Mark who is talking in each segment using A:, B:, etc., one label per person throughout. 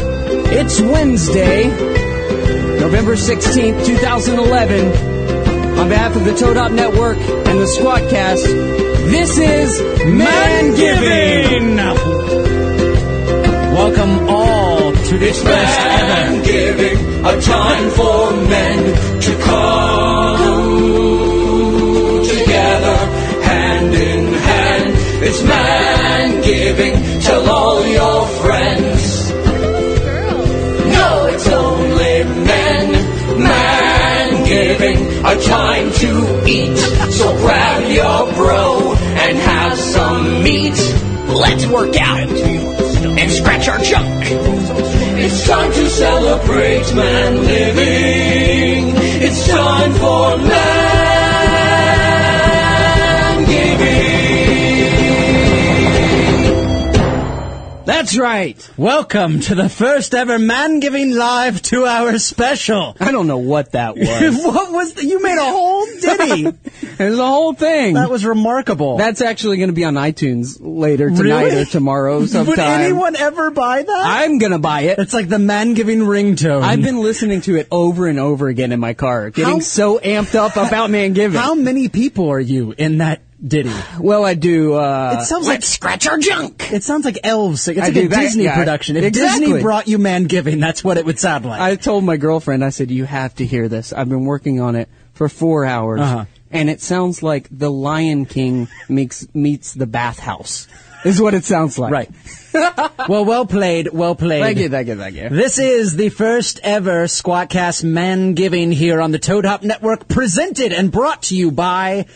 A: It's Wednesday, November 16th, 2011. On behalf of the Toad Hop Network and the Squadcast, this is Man Giving! Welcome all to this best ever.
B: giving a time for men to come together hand in hand. It's man giving. Tell all your friends. No, it's only men. Man giving a time to eat. So grab your bro and have some meat. Let's work out and scratch our junk. It's time to celebrate man living. It's time for man giving.
A: That's right.
C: Welcome to the first ever Man Giving Live two hour special.
A: I don't know what that was.
C: what was the, you made a whole ditty?
A: There's the whole thing.
C: that was remarkable.
A: That's actually going to be on iTunes later tonight
C: Really?
A: or tomorrow Oh, sometime.
C: Would anyone ever buy that?
A: I'm going to buy it.
C: it's like the Man Giving ringtone.
A: I've been listening to it over and over again in my car, getting
C: How-
A: so amped up about man giving.
C: How many people are you in that ditty?
A: well, I do. Uh,
C: It sounds like
B: Scratch our junk.
C: it sounds like elves. sing- It's
A: I
C: like
A: do
C: a
A: that,
C: Disney
A: yeah.
C: production. If
A: Exactly.
C: Disney brought you Man Giving, that's what it would sound like.
A: I told my girlfriend, I said, "You have to hear this. I've been working on it for four hours,
C: Uh-huh.
A: and it sounds like The Lion King meets meets the bathhouse." Is what it sounds like.
C: right. well, well played. Well played.
A: Thank you. Thank you. Thank you.
C: This is the first ever Squatcast Man Giving here on the Toad Hop Network, presented and brought to you by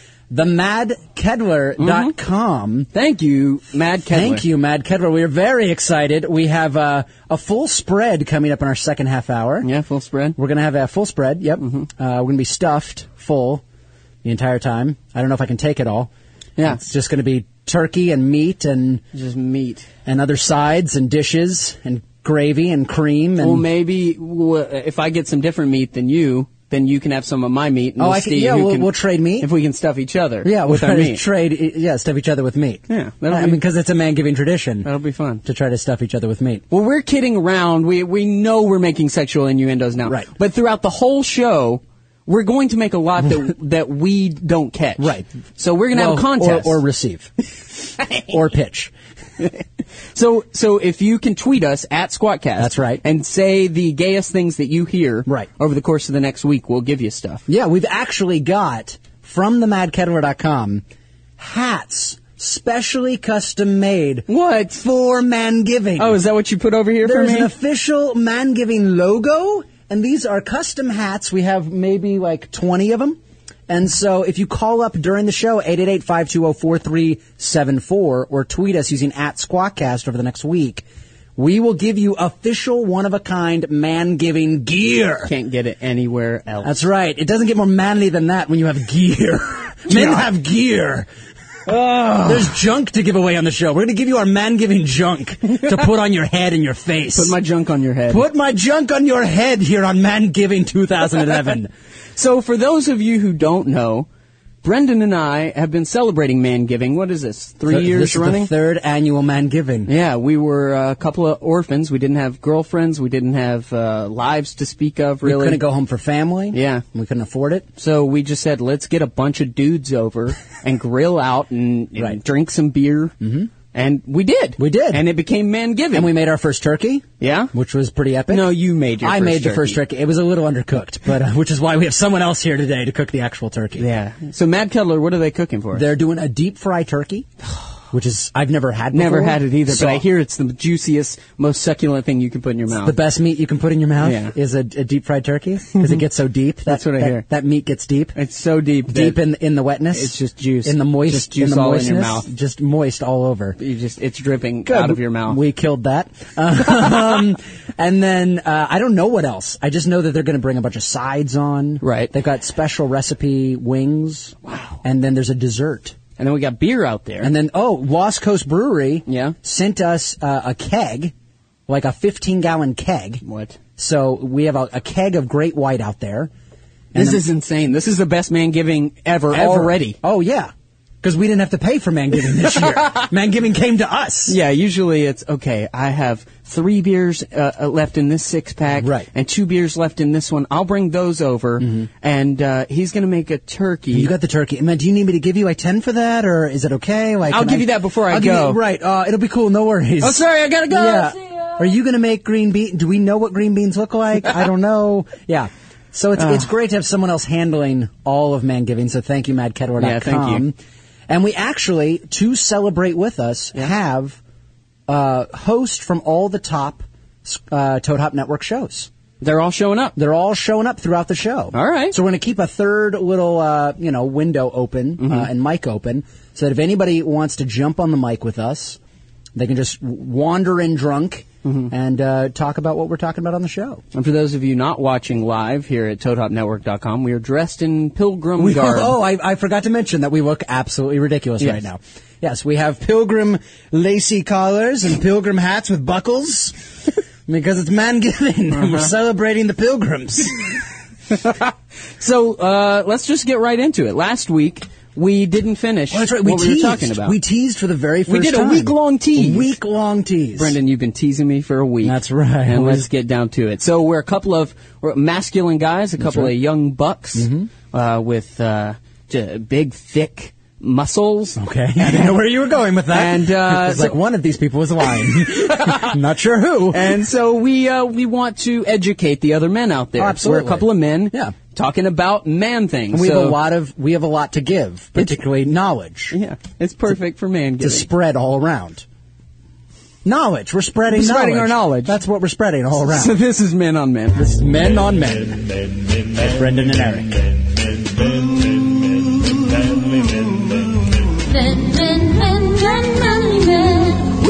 C: themadkedler.com.
A: Mm-hmm. Thank you, Mad Kedler.
C: Thank you, Mad Kedler. We are very excited. We have uh, a full spread coming up in our second half hour.
A: Yeah, full spread. Mm-hmm.
C: We're going to have a full spread. Yep. Uh, we're going to be stuffed full the entire time. I don't know if I can take it all.
A: Yeah.
C: It's just going to be turkey and meat and,
A: Just meat.
C: and other sides and dishes and gravy and cream. And
A: Well, maybe w- if I get some different meat than you, then you can have some of my meat. And
C: Oh,
A: we'll
C: I can-
A: see
C: yeah,
A: who
C: we'll-
A: can-
C: we'll trade meat.
A: if we can stuff each other.
C: Yeah, we'll
A: with
C: try
A: our
C: to
A: meat.
C: trade. Yeah, stuff each other with meat.
A: Yeah, that'll
C: I
A: be-
C: mean, because it's a man giving tradition.
A: That'll be fun.
C: to try to stuff each other with meat.
A: Well, we're kidding around. We we know we're making sexual innuendos now.
C: Right.
A: But throughout the whole show, we're going to make a lot that that we don't catch.
C: Right.
A: So we're gonna
C: Well,
A: have a contest.
C: or, or receive, or pitch.
A: so so if you can tweet us at Squatcast.
C: That's right.
A: And say the gayest things that you hear.
C: Right.
A: Over the course of the next week, we'll give you stuff.
C: Yeah, we've actually got from the madkettler.com hats specially custom made
A: What?
C: for man giving.
A: Oh, is that what you put over here
C: There
A: for
C: is
A: me?
C: an official man giving logo, and these are custom hats. We have maybe like 20 of them. And so if you call up during the show, oh, 888-520-4374, or tweet us using at Squawkcast over the next week, we will give you official one-of-a-kind man-giving gear.
A: Can't get it anywhere else.
C: That's right. It doesn't get more manly than that when you have gear. Men have gear. There's junk to give away on the show. We're going to give you our man-giving junk to put on your head and your face.
A: Put my junk on your head.
C: Put my junk on your head here on Man Giving 2011.
A: So, for those of you who don't know, Brendan and I have been celebrating man giving. What is this? Three
C: Th-
A: years
C: this is
A: running?
C: the third annual Man Giving.
A: yeah, we were uh, a couple of orphans. We didn't have girlfriends. We didn't have uh, lives to speak of,
C: We
A: really.
C: couldn't go home for family.
A: Yeah.
C: we couldn't afford it.
A: So we just said, let's get a bunch of dudes over and grill out and, and
C: Right.
A: drink some beer. Mm-hmm. And we did.
C: We did.
A: And it became man giving.
C: And we made our first turkey.
A: Yeah?
C: which was pretty epic.
A: No, you made your
C: I
A: first
C: made the first
A: turkey.
C: turkey. It was a little undercooked, but uh, which is why we have someone else here today to cook the actual turkey.
A: Yeah. So, Mad Kettler, what are they cooking for? us?
C: They're doing a deep fry turkey, which is I've never had. Before.
A: Never had it either,
C: So
A: but I hear it's the juiciest, most succulent thing you can put in your mouth.
C: the best meat you can put in your mouth
A: Yeah.
C: is a, a deep fried turkey because it gets so deep. That,
A: That's what I
C: that-
A: hear.
C: That meat gets deep.
A: It's so deep.
C: deep
A: that
C: in in the wetness.
A: It's just juice.
C: in the moist.
A: Just juice
C: in the
A: all in your
C: moistness,
A: mouth.
C: Just moist all over.
A: you just it's dripping out of your mouth.
C: We killed that. Um, and then uh, I don't know what else. I just know that they're going to bring a bunch of sides on.
A: Right.
C: They've got special recipe wings.
A: Wow.
C: And then there's a dessert.
A: and then we got beer out there.
C: And then oh, Lost Coast Brewery.
A: Yeah.
C: Sent us uh, a keg, like a 15 gallon keg.
A: what?
C: So we have a, a keg of Great White out there.
A: This
C: then-
A: is insane. This is the best man giving ever,
C: Ever.
A: already.
C: Oh yeah. because we didn't have to pay for man giving this year. man giving came to us.
A: Yeah, usually it's okay. I have three beers uh, uh, left in this six pack,
C: Right. Mm-hmm.
A: And two beers left in this one. I'll bring those over, and uh, he's gonna make a turkey.
C: You got the turkey. Man, do you need me to give you a ten for that, or is it okay? Like,
A: I'll
C: can
A: give you that before I
C: I'll give
A: go.
C: you- right. Uh, it'll be cool. No worries.
A: Oh, sorry, I gotta go. See
C: Yeah. Are you gonna make green bean? Do we know what green beans look like? I don't know. Yeah. So it's
A: Ah.
C: it's great to have someone else handling all of man giving. So thank you, madkedwar.com.
A: Yeah, thank you.
C: And we actually to celebrate with us have uh, host from all the top uh, Toad Hop Network shows.
A: They're all showing up.
C: They're all showing up throughout the show.
A: All right.
C: So we're going to keep a third little, uh, you know, window open uh,
A: Mm-hmm.
C: and mic open, so that if anybody wants to jump on the mic with us, they can just w- wander in drunk
A: Mm-hmm.
C: and uh, talk about what we're talking about on the show.
A: And for those of you not watching live here at ToadHopNetwork.com, we are dressed in pilgrim garb.
C: oh, I, I forgot to mention that we look absolutely ridiculous
A: Yes.
C: right now. Yes, we have pilgrim lacy collars and pilgrim hats with buckles because it's man giving.
A: Uh-huh.
C: and We're celebrating the pilgrims.
A: So uh, let's just get right into it. Last week we didn't finish
C: Well, Oh, that's right. We
A: what we
C: teased.
A: were talking about.
C: We teased for the very first
A: We did a
C: time.
A: week-long tease.
C: Week long tease.
A: Brendan, you've been teasing me for a week.
C: That's right.
A: And
C: We
A: let's
C: just-
A: get down to it. So we're a couple of we're masculine guys, a couple of young bucks
C: Mm-hmm.
A: uh, with uh, j- big, thick muscles.
C: Okay. I didn't know where you were going with that.
A: And, uh,
C: It was
A: so-
C: like one of these people was lying. I'm not sure who.
A: And so we uh, we want to educate the other men out there.
C: Oh, absolutely.
A: We're a couple of men
C: Yeah.
A: talking about man things.
C: we have
A: So-
C: a lot of we have a lot to give, particularly knowledge
A: Yeah, it's perfect for man
C: to
A: giving.
C: spread all around. Knowledge. We're spreading
A: We're spreading our knowledge.
C: That's what we're spreading all around.
A: So this is men on men.
C: This is Men on Men. With Brendan and Eric.
D: Men, men, men, men, men, men.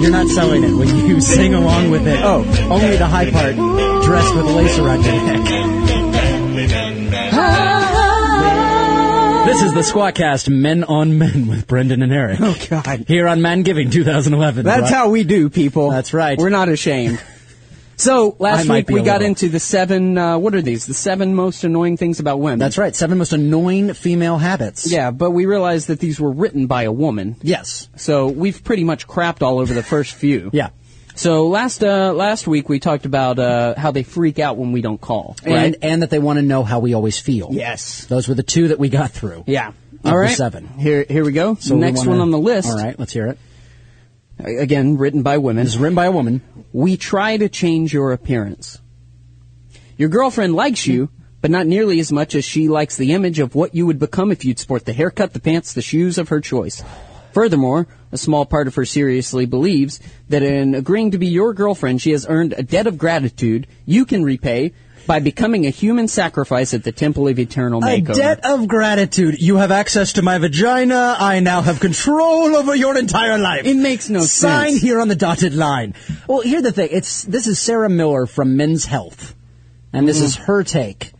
C: You're not selling it when you sing along with it. Oh, only the high part dressed with lace around your neck. This is the Squadcast Men on Men with Brendan and Eric. Oh,
A: God.
C: Here on Man Giving 2011.
A: That's
C: right?
A: how we do, people.
C: That's right.
A: We're not ashamed. So
C: I
A: last
C: might
A: week
C: be
A: we
C: a
A: got
C: little.
A: into the seven. Uh, what are these? The seven most annoying things about women.
C: That's right. Seven most annoying female habits.
A: Yeah, but we realized that these were written by a woman.
C: Yes.
A: So we've pretty much crapped all over the first few.
C: Yeah.
A: So last uh, last week we talked about uh, how they freak out when we don't call. Right?
C: And and that they want to know how we always feel.
A: Yes.
C: Those were the two that we got through.
A: yeah.
C: Of
A: All
C: the
A: right.
C: seven.
A: Here here we go.
C: So we
A: Next
C: wanna-
A: one on the list.
C: All right, let's hear it.
A: Again, written by women.
C: This is written by a woman.
A: We try to change your appearance. Your girlfriend likes you, but not nearly as much as she likes the image of what you would become if you'd sport the haircut, the pants, the shoes of her choice. Furthermore, a small part of her seriously believes that in agreeing to be your girlfriend, she has earned a debt of gratitude you can repay by becoming a human sacrifice at the temple of eternal
C: A
A: makeover.
C: debt of gratitude. You have access to my vagina. I now have control over your entire life.
A: It makes no
C: Sign
A: sense.
C: here on the dotted line. Well, here's the thing. It's this is Sarah Miller from Men's Health, and this is her take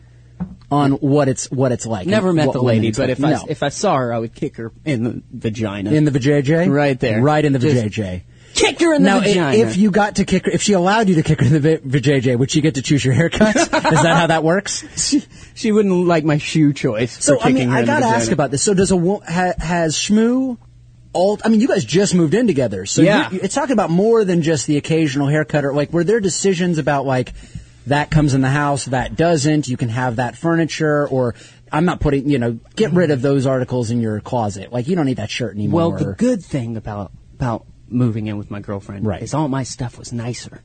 C: on what it's what it's like.
A: Never
C: and
A: met
C: what
A: the
C: women
A: lady,
C: expect.
A: but if I
C: No.
A: if I saw her, I would kick her in the vagina.
C: in the vajayjay,
A: Right there.
C: right in the
A: Just-
C: vajayjay.
A: kick her in the
C: Now, i-
A: vagina.
C: if you got to kick her, if she allowed you to kick her in the va- vajayjay, would she get to choose your haircut? is that how that works?
A: she, she wouldn't like my shoe choice.
C: So
A: for
C: I
A: kicking
C: mean,
A: her
C: I
A: in the
C: gotta ask
A: vagina.
C: about this. So does a wo- ha, has Shmoo? Alt, I mean, you guys just moved in together, so you-
A: Yeah.
C: you- it's talking about more than just the occasional haircut. Or like, were there decisions about like that comes in the house, that doesn't? You can have that furniture, or I'm not putting, you know, get rid of those articles in your closet. Like, you don't need that shirt anymore.
A: Well, the good thing about about moving in with my girlfriend
C: Right.
A: is all my stuff was nicer.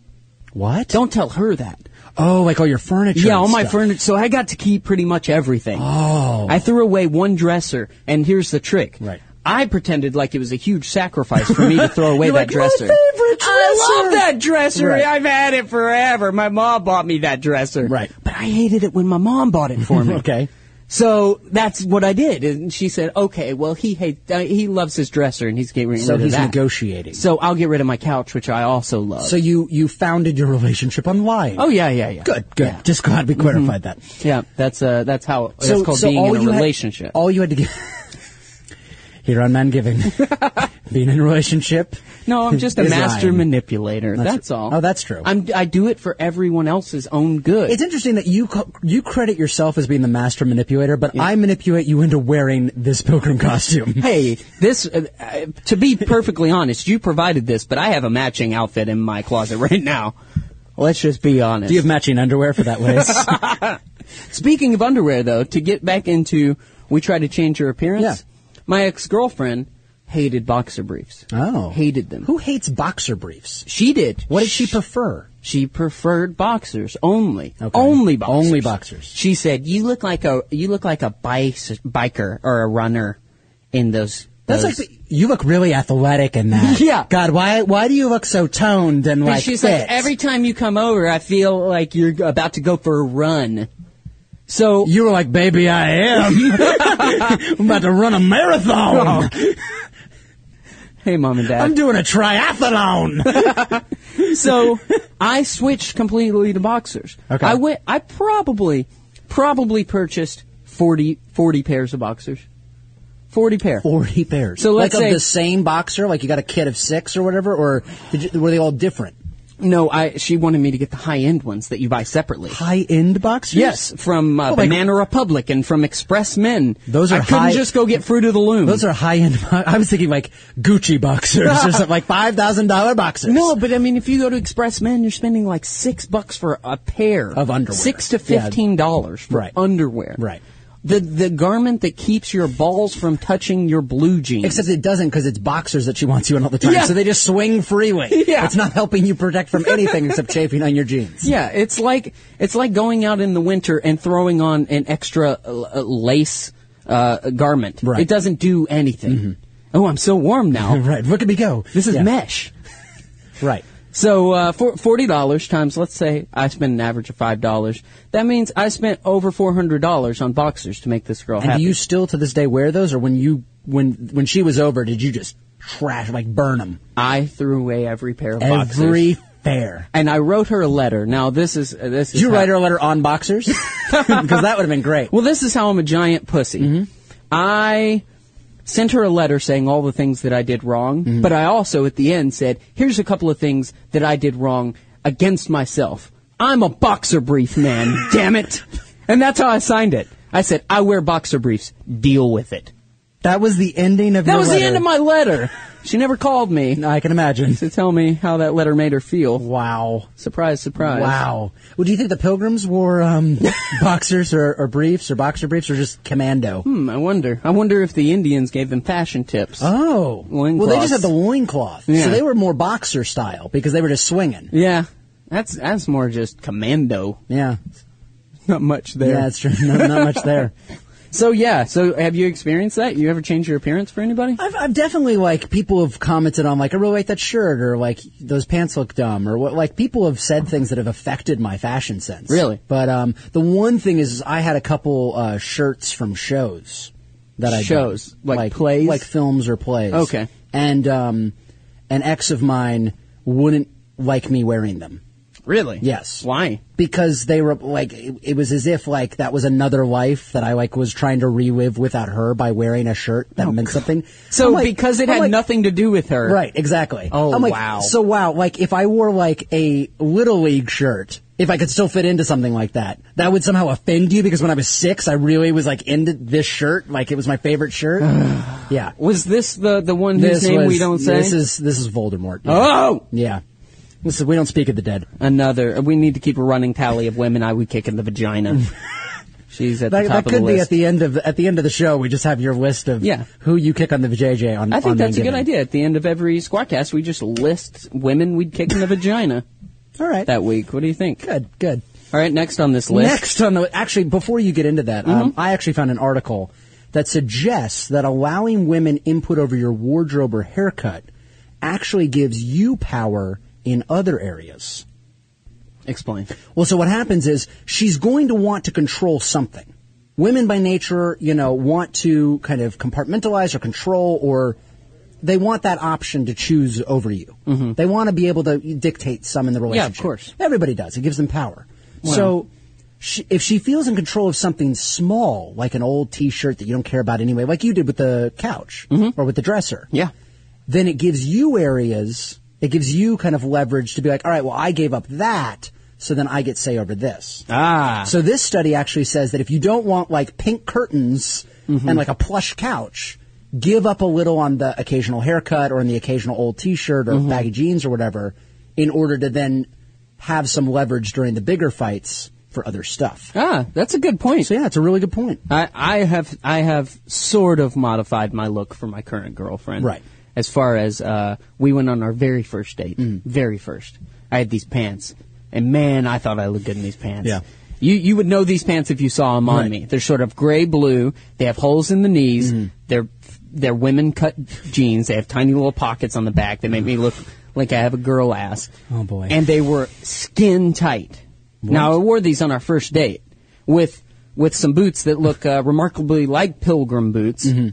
C: what?
A: Don't tell her that.
C: Oh, like all your furniture.
A: yeah,
C: and
A: all my
C: stuff.
A: furniture. So I got to keep pretty much everything. Oh. I threw away one dresser, and here's the trick.
C: Right.
A: I pretended like it was a huge sacrifice for me to throw away
C: You're
A: that
C: like, "My
A: dresser.
C: favorite
A: I love
C: dresser."
A: that dresser.
C: Right.
A: I've had it forever. My mom bought me that dresser.
C: Right.
A: But I hated it when my mom bought it for me.
C: Okay.
A: So that's what I did, and she said, "Okay, well he hate, uh, he loves his dresser, and he's getting rid
C: So
A: of
C: he's
A: that."
C: negotiating.
A: So I'll get rid of my couch, which I also love.
C: So you you founded your relationship on lying.
A: oh yeah, yeah, yeah.
C: Good, good.
A: Yeah, Mm-hmm.
C: Just glad we clarified that.
A: Yeah, that's uh, that's how that's called being
C: all
A: in a
C: you had-
A: relationship.
C: all you had to give. here on Man Giving. Being in a relationship.
A: No, I'm just a
C: is
A: master
C: lying.
A: manipulator. That's,
C: That's-
A: all.
C: oh, that's true.
A: I'm, I do it for everyone else's own good.
C: It's interesting that you co- you credit yourself as being the master manipulator, but I manipulate you into wearing this pilgrim costume.
A: hey, this, uh, uh, to be perfectly honest, you provided this, but I have a matching outfit in my closet right now. Let's just be honest.
C: Do you have matching underwear for that waist?
A: Speaking of underwear, though, to get back into we try to change your appearance,
C: Yeah.
A: my ex girlfriend hated boxer briefs.
C: oh,
A: Hated them.
C: Who hates boxer briefs?
A: She did.
C: What did she prefer?
A: She preferred boxers only.
C: Okay.
A: Only boxers.
C: Only boxers.
A: She said, "You look like a you look like a bice, biker or a runner in those."
C: That's
A: those-
C: like you look really athletic in that.
A: Yeah.
C: God, why why do you look so toned and
A: But
C: like?
A: she's
C: fit?
A: like, every time you come over, I feel like you're about to go for a run. So
C: You were like, baby, I am. I'm about to run a marathon.
A: hey, mom and dad.
C: I'm doing a triathlon.
A: so I switched completely to boxers.
C: Okay.
A: I went. I probably, probably purchased 40, 40 pairs of boxers. Forty pair.
C: Forty pairs.
A: So
C: like
A: let's
C: of
A: say-
C: the same boxer, like you got a kid of six or whatever, or did you, were they all different?
A: No, I. She wanted me to get the high end ones that you buy separately.
C: High end boxers.
A: Yes, from uh,
C: Oh my-
A: Banana Republic and from Express Men.
C: Those are
A: I couldn't
C: high-
A: just go get Fruit of the Loom.
C: Those are high end. Bo- I was thinking like Gucci boxers or something, like five thousand dollar boxers.
A: no, but I mean, if you go to Express Men, you're spending like six bucks for a pair
C: Of underwear.
A: six to
C: Yeah.
A: fifteen dollars for
C: Right.
A: underwear.
C: Right.
A: The the garment that keeps your balls from touching your blue jeans.
C: Except it doesn't because it's boxers that she wants you in all the time.
A: Yeah.
C: So they just swing freely.
A: Yeah.
C: It's not helping you protect from anything except chafing on your jeans.
A: Yeah, it's like it's like going out in the winter and throwing on an extra uh, uh, lace uh, garment.
C: Right. Mm-hmm.
A: It doesn't do anything. Oh, I'm so warm now.
C: Right. Look at me go.
A: This is
C: Yeah.
A: mesh.
C: Right.
A: So uh, for forty dollars times, let's say I spend an average of five dollars. That means I spent over four hundred dollars on boxers to make this girl
C: And
A: happy.
C: do you still to this day wear those, or when you when when she was over, did you just trash like burn them
A: I threw away every pair of boxers.
C: every fair?
A: And I wrote her a letter. Now this is uh, this.
C: Did
A: is
C: you
A: how-
C: write her a letter on boxers? Because that would have been great. Mm-hmm.
A: Well, this is how I'm a giant pussy. I sent her a letter saying all the things that I did wrong,
C: Mm-hmm.
A: but I also at the end said, "Here's a couple of things that I did wrong against myself. I'm a boxer brief man, damn it." And that's how I signed it. I said, "I wear boxer briefs. Deal with it."
C: that was the ending of
A: That
C: your
A: was the
C: letter.
A: end of my letter. She never called me
C: I can imagine.
A: to tell me how that letter made her feel.
C: Wow.
A: Surprise, surprise.
C: Wow. Well, do you think the pilgrims wore um, boxers or, or briefs or boxer briefs or just commando?
A: Hmm, I wonder. I wonder if the Indians gave them fashion tips.
C: Oh. well, they
A: Loincloths.
C: just had the loincloth.
A: Yeah.
C: So they were more boxer style because they were just swinging.
A: Yeah. That's that's more just commando.
C: Yeah.
A: Not much there.
C: Yeah, that's true. No, not much there.
A: So yeah, so have you experienced that? You ever change your appearance for anybody?
C: I've, I've definitely like people have commented on like I really like that shirt or like those pants look dumb or what like people have said things that have affected my fashion sense.
A: Really?
C: But um, the one thing is, is I had a couple uh, shirts from shows that I did.
A: Shows? Like plays?
C: like films or plays.
A: Okay.
C: And um, an ex of mine wouldn't like me wearing them
A: Really?
C: Yes.
A: Why?
C: because they were like it, it was as if like that was another life that I like was trying to relive without her by wearing a shirt that meant something.
A: Oh, So
C: I'm like-
A: because it
C: I'm
A: had
C: like-
A: nothing to do with her.
C: Right, exactly.
A: Oh,
C: I'm like,
A: wow.
C: So wow, like if I wore like a little league shirt, if I could still fit into something like that, that would somehow offend you because when I was six, I really was like into this shirt, like it was my favorite shirt. yeah,
A: Was this the the one whose
C: this
A: name
C: was,
A: we don't say?
C: This is this is Voldemort. Yeah.
A: Oh!
C: yeah. This is, we don't speak of the dead.
A: Another. uh, We need to keep a running tally of women I would kick in the vagina. She's at
C: That,
A: the top
C: that could
A: of the
C: be
A: list.
C: at the end of at the end of the show. We just have your list of
A: Yeah.
C: who you kick on the JJ on.
A: I think
C: on
A: that's a
C: Main
A: good
C: Giving.
A: idea. At the end of every squadcast, we just list women we'd kick in the vagina
C: All right,
A: that week. What do you think?
C: good, good.
A: All right, next on this list. Mm-hmm.
C: Next on the actually before you get into that, um, I actually found an article that suggests that allowing women input over your wardrobe or haircut actually gives you power in other areas.
A: Explain.
C: Well, so what happens is she's going to want to control something. Women by nature, you know, want to kind of compartmentalize or control or they want that option to choose over you. They want to be able to dictate some in the relationship.
A: Mm-hmm. course.
C: Everybody does. It gives them power. so she, if she feels in control of something small, like an old T-shirt that you don't care about anyway, like you did with the couch or with the dresser,
A: Yeah.
C: then it gives you areas. It gives you kind of leverage to be like, all right, well, I gave up that, so then I get say over this.
A: Ah.
C: So this study actually says that if you don't want like pink curtains
A: Mm-hmm.
C: and like a plush couch, give up a little on the occasional haircut or on the occasional old t-shirt
A: Mm-hmm.
C: or baggy jeans or whatever in order to then have some leverage during the bigger fights for other stuff.
A: Ah, that's a good point.
C: So yeah, it's a really good point.
A: I, I have I have sort of modified my look for my current girlfriend.
C: Right.
A: As far as uh, we went on our very first date,
C: Mm.
A: very first, I had these pants, and man, I thought I looked good in these pants.
C: Yeah.
A: You you would know these pants if you saw them on me. They're sort of gray blue. They have holes in the knees.
C: Mm-hmm.
A: They're they're women cut jeans. They have tiny little pockets on the back. They make me look like I have a girl ass.
C: Oh, boy.
A: And they were skin tight. Now I wore these on our first date with with some boots that look uh, remarkably like pilgrim boots.
C: Mm-hmm.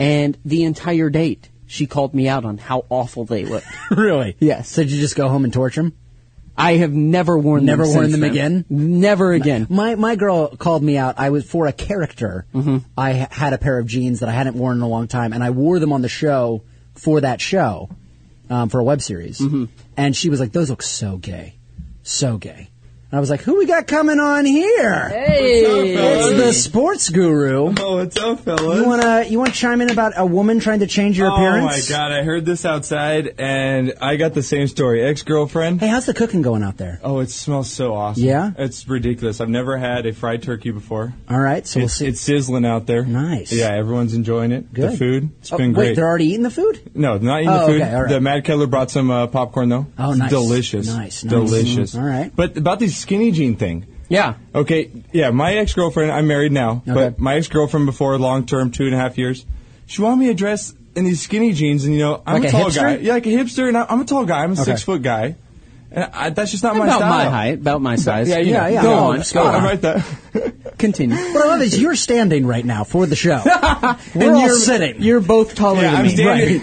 A: And the entire date, she called me out on how awful they looked.
C: really?
A: Yes.
C: So did you just go home and torch him?
A: I have never worn
C: Never
A: them
C: worn
A: since
C: them
A: then.
C: again?
A: Never again.
C: My my girl called me out. I was for a character.
A: Mm-hmm.
C: I ha- had a pair of jeans that I hadn't worn in a long time, and I wore them on the show for that show, um, for a web series.
A: Mm-hmm.
C: And she was like, "Those look so gay, so gay." And I was like, "Who we got coming on here? It's the sports guru.
E: Oh, what's up, fellas?
C: You wanna you want to chime in about a woman trying to change your appearance?
E: Oh my god, I heard this outside and I got the same story. Ex girlfriend.
C: Hey, how's the cooking going out there?
E: Oh, it smells so awesome.
C: Yeah?
E: It's ridiculous. I've never had a fried turkey before.
C: All right, so we'll
E: it's,
C: see.
E: it's sizzling out there.
C: Nice.
E: Yeah, everyone's enjoying it. The
C: Good.
E: food. It's
C: Oh,
E: been
C: Wait,
E: great.
C: they're already eating the food?
E: no, not eating
C: Oh,
E: the food.
C: okay, all right.
E: The Mad Kettler brought some uh, popcorn though.
C: Oh,
E: It's
C: nice.
E: Delicious.
C: Nice, nice.
E: Delicious.
C: Mhm. All right.
E: But about the skinny jean thing.
A: Yeah.
E: Okay, yeah, my ex girlfriend, I'm married now,
C: Okay.
E: but my ex girlfriend before, long term, two and a half years, she wanted me to dress in these skinny jeans, and you know, I'm
C: Like a
E: a tall
C: hipster?
E: guy. Yeah, like a hipster, and I- I'm a tall guy, I'm a six foot guy. And I, that's just not my
A: about my
E: style.
A: height, about my size.
E: Yeah, you
C: Yeah,
E: know.
C: yeah.
E: Go
C: No,
E: on,
C: spot
E: go on.
C: on.
E: I'm right there.
A: Continue.
C: What I love is you're standing right now for the show. We're all sitting.
A: You're both taller
E: Yeah,
A: than
E: I'm
A: me.
E: standing.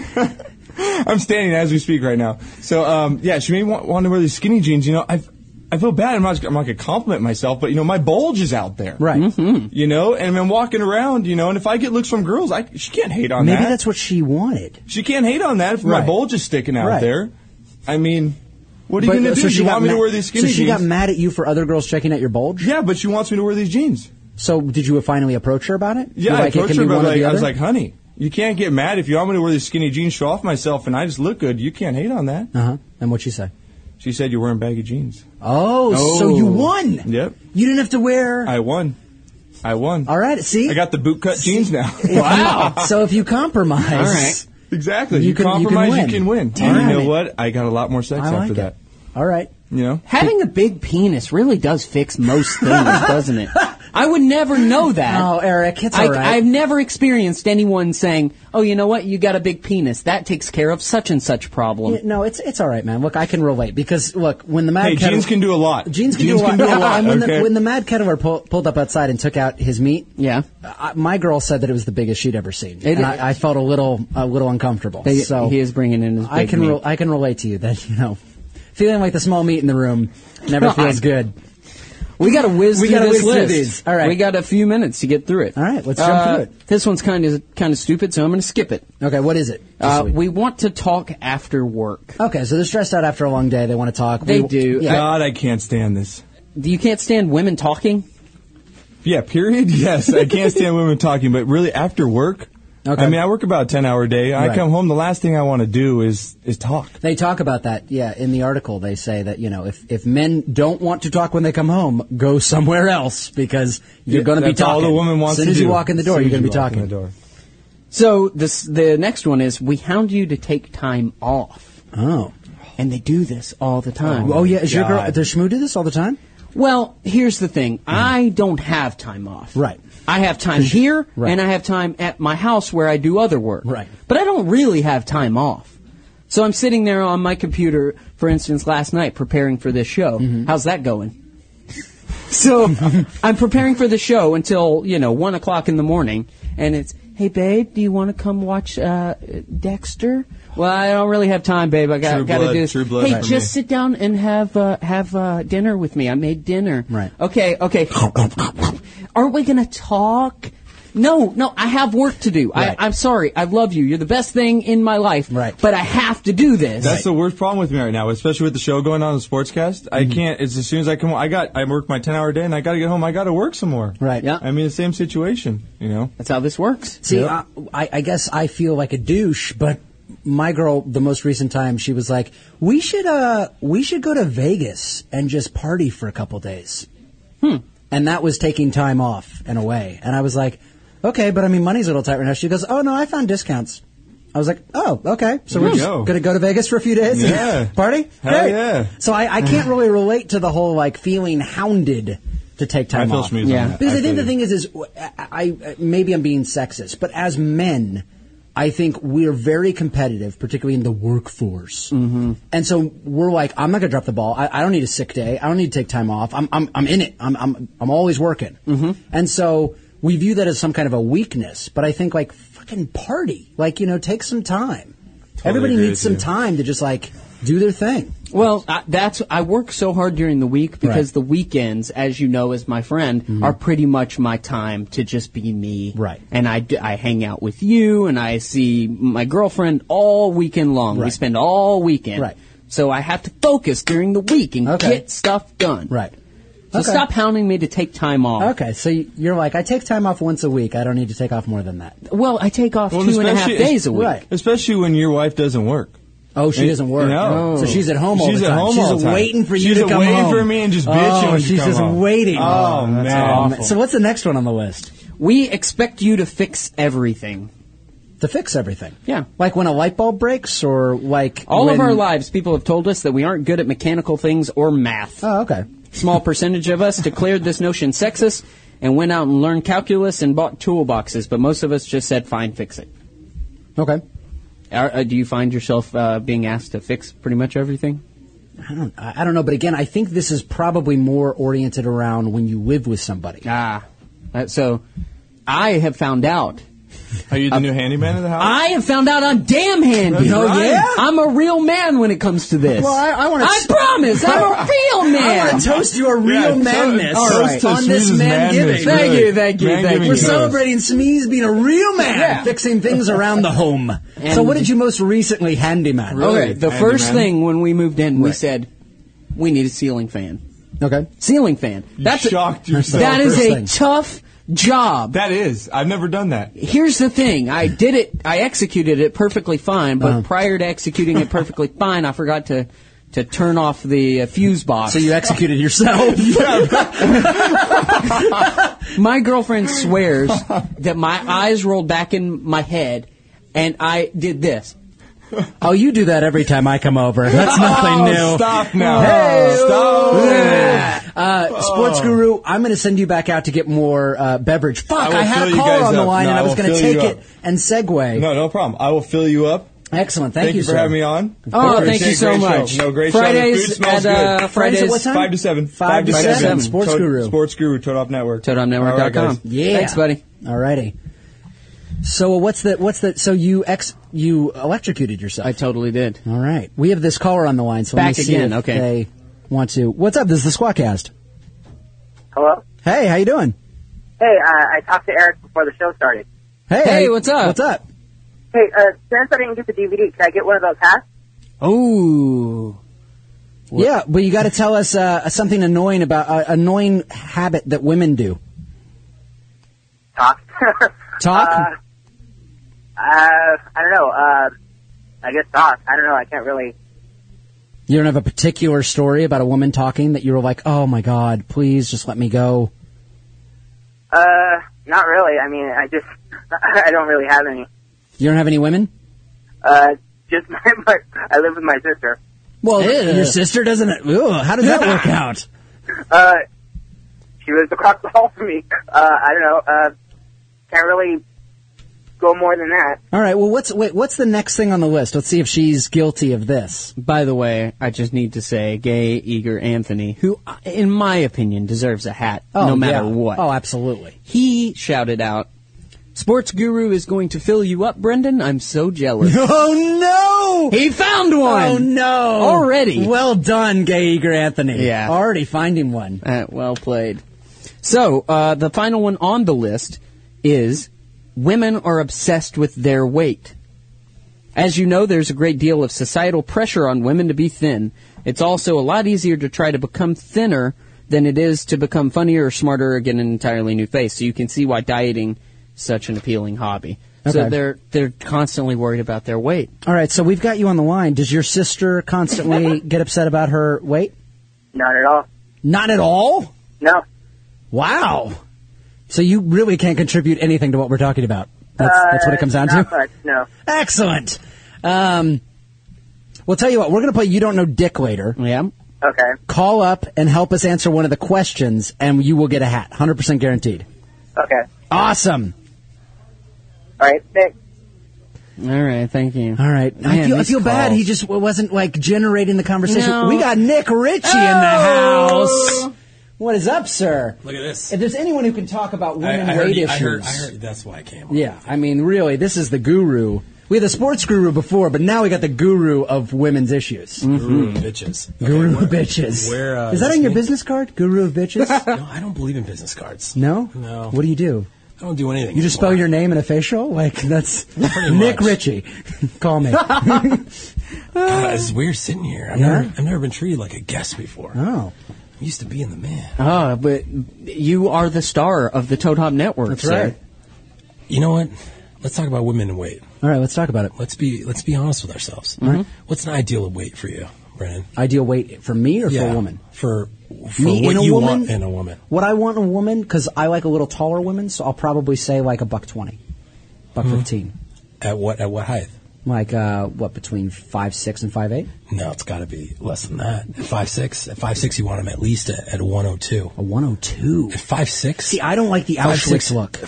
E: I'm standing as we speak right now. So, um, yeah, she may want, want to wear these skinny jeans. You know, I I feel bad. I'm not, I'm not going to compliment myself, but, you know, my bulge is out there. Mm-hmm.
C: Right.
A: Mm-hmm.
E: You know, and I'm walking around, you know, and if I get looks from girls, I, she can't hate on
C: Maybe
E: that.
C: that's what she wanted.
E: She can't hate on that if
C: Right.
E: my bulge is sticking out
C: Right.
E: there. I mean, what are you going to
C: But- uh,
E: do?
C: so
E: you
C: got
E: want me
C: ma-
E: to wear these skinny
C: So she
E: jeans?
C: got mad at you for other girls checking out your bulge.
E: yeah, but she wants me to wear these jeans.
C: So did you finally approach her about it?
E: Yeah,
C: You're
E: I
C: like, it
E: approached
C: can
E: her,
C: be
E: but
C: one or
E: like,
C: the
E: I was
C: other?
E: like, honey, you can't get mad if you want me to wear these skinny jeans, show off myself, and I just look good. You can't hate on that.
C: uh-huh. And what she say?
E: She said you're wearing baggy jeans.
C: Oh, so you won.
E: Yep.
C: You didn't have to wear.
E: I won. I won.
C: All right. See.
E: I got the boot cut jeans now.
C: wow. so if you compromise,
A: All right.
E: exactly.
C: You
E: You,
C: can- you can
E: compromise,
C: win. Damn
E: And you know
C: it.
E: what? I got a lot more sex
C: I like
E: after
C: it.
E: that.
C: All right.
E: You know?
A: Having a big penis really does fix most things, doesn't it? I would never know that.
C: Oh, Eric, it's
A: I,
C: all right.
A: I've never experienced anyone saying, "Oh, you know what? You got a big penis. That takes care of such and such problem."
C: Yeah, No, it's it's all right, man. Look, I can relate because look, when the mad
E: Hey,
C: Kettle-
E: jeans can do a lot.
C: Jeans can
E: Jeans
C: do a
E: can
C: lot.
E: do a lot,
C: And when, the,
E: okay?
C: when the mad kettler pull, pulled up outside and took out his meat,
A: Yeah.
C: I, my girl said that it was the biggest she'd ever seen,
A: It-
C: and I, I felt a little a little uncomfortable.
A: They-
C: so
A: he is bringing in his. Big
C: I can
A: meat.
C: rel- I can relate to you that you know, feeling like the small meat in the room never
A: God.
C: feels good.
A: We got to whiz
C: We
A: through
C: gotta whiz
A: this
C: through
A: list.
C: these. All right.
A: We got a few minutes to get through it. Uh,
C: All right, let's jump through it.
A: This one's kind of kind of stupid, so I'm going to skip it.
C: Okay, what is it? This
A: Uh,
C: week?
A: we want to talk after work.
C: okay, so they're stressed out after a long day. They want to talk.
A: They
C: We-
A: do.
C: Yeah.
E: God, I can't stand this.
A: You can't stand women talking.
E: Yeah, period. Yes, I can't stand women talking, but really after work.
C: Okay.
E: I mean, I work about a ten-hour day.
C: Right.
E: I come home. The last thing I want to do is is talk.
C: They talk about that, yeah. In the article, they say that you know if, if men don't want to talk when they come home, go somewhere else because you're
E: Yeah,
C: going to be
E: that's
C: talking.
E: all the woman wants
C: As soon
E: to
C: as you
E: do.
C: walk in the door,
E: As
C: you're
E: soon
C: going to be
E: as you walk in
C: talking.
E: the door.
A: So this the next one is we hound you to take time off,
C: Oh,
A: and they do this all the time.
C: oh yeah. Is your girl
E: God.
C: does Shmoo do this all the time?
A: Well, here's the thing. I don't have time off.
C: Mm-hmm. Right.
A: I have time here
C: Right.
A: and I have time at my house where I do other work.
C: Right.
A: But I don't really have time off. So I'm sitting there on my computer, for instance, last night preparing for this show.
C: Mm-hmm.
A: How's that going? so I'm preparing for the show until, you know, one o'clock in the morning and it's
F: "Hey, babe, do you want to come watch uh, Dexter?"
A: Well, I don't really have time, babe. I got
E: True
A: got to
E: Blood-
A: do this.
E: True Blood
A: hey,
E: for
A: just
E: me.
A: sit down and have uh, have uh, dinner with me. I made dinner.
C: Right.
A: Okay. Okay. Aren't we gonna talk? No, no. I have work to do.
C: Right.
A: I, I'm sorry. I love you. You're the best thing in my life.
C: Right.
A: But I have to do this.
E: That's the worst problem with me right now, especially with the show going on in the sportscast.
C: Mm-hmm.
E: I can't. It's as soon as I come. home- I got. I work my ten hour day, and I got to get home. I got to work some more.
C: Right.
A: Yeah.
E: I mean, the same situation. You know.
A: That's how this works.
C: See, I, I- I guess I feel like a douche, but my girl, the most recent time, she was like, "We should, uh, we should go to Vegas and just party for a couple days."
E: Hmm.
C: And that was taking time off and away, and I was like, "Okay, but I mean, money's a little tight right now." She goes, "Oh no, I found discounts." I was like, "Oh, okay, so
E: There
C: we're
E: you
C: just
E: go.
C: gonna go to Vegas for a few days, and
E: Hmm. Yeah.
C: party,
E: Hell
C: Great.
E: yeah.
C: So I, I can't really relate to the whole like feeling hounded to take time
E: I feel
C: off.
E: schmoozed on
A: Yeah.
E: that.
C: Because I,
E: I
C: think
E: feel
C: the
E: you.
C: thing is, is I, I maybe I'm being sexist, but as men, I think we are very competitive, particularly in the workforce. Mm-hmm. And so we're like, I'm not gonna drop the ball. I, I don't need a sick day. I don't need to take time off. I'm I'm, I'm in it. I'm I'm I'm always working. Mm-hmm. And so we view that as some kind of a weakness. But I think like fucking party, like you know, take some time. Everybody
E: agree
C: needs
E: with
C: some
E: you.
C: time to just like do their thing.
A: Well, I, that's I work so hard during the week because
C: Right.
A: the weekends, as you know, as my friend, are pretty much my time to just be me.
C: Right.
A: And I, d- I hang out with you, and I see my girlfriend all weekend long. We
C: Right.
A: spend all weekend.
C: Right.
A: So I have to focus during the week and
C: Okay.
A: get stuff done.
C: Right.
A: So
C: Okay.
A: stop hounding me to take time
E: Oh.
A: off.
C: Okay, so y- you're like, I take time off once a week. I don't need to take off more than that.
A: Well, I take off
E: Well,
A: two and a half
E: especially-
A: days a week.
C: Right.
E: Especially when your wife doesn't work.
C: Oh, she doesn't work. Oh.
E: No.
C: So she's at home all
E: She's
C: the
E: at
C: time.
E: home
C: she's
E: all the time.
C: waiting for you
E: She's
C: to come
E: waiting
C: home.
E: for me and just bitching
C: Oh,
E: when you
C: she's
E: come
C: just
E: home.
C: waiting.
E: Oh,
C: that's
E: man.
C: awful.
E: Awful.
C: So what's the next one on the list?
A: We expect you to fix everything.
C: To fix everything.
A: Yeah.
C: Like when a light bulb breaks or like
A: All of
C: when-
A: our lives, people have told us that we aren't good at mechanical things or math.
C: Oh, okay.
A: Small percentage of us declared this notion sexist and went out and learned calculus and bought toolboxes, but most of us just said, fine, fix it.
C: Okay.
A: Are, uh, do you find yourself uh, being asked to fix pretty much everything?
C: I don't I I don't know, but again, I think this is probably more oriented around when you live with somebody.
A: Ah. Uh, so I have found out.
E: Are you the
C: Uh,
E: new handyman in the house?
A: I have found out I'm damn handy.
E: That's Oh, right. yeah?
A: I'm a real man when it comes to this.
C: Well, I- I wanna
A: I
C: s-
A: promise, I'm a real man.
C: I want to toast your real
E: Yeah, to-
C: madness
E: toast to
C: on this
E: Smeez's
C: man giving.
E: madness,
A: Thank
E: really.
A: you, thank you,
E: Man
A: thank
E: giving
A: you.
C: We're
E: toast.
C: celebrating Smeeze being a real man, fixing things around the home. so, what did you most recently handyman?
A: Okay,
E: Handyman.
A: the first thing when we moved in, we
C: Right.
A: said we need a ceiling fan.
C: Okay.
A: Ceiling fan. That's a-
E: shocked yourself.
A: That is
C: First
A: a
C: thing.
A: tough job.
E: That is. I've never done that.
A: Here's the thing. I did it. I executed it perfectly fine,
C: Uh-huh.
A: but prior to executing it perfectly fine, I forgot to to turn off the uh, fuse box.
C: So you executed yourself.
A: my girlfriend swears that my eyes rolled back in my head, and I did this.
C: oh, you do that every time I come over. That's nothing
E: oh,
C: new.
E: Stop now.
C: Hey.
E: Stop.
C: Uh, Sports Guru, I'm going to send you back out to get more uh, beverage.
E: Oh. I
C: Fuck,
E: will
C: I, had
E: fill
C: a
E: you
C: caller
E: guys
C: on the
E: up.
C: line
E: No,
C: and
E: I
C: I
E: will
C: was going to
E: fill you
C: take it
E: up.
C: and segue.
E: No, no problem. I will fill you up.
C: Excellent. Thank,
E: Thank you for
C: sir.
E: having me on.
A: Oh,
E: Appreciate
A: thank you
E: it.
A: so
E: Great show.
A: much.
E: No, great
A: Fridays
E: show. The food smells
A: at, uh,
E: good.
A: Fridays-
C: Fridays at what time?
E: Five to seven.
C: Five to seven. Sports
E: Toad-
C: Guru.
E: Sports Guru. Toad Now Network. All right,
A: ToadOffNetwork.com.
E: guys.
C: Yeah.
A: Thanks, buddy.
C: Alrighty. So uh, what's the what's the so you ex you electrocuted yourself?
A: I totally did.
C: All right. We have this caller on the line, so
A: Back
C: let me see
A: again,
C: if
A: okay.
C: they want to. What's up? This is the Squawkcast.
G: Hello.
C: Hey, how you doing?
G: Hey, uh, I talked to Eric before the show started.
C: Hey,
A: Hey, what's up?
C: What's up?
G: Hey, uh, since I didn't get the DVD, can I get one of those hats?
A: Oh.
C: Yeah, but you got to tell us uh, something annoying about uh, annoying habit that women do.
G: Talk.
C: Talk.
G: Uh, uh, I don't know. Uh, I guess talk. I don't know. I can't really.
C: you don't have a particular story about a woman talking that you were like, "Oh my god, please just let me go."
G: Uh, not really. I mean, I just I don't really have any.
C: You don't have any women?
G: Uh, just my, my I live with my sister.
C: Well, your sister doesn't. Ugh, how did that work out?
G: Uh, she lives across the hall from me. Uh, I don't know. Uh, can't really go more than that.
C: All right. Well, what's wait? What's the next thing on the list? Let's see if she's guilty of this.
A: By the way, I just need to say, gay, eager Anthony, who, in my opinion, deserves a hat
C: Oh,
A: no matter
C: yeah.
A: what.
C: Oh, absolutely.
A: He shouted out, Sports Guru is going to fill you up, Brendan. I'm so jealous.
C: Oh no!
A: he found one.
C: Oh no!
A: Already.
C: Well done, Gay Eager Anthony.
A: Yeah.
C: Already finding one.
A: Uh, well played. So, uh, the final one on the list is women are obsessed with their weight. As you know, there's a great deal of societal pressure on women to be thin. It's also a lot easier to try to become thinner than it is to become funnier or smarter or get an entirely new face. So you can see why dieting is such an appealing hobby. So
C: Okay.
A: they're they're constantly worried about their weight.
C: All right, so we've got you on the line. Does your sister constantly get upset about her weight?
G: Not at all.
C: Not at all.
G: No.
C: Wow. So you really can't contribute anything to what we're talking about. That's, that's what it comes down
G: Uh, not
C: to.
G: Much, no.
C: Excellent. Um, well, tell you what, we're going to play You Don't Know Dick later.
A: Yeah.
G: Okay.
C: Call up and help us answer one of the questions, and you will get a hat. 100% guaranteed.
G: Okay.
C: Awesome.
G: All right. Thanks.
A: All right. Thank you.
C: All right. I
A: Man,
C: feel, I
A: these
C: feel bad.
A: calls.
C: He just w- wasn't like generating the conversation.
A: No.
C: We got Nick Ritchie
A: Oh.
C: in the house. What is up, sir?
H: Look at this.
C: If there's anyone who can talk about
H: I,
C: women
H: I, heard
C: weight
H: you,
C: issues,
H: I heard. I heard. That's why I came. on.
C: Yeah, I mean, really, this is the guru. We had the sports guru before, but now we got the guru of women's issues.
H: Guru of bitches. Mm-hmm. Okay,
C: Guru
H: where-
C: of Mm-hmm. bitches.
H: Where uh,
C: is that on your
H: listening?
C: business card? Guru of bitches?
H: No, I don't believe in business cards.
C: no?
H: No.
C: What do you do?
H: I don't do anything.
C: You just spell your name in a facial? Like, that's Nick
H: much.
C: Ritchie. Call me.
H: God, it's weird sitting here. I've,
C: Ah. Yeah?
H: never, I've never been treated like a guest before.
C: oh,
H: I used to be in the man.
A: Ah, but you are the star of the Toad Hop Network.
C: that's
A: sir.
C: right.
H: You know what? Let's talk about women and weight.
C: All right, let's talk about it. Mm-hmm.
H: Let's be let's be honest with ourselves. What's an ideal weight for you, Brennan?
C: Ideal weight for me or for a woman?
H: For, for
C: Me
H: what
C: in a
H: you
C: woman?
H: want in a woman.
C: What I want in a woman, because I like a little taller women, so I'll probably say like a buck 20, buck
H: Hmm.
C: 15.
H: At what at what height?
C: Like, uh, what, between five six and five eight?
H: No, it's got to be less than that. At five six, at five six, you want them at least at, at one oh two.
C: A 102.
H: At five six,
C: See, I don't like the Auschwitz look.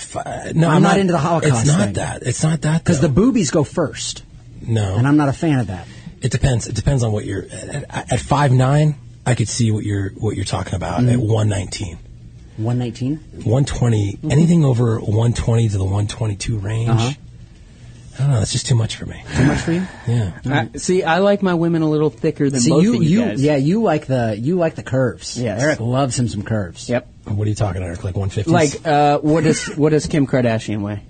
H: no,
C: I'm not into the Holocaust
H: It's not
C: thing.
H: that. It's not that
C: Because the
H: though.
C: boobies go first,
H: no.
C: and I'm not a fan of that.
H: It depends. It depends on what you're at, at, at five nine. I could see what you're what you're talking about
C: Mm-hmm.
H: at one nineteen.
C: 119?
H: 120, anything over 120 to the 122 range.
C: Mm-hmm. Uh-huh.
H: I don't know. That's just too much for me.
C: Too much for you?
H: Yeah.
A: I, see, I like my women a little thicker than
C: See,
A: both
C: you,
A: of you,
C: you,
A: guys.
C: yeah, you like the you like the curves.
A: Yes.
C: Eric loves him some curves.
A: Yep.
H: What are you talking, Eric? Like 150?
A: Like, uh, what does what does Kim Kardashian weigh?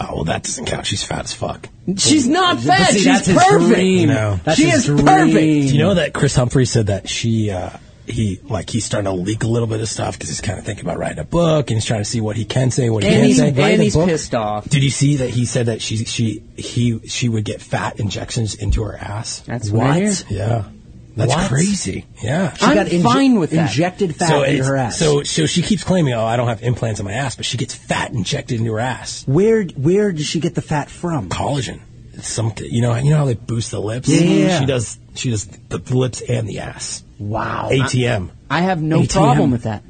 H: oh, well, that doesn't count. She's fat as fuck.
A: She's not
C: But
A: fat.
C: see,
A: She's
C: that's his
A: perfect.
C: dream.
H: No.
C: That's
A: She
C: his
A: is
C: dream.
H: Do you know that Chris Humphrey said that she, uh, he, like, he's starting to leak a little bit of stuff because he's kind of thinking about writing a book and he's trying to see what he can say, what he
A: And
H: can't
A: he's,
H: say.
A: and he's pissed off.
H: Did you see that he said that she, she, he, she would get fat injections into her ass?
A: That's what I hear.
H: Yeah. That's
C: What?
H: crazy. Yeah.
C: She
A: I'm
C: got inje-
A: fine with that.
C: Injected fat into
H: it's-
C: her ass.
H: So, so she keeps claiming, oh, I don't have implants in my ass, but she gets fat injected into her ass.
C: where where did she get the fat from?
H: Collagen. It's Some, you know, you know how they boost the lips.
C: Yeah.
H: She does. She does the lips and the ass.
C: Wow.
H: ATM.
A: I have no
H: ATM.
A: problem with that.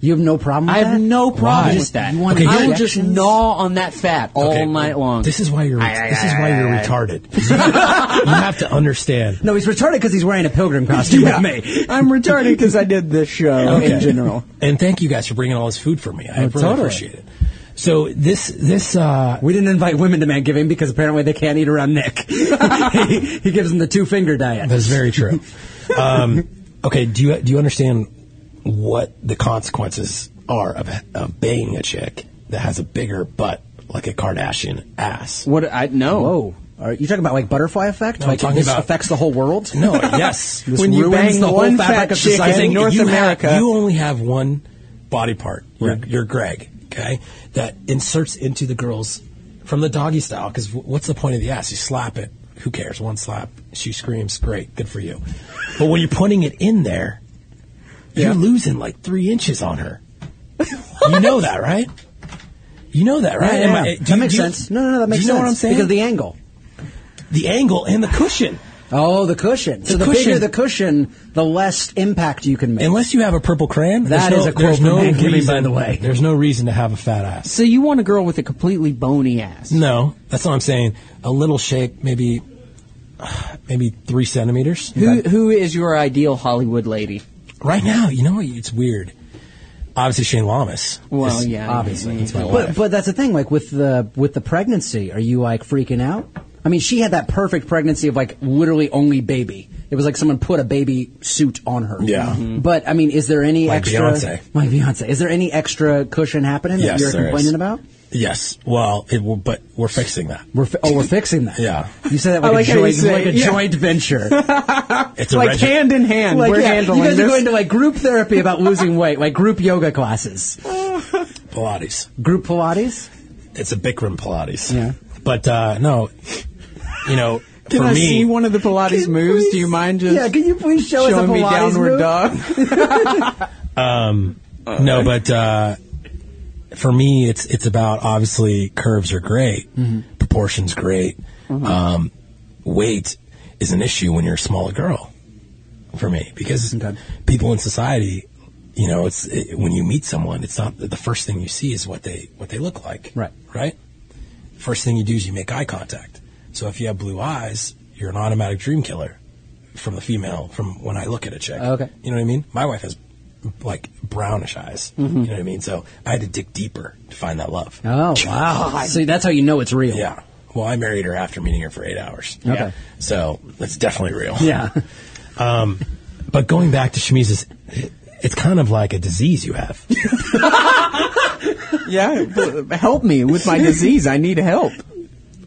C: You have no problem with
A: I have
C: that?
A: no problem
H: Why?
A: with that.
C: You want
H: Okay,
A: I will
C: injections?
A: just gnaw on that fat all
H: Okay,
A: night long.
H: This is why you're.
A: Aye, aye,
H: this is
A: aye,
H: why
A: aye,
H: you're
A: aye.
H: retarded. you have to understand.
C: No, he's retarded because he's wearing a pilgrim costume
H: Yeah.
C: with me.
A: I'm retarded because I did this show
H: Okay.
A: in general.
H: And thank you guys for bringing all this food for me. I really
C: Oh, totally.
H: appreciate it. So this this uh,
C: We didn't invite women to man giving because apparently they can't eat around Nick. he, he gives them the two finger diet.
H: That's very true. um, okay, do you do you understand what the consequences are of, of banging a chick that has a bigger butt like a Kardashian ass?
A: What I no.
C: Whoa. Are you talking about like butterfly effect?
H: No, I'm
C: like
H: talking
C: this
H: about-
C: affects the whole world?
H: No, yes.
C: This ruins the whole fabric of society.
H: If
C: in North
H: you have-
A: America,
H: you only have one body part. You're,
C: Right.
H: you're Greg, okay? That inserts into the girls from the doggy style. Because what's the point of the ass? You slap it. Who cares? One slap. She screams. Great. Good for you. But when you're putting it in there, you're losing like three inches on her. you know that, right? You know that, right?
C: Yeah,
H: Am
C: yeah,
H: I-
C: yeah.
H: do
C: that
H: you-
C: makes
H: do you-
C: sense. No, no, no, that makes
H: do you know
C: sense.
H: what I'm saying?
C: Because of the angle.
H: the angle and the cushion.
C: Oh, the cushion. So the,
H: The
C: bigger
H: cushion.
C: the cushion, the less impact you can make.
H: Unless you have a purple crayon,
C: That
H: there's
C: is
H: no,
C: a quote
H: there's
C: from
H: no
C: Hank Hibbing,
H: reason,
C: by the way.
H: There's no reason to have a fat ass.
A: So you want a girl with a completely bony ass?
H: No, that's all I'm saying. A little shape, maybe, maybe three centimeters.
A: Who who is your ideal Hollywood lady?
H: Right now, you know, it's weird. obviously Shane Lamas.
A: Well,
H: It's-
A: yeah,
H: obviously
A: yeah,
H: it's my
C: But
H: wife.
C: but that's the thing. Like with the with the pregnancy, are you like freaking out? I mean, she had that perfect pregnancy of like literally only baby. It was like someone put a baby suit on her.
H: Yeah. Mhm.
C: But I mean, is there any
H: Like
C: extra?
H: Beyonce.
C: Like Beyonce. Is there any extra cushion happening that
H: Yes,
C: you're
H: there is.
C: complaining about?
H: yes, well, it, will- but we're fixing that.
C: We're fi- oh, we're fixing that.
H: Yeah.
C: You said that
A: I
C: like,
A: like
C: a
A: how you
C: joint,
A: say-
C: like a
A: yeah.
C: joint venture.
H: It's a
A: like
H: regi-
A: hand in hand,
C: Like,
A: we're
C: yeah,
A: handling
C: you guys
A: this.
C: are going to like group therapy about losing weight, like group yoga classes,
H: Pilates.
C: group Pilates.
H: It's a Bikram Pilates.
C: Yeah.
H: But uh, no, you know,
A: Can
H: for
A: I
H: me,
A: see one of the Pilates moves? Do you mind just
C: yeah, can you please show us a
A: showing me
C: Pilates
A: downward
C: move?
A: dog?
H: Um, no, but uh, for me, it's it's about obviously curves are great,
A: Mm-hmm.
H: proportions great.
C: Mm-hmm.
H: Um, weight is an issue when you're a small girl. For me, because
C: Okay.
H: people in society, you know, it's it, when you meet someone, it's not the first thing you see is what they what they look like,
C: Right.
H: Right. First thing you do is you make eye contact. So if you have blue eyes, you're an automatic dream killer from the female from when I look at a chick.
C: Oh, Okay.
H: You know what I mean? My wife has like brownish eyes.
C: Mm-hmm.
H: You know what I mean? So I had to dig deeper to find that love.
C: Oh wow! See, that's how you know it's real.
H: Yeah. Well, I married her after meeting her for eight hours.
C: Okay.
H: So Oh, that's definitely real.
C: Yeah.
H: Um, but going back to Shamiz's, it's kind of like a disease you have.
A: Yeah, b- help me with my disease. I need help.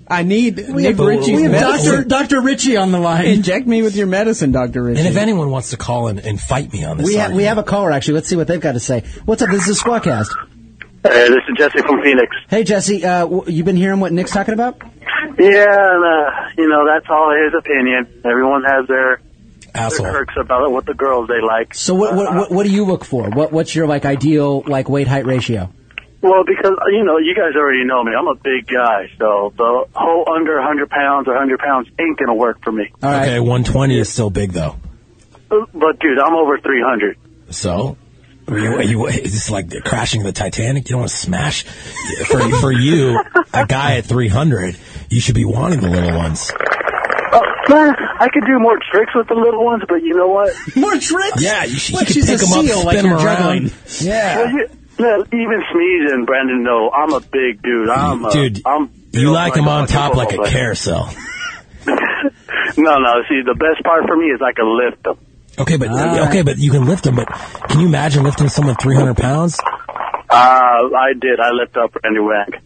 A: I need Nick
H: have-
A: Ritchie's
H: we have
A: medicine.
C: Doctor Ritchie on the line.
A: Inject me with your medicine, Doctor Ritchie.
H: And if anyone wants to call in and fight me on this,
C: We have we
H: argument-
C: have a caller actually. Let's see what they've got to say. What's up? This is Squadcast.
I: Hey, this is Jesse from Phoenix.
C: Hey Jesse, uh, w- you been hearing what Nick's talking about?
I: Yeah, and, uh, you know, that's all his opinion. Everyone has their, their
H: asshole.
I: quirks about what the girls they like.
C: So what what, what what do you look for? What what's your like ideal like weight height ratio?
I: Well, because, uh, you know, you guys already know me. I'm a big guy, so the whole under 100 pounds or 100 pounds ain't going to work for me.
C: All right.
H: Okay, 120 is still big though.
I: But, dude, I'm over 300.
H: So, are you, are you, is this like the crashing of the Titanic? You don't want to smash. For, for you, a guy at 300, you should be wanting the little ones.
I: Oh, man, I could do more tricks with the little ones, but you know what?
C: More tricks.
H: Yeah, you, should,
C: Like
H: you could
C: she's
H: pick
C: a
H: them up,
C: seal,
H: spin
C: like
H: them
C: you're
H: around.
C: juggling.
I: Well,
H: Yeah.
I: you, no, even sneezing, Brandon, no, I'm a big dude. I'm a,
H: Dude,
I: I'm
H: you like them on
I: a
H: top like a
I: football player.
H: carousel.
I: No, no, see, the best part for me is I can lift them.
H: Okay, but
C: Ah.
H: okay, but you can lift them. But can you imagine lifting someone 300 pounds?
I: Uh, I did. I lift up Randy Wang.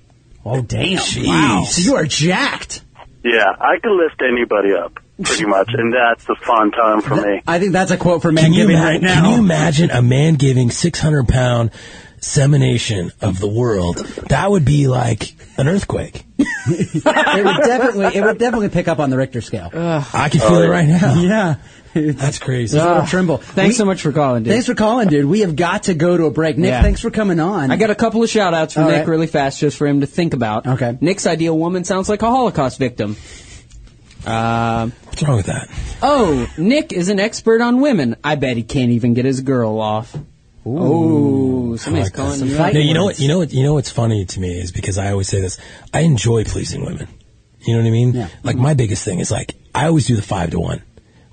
C: Oh damn! Wow.
H: Jeez.
C: So you are jacked.
I: Yeah, I can lift anybody up pretty much, and that's the fun time for me.
C: I think that's a quote from
H: Can
C: Man
H: you,
C: Giving
H: ima-
C: right now.
H: can you imagine a man giving 600 pound dissemination of the world? That would be like an earthquake.
C: it would definitely it would definitely pick up on the Richter scale.
H: I can feel it right now.
C: yeah.
H: That's crazy.
C: Just a little
A: Ah.
C: tremble.
A: Thanks
C: We-
A: so much for calling, dude.
C: Thanks for calling, dude. We have got to go to a break. Nick,
A: Yeah.
C: thanks for coming on.
A: I got a couple of shout outs for
C: All
A: Nick
C: right.
A: really fast just for him to think about.
C: Okay.
A: Nick's ideal woman sounds like a Holocaust victim. Um,
H: What's wrong with that?
A: oh, Nick is an expert on women. I bet he can't even get his girl off. Ooh, somebody's
H: like that.
A: calling you
C: Some
A: out.
H: No, you know what? You know what? You know what's funny to me is because I always say this. I enjoy pleasing women. You know what I mean?
C: Yeah.
H: Like my biggest thing is like I always do the five to one.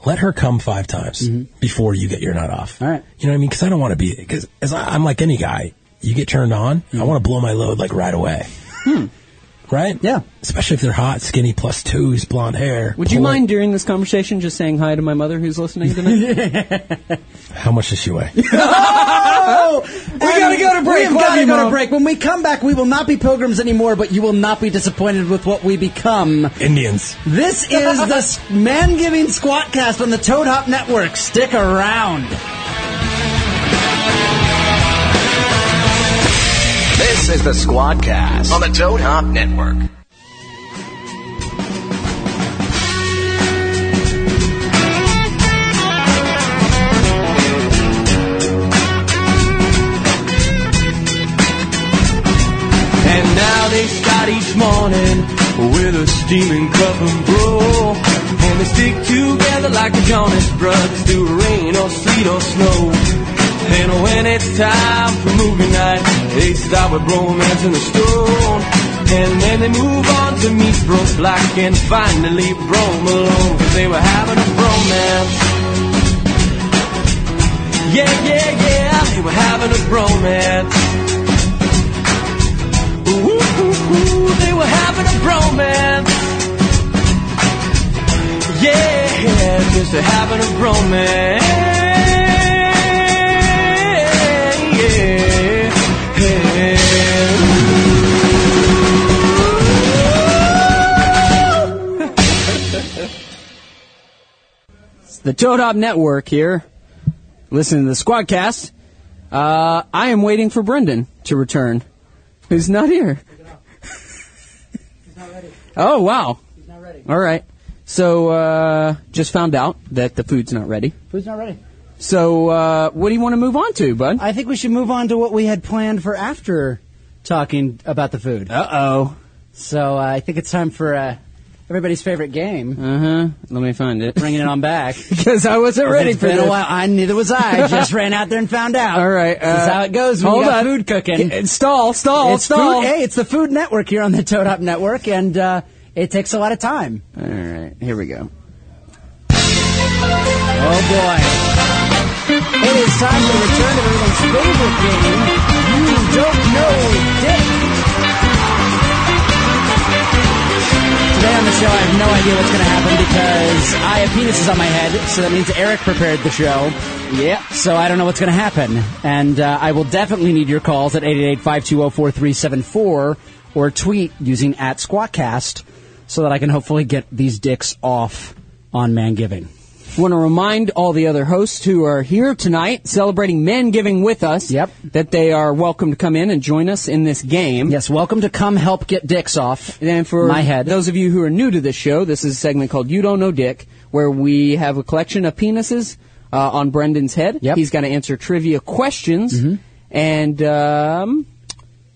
H: Let her come five times
A: Mm-hmm.
H: before you get your nut off.
C: All right.
H: You know what I mean? Because I don't want to be because as I, I'm like any guy, you get turned on, I
A: Mm-hmm.
H: want to blow my load like right away.
A: Hmm.
H: Right?
C: Yeah.
H: Especially if they're hot, skinny, plus twos, blonde hair.
A: Would you
H: pulling-
A: mind during this conversation just saying hi to my mother who's listening tonight?
H: How much does she weigh?
C: Oh, we
A: gotta go to break.
C: We've
A: oh, Love
C: got to
A: you,
C: go to
A: Mom.
C: break. When we come back, we will not be pilgrims anymore, but you will not be disappointed with what we become.
H: Indians.
C: This is the Man Giving Squatcast on the Toad Hop Network. Stick around.
J: This is the Squadcast on the Toad Hop Network.
B: And now they start each morning with a steaming cup of brew. And they stick together like the Jonas Brothers through rain or sleet or snow. And when it's time for movie night, they start with romance and a stone. And then they move on to meet Bro Black and finally Bro Malone. Cause they were having a bromance. Yeah, yeah, yeah.
K: you were having a bromance. Ooh, ooh, ooh, they were having a bromance. Yeah, just having a bromance.
A: It's the Toad Hop Network here. Listen to the Squadcast. Uh, I am waiting for Brendan to return, who's not here. Oh wow! He's
C: not ready.
A: All right. So uh, just found out that the food's not ready.
C: Food's not ready.
A: So uh, what do you want to move on to, bud?
C: I think we should move on to what we had planned for after talking about the food.
A: Uh oh.
C: So uh, I think it's time for uh, everybody's favorite game.
A: Uh huh. Let me find it.
C: Bringing it on back.
A: Because I wasn't ready
C: It's
A: for
C: been a
A: this.
C: while. I neither was I. Just ran out there and found out.
A: All right.
C: this is
A: uh,
C: how it goes. When
A: hold
C: you got
A: on.
C: food cooking.
A: Get- Stall, stall,
C: it's
A: stall.
C: Food, hey, it's the Food Network here on the Toad Hop Network, and uh, it takes a lot of time.
A: All right. Here we go.
C: Oh boy. It is time to return to everyone's favorite game. You don't know Dick. Today on the show, I have no idea what's going to happen because I have penises on my head, so that means Eric prepared the show.
A: Yeah.
C: So I don't know what's going to happen. And uh, I will definitely need your calls at oh, 888-520-4374 or tweet using at squatcast so that I can hopefully get these dicks off on man giving.
A: Want to remind all the other hosts who are here tonight celebrating men giving with us
C: Yep.
A: that they are welcome to come in and join us in this game.
C: Yes, welcome to Come Help Get Dicks Off.
A: And for
C: My head.
A: those of you who are new to this show, this is a segment called You Don't Know Dick, where we have a collection of penises uh, on Brendan's head.
C: Yep. Mm-hmm.
A: He's going to answer trivia questions and um,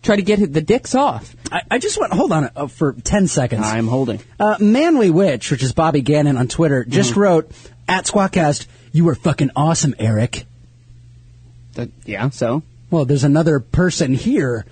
A: try to get the dicks off.
C: I, I just want, hold on uh, for 10 seconds.
A: I'm holding. Mm-hmm.
C: Uh, Manly Witch, which is Bobby Gannon on Twitter, just wrote, at Squawkcast, you were fucking awesome, Eric.
A: That- yeah, so
C: Well, there's another person here.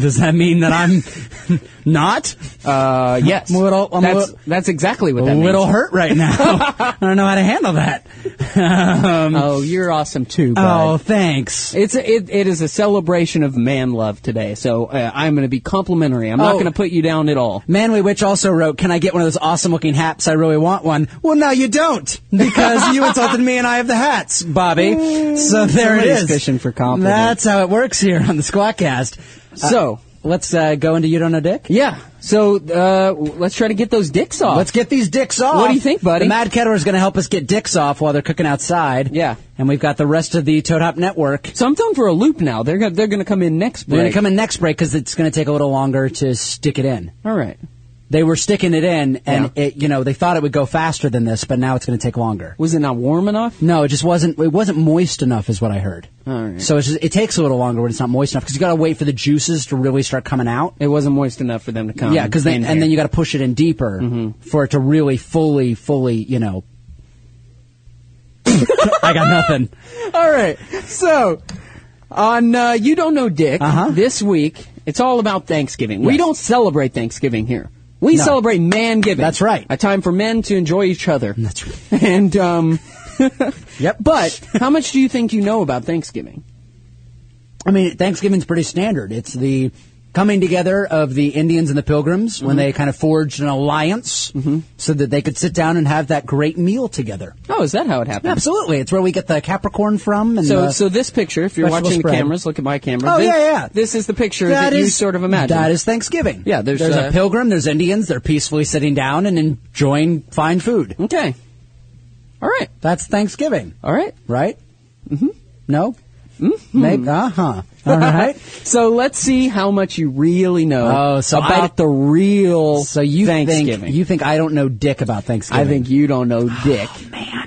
C: Does that mean that I'm not?
A: Uh, yes.
C: I'm a little- I'm a
A: that's,
C: little-
A: that's exactly what
C: a
A: that
C: little
A: means.
C: hurt right now. I don't know how to handle that. Um,
A: Oh, you're awesome too. Bud.
C: oh, thanks.
A: It's a, it, it is a celebration of man love today. So uh, I'm going to be complimentary. I'm not
C: Oh.
A: going to put you down at all.
C: Manly Witch also wrote, "Can I get one of those awesome-looking hats? I really want one." Well, no, you don't, because you insulted me, and I have the hats, Bobby. So there it
A: Somebody's
C: is.
A: fishing for
C: That's
A: compliments.
C: how it works here on the Squadcast.
A: So-
C: let's uh, go into you don't know dick.
A: Yeah. So uh, w- let's try to get those dicks off.
C: Let's get these dicks off.
A: What do you think, buddy?
C: The Mad Kettler is going to help us get dicks off while they're cooking outside.
A: Yeah.
C: and we've got the rest of the Toad Hop Network.
A: so I'm thrown for a loop now. They're gonna, they're going to come in next
C: They're
A: break.
C: going to come in next break because it's going to take a little longer to stick it in.
A: All right.
C: They were sticking it in, and
A: Yeah.
C: it, you know they thought it would go faster than this, but now it's going to take longer.
A: Was it not warm enough?
C: No, it just wasn't. It wasn't moist enough, is what I heard.
A: All right.
C: So it's just, it takes a little longer when it's not moist enough because you got to wait for the juices to really start coming out.
A: It wasn't moist enough for them to come.
C: yeah, because
A: in
C: and
A: here. Mm-hmm.
C: then you got to push it in deeper for it to really fully, fully, you know. I got nothing.
A: Uh-huh. All right. So on uh, you don't know Dick
C: Uh-huh.
A: this week, it's all about Thanksgiving. We
C: Yes.
A: don't celebrate Thanksgiving here. We
C: No.
A: celebrate man giving.
C: That's right.
A: A time for men to enjoy each other.
C: That's right.
A: And um,
C: Yep.
A: But how much do you think you know about Thanksgiving?
C: I mean, Thanksgiving's pretty standard. It's the coming together of the Indians and the Pilgrims
A: Mm-hmm.
C: when they kind of forged an alliance so that they could sit down and have that great meal together.
A: Oh, is that how it happened?
C: Absolutely, it's where we get the Capricorn from. And
A: So,
C: the-
A: so this picture, if you're
C: vegetable
A: watching the
C: spread.
A: cameras, look at my camera.
C: Oh,
A: This-
C: yeah, yeah.
A: This is the picture that, you
C: is-
A: sort of imagine.
C: That is Thanksgiving.
A: Yeah, there's, uh,
C: a pilgrim, there's Indians, they're peacefully sitting down and enjoying fine food.
A: Okay. All right.
C: That's Thanksgiving,
A: All right.
C: right? Mm-hmm. No? Mm-hmm. Maybe, uh-huh. All right.
A: So let's see how much you really know
C: Oh, so
A: about
C: I-
A: the real
C: So you
A: Thanksgiving.
C: think you think I don't know dick about Thanksgiving? Oh,
A: I think you don't know dick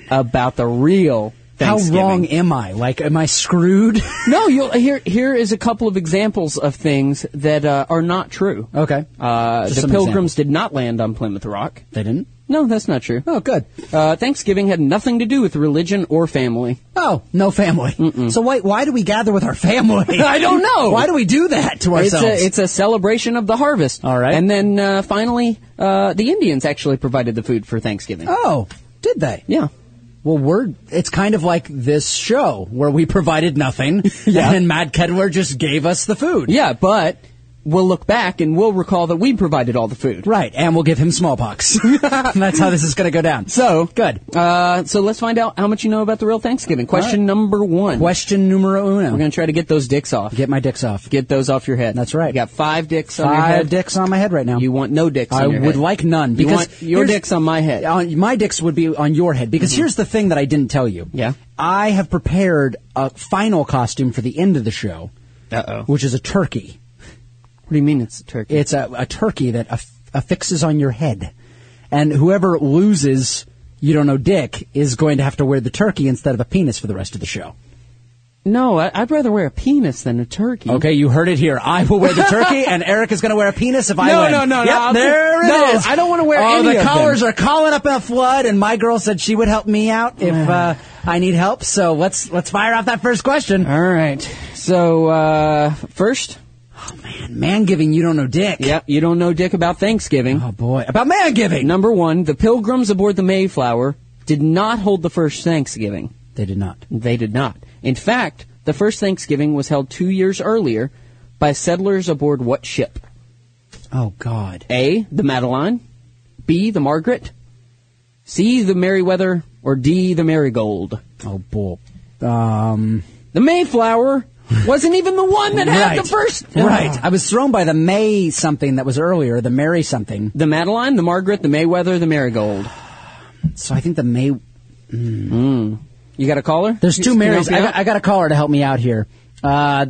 A: about the real
C: How
A: Thanksgiving.
C: wrong am I? Like, am I screwed?
A: no, you'll, here here is a couple of examples of things that uh, are not true.
C: okay.
A: Uh,
C: Just
A: the
C: some
A: Pilgrims did not land on Plymouth Rock.
C: They didn't.
A: No, that's not true.
C: Oh, good.
A: Uh, Thanksgiving had nothing to do with religion or family.
C: Oh, no family. So why why do we gather with our family?
A: I don't know.
C: Why do we do that to
A: It's
C: ourselves?
A: a, it's a celebration of the harvest.
C: All right.
A: And then uh, finally, uh, the Indians actually provided the food for Thanksgiving.
C: oh, did they?
A: Yeah.
C: Well, we're it's kind of like this show where we provided nothing, and then Matt Kedler just gave us the food.
A: Yeah, but we'll look back and we'll recall that we provided all the food.
C: Right, and we'll give him smallpox. That's how this is going to go down.
A: So
C: Oh, good.
A: Uh, so let's find out how much you know about the real Thanksgiving. Question
C: All right.
A: number one.
C: Question numero uno.
A: We're going to try to get those dicks off.
C: Get my dicks off.
A: Get those off your head. That's right. You got five dicks on your
C: Five
A: head.
C: dicks on my head right now.
A: You want no dicks?
C: I
A: on your
C: would
A: head.
C: like none
A: You
C: because
A: want your
C: here's-
A: dicks on my head. Mm-hmm.
C: On, my dicks would be on your head because here's the thing that I didn't tell you. Yeah, I have prepared a final costume for the end of the show,
A: Uh-oh.
C: which is a turkey.
A: What do you mean it's a turkey?
C: It's a, a turkey that aff- affixes on your head, and whoever loses, you don't know dick, is going to have to wear the turkey instead of a penis for the rest of the show.
A: No, Oh, I, I'd rather wear a penis than a turkey.
C: Okay, you heard it here. I will wear the turkey, and Eric is going to wear a penis if I
A: No,
C: win.
A: no, no, no.
C: Yep,
A: I'll
C: there
A: just-
C: it
A: no,
C: is.
A: I don't wanna wear
C: oh,
A: any
C: the
A: of
C: callers
A: them.
C: are calling up in a flood, and my girl said she would help me out if uh, I need help. So let's let's fire off that first question.
A: All right. So uh, first,
C: Oh, man giving you don't know dick.
A: Yep, you don't know dick about Thanksgiving. Oh
C: boy, about man giving.
A: Number one, the Pilgrims aboard the Mayflower did not hold the first Thanksgiving.
C: They did not.
A: They did not. In fact, the first Thanksgiving was held two years earlier by settlers aboard what ship?
C: Oh God.
A: A. The Madeline. B. The Margaret. C. The Merriweather. Or D. The Marigold.
C: Oh boy. Um.
A: The Mayflower wasn't even the one that had the first.
C: Right. I was thrown by the May something that was earlier, the Mary something.
A: The Madeline, the Margaret, the Mayweather, the Marigold.
C: So I think the May.
A: Mm. You got a caller?
C: There's two
A: Can I
C: Marys.
A: help
C: I
A: you
C: got, I got a caller to help me out here. Uh,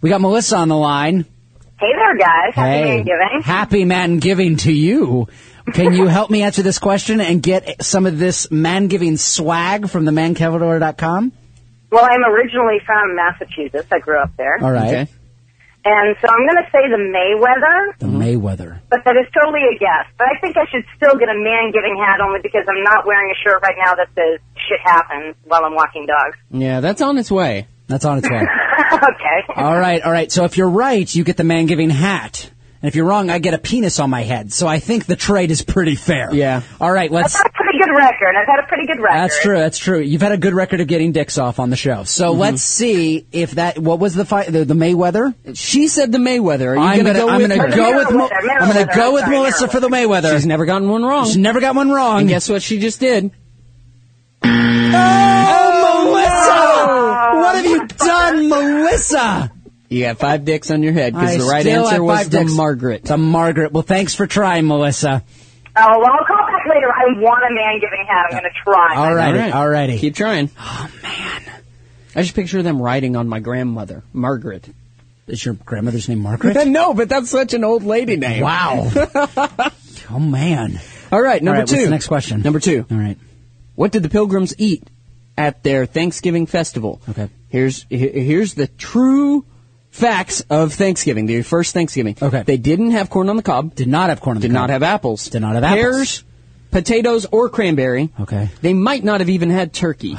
C: we got Melissa on the line.
L: Hey there, guys. Happy
C: hey.
L: Thanksgiving.
C: Happy man giving to you. Can you help me answer this question and get some of this man giving swag from the mancavador.com?
L: Well, I'm originally from Massachusetts. I grew up there.
C: All right.
L: And so I'm going to say the Mayweather,
A: Mm-hmm.
C: The Mayweather.
L: but that is totally a guess. But I think I should still get a man giving hat only because I'm not wearing a shirt right now that says shit happens while I'm walking dogs.
A: Yeah, that's on its way.
C: That's on its way.
L: okay.
C: all right, all right. So if you're right, you get the man giving hat. And if you're wrong, I get a penis on my head. So I think the trade is pretty fair. Yeah. All right, let's.
L: I've had a pretty good record. I've had a pretty good record.
C: That's true. That's true. You've had a good record of getting dicks off on the show. So let's see if that. What was the fight? The, the Mayweather.
A: She said the Mayweather. Are you
C: I'm
A: gonna
C: gonna,
A: go
C: I'm
A: with
C: gonna
A: her?
C: go with. Mo-
A: Mayweather, Mayweather,
C: I'm gonna
A: I'm
C: go with
A: sorry,
C: Melissa for the Mayweather.
A: She's never gotten one wrong.
C: She's never got one wrong.
A: And guess what she just did?
C: Oh, Melissa! What have you done, Melissa?
A: You got five dicks on your head because
C: I
A: the right
C: still
A: answer
C: have
A: was
C: five
A: the
C: dicks.
A: Margaret.
C: The Margaret. Well, thanks for trying, Melissa.
L: Oh, well, I'll call back later. I want a man giving hat. I'm going to try.
C: All righty, all righty.
A: Keep trying. Oh man, I just picture them riding on my grandmother, Margaret.
C: Is your grandmother's name Margaret?
A: no, but that's such an old lady name.
C: Wow. oh man.
A: All right, number
C: All right,
A: two.
C: what's the next question?
A: Number two.
C: All right.
A: What did the pilgrims eat at their Thanksgiving festival?
C: Okay.
A: Here's he- here's the true facts of Thanksgiving, the first Thanksgiving.
C: Okay.
A: They didn't have corn on the cob.
C: Did not have corn on the
A: Did
C: cob.
A: not have apples. Did
C: not have apples.
A: Pears, potatoes, or cranberry.
C: Okay.
A: They might not have even had turkey.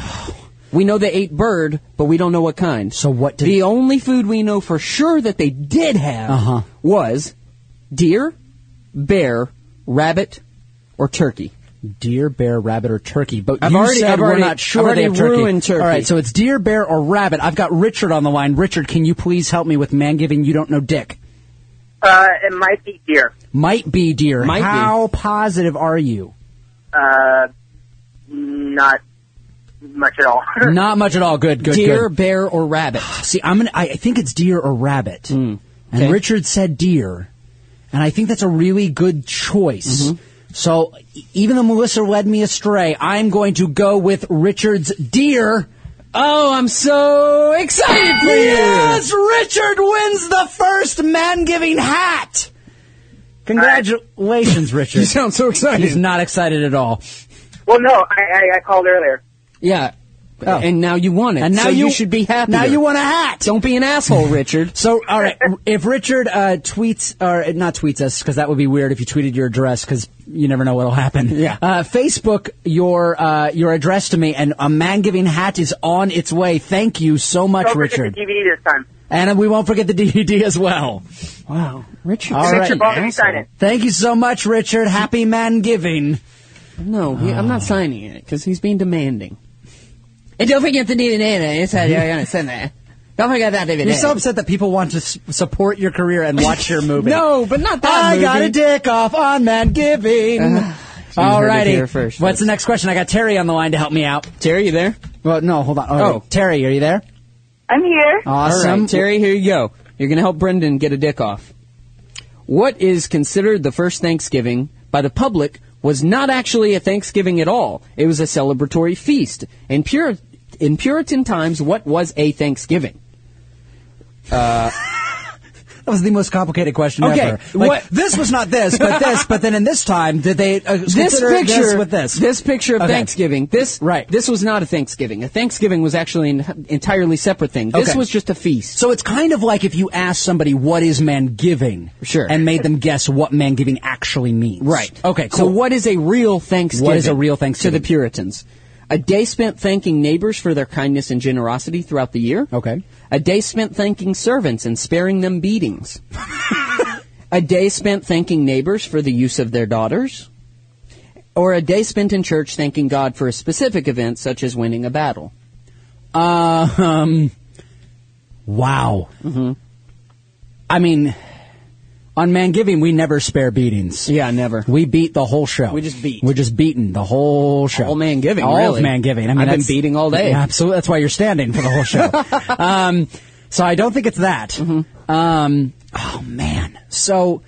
A: We know they ate bird, but we don't know what kind.
C: So what did?
A: the only food we know for sure that they did have
C: Uh-huh.
A: was deer, bear, rabbit, or turkey.
C: deer, bear, rabbit, or turkey. But
A: I've
C: you
A: already-
C: said
A: I've
C: we're
A: already-
C: not
A: I've
C: sure
A: already
C: they have turkey.
A: ruined turkey.
C: All right, so it's deer, bear, or rabbit. I've got Richard on the line. Richard, can you please help me with man giving you don't know dick?
M: Uh, it might be deer.
C: Might be deer.
A: Might be.
C: How positive are you?
M: Uh, not much at all.
C: Not much at all. Good, good,
A: deer,
C: good.
A: bear, or rabbit.
C: See, I'm gonna. I I think it's deer or rabbit.
A: Okay.
C: And Richard said deer, and I think that's a really good choice. So e- even though Melissa led me astray, I'm going to go with Richard's deer.
A: Oh, I'm so excited for
C: Yes, Richard wins the first man giving hat. Congratulations, Richard.
A: You sound so excited.
C: He's not excited at all.
M: well, no, I, I, I called earlier.
A: Yeah.
C: Oh.
A: And now you want it.
C: And now
A: So you,
C: you-
A: should be happy.
C: now you want a hat.
A: Don't be an asshole, Richard.
C: So, all right, if Richard uh, tweets or not tweets us, because that would be weird if you tweeted your address, because you never know what'll happen.
A: Yeah.
C: Uh, Facebook your uh, your address to me, and a man giving hat is on its way. Thank you so much,
M: Don't forget
C: Richard,
M: the DVD this time.
C: and we won't forget the DVD as well.
A: wow, Richard.
C: All
A: such
C: right.
A: an
M: Well,
A: asshole.
M: excited.
C: Thank you so much, Richard. Happy man giving.
A: No, he- I'm not signing it because he's being demanding. And don't forget the DVD inside Ariana Center. Don't forget that eh? DVD.
C: Mm-hmm. You're so upset that people want to s- support your career and watch your movie.
A: No, but not that
C: I
A: movie.
C: got a dick off on Man Giving.
A: you heard it
C: Alrighty.
A: here first.
C: What's the next question? I got Terry on the line to help me out.
A: Terry, you there?
C: Well, no, hold on.
A: Oh.
C: oh. Terry, are you there?
L: I'm here.
A: All
C: Awesome.
A: right, Terry, here you go. You're going to help Brendan get a dick off. What is considered the first Thanksgiving by the public was not actually a Thanksgiving at all. It was a celebratory feast. In, Pur- in Puritan times, what was a Thanksgiving? Uh,
C: That was the most complicated question
A: Okay,
C: ever. Like,
A: what-
C: This was not this, but this. But then in this time, did they uh,
A: this
C: consider
A: picture
C: this with this?
A: picture of
C: Okay.
A: Thanksgiving. This right. This was not a Thanksgiving. A Thanksgiving was actually an entirely separate thing. This
C: Okay.
A: was just a feast.
C: So it's kind of like if you ask somebody what is man giving, sure, and made them guess what man giving actually means.
A: Right.
C: Okay.
A: So what is a real Thanksgiving?
C: What is a real
A: To
C: Thanksgiving?
A: the Puritans. A day spent thanking neighbors for their kindness and generosity throughout the year. Okay. A day spent thanking servants and sparing them beatings. a day spent thanking neighbors for the use of their daughters. Or a day spent in church thanking God for a specific event, such as winning a battle.
C: Uh, um, wow.
A: Mm-hmm.
C: I mean, on man giving, we never spare beatings.
A: Yeah, never.
C: We beat the whole show.
A: We just beat.
C: We're just beating the whole show.
A: All man giving,
C: All
A: really.
C: of man giving. I mean,
A: I've been
C: that's-
A: beating all day.
C: Yeah, absolutely. That's why you're standing for the whole show. um, so I don't think it's that.
A: Mm-hmm.
C: Um, oh man. So,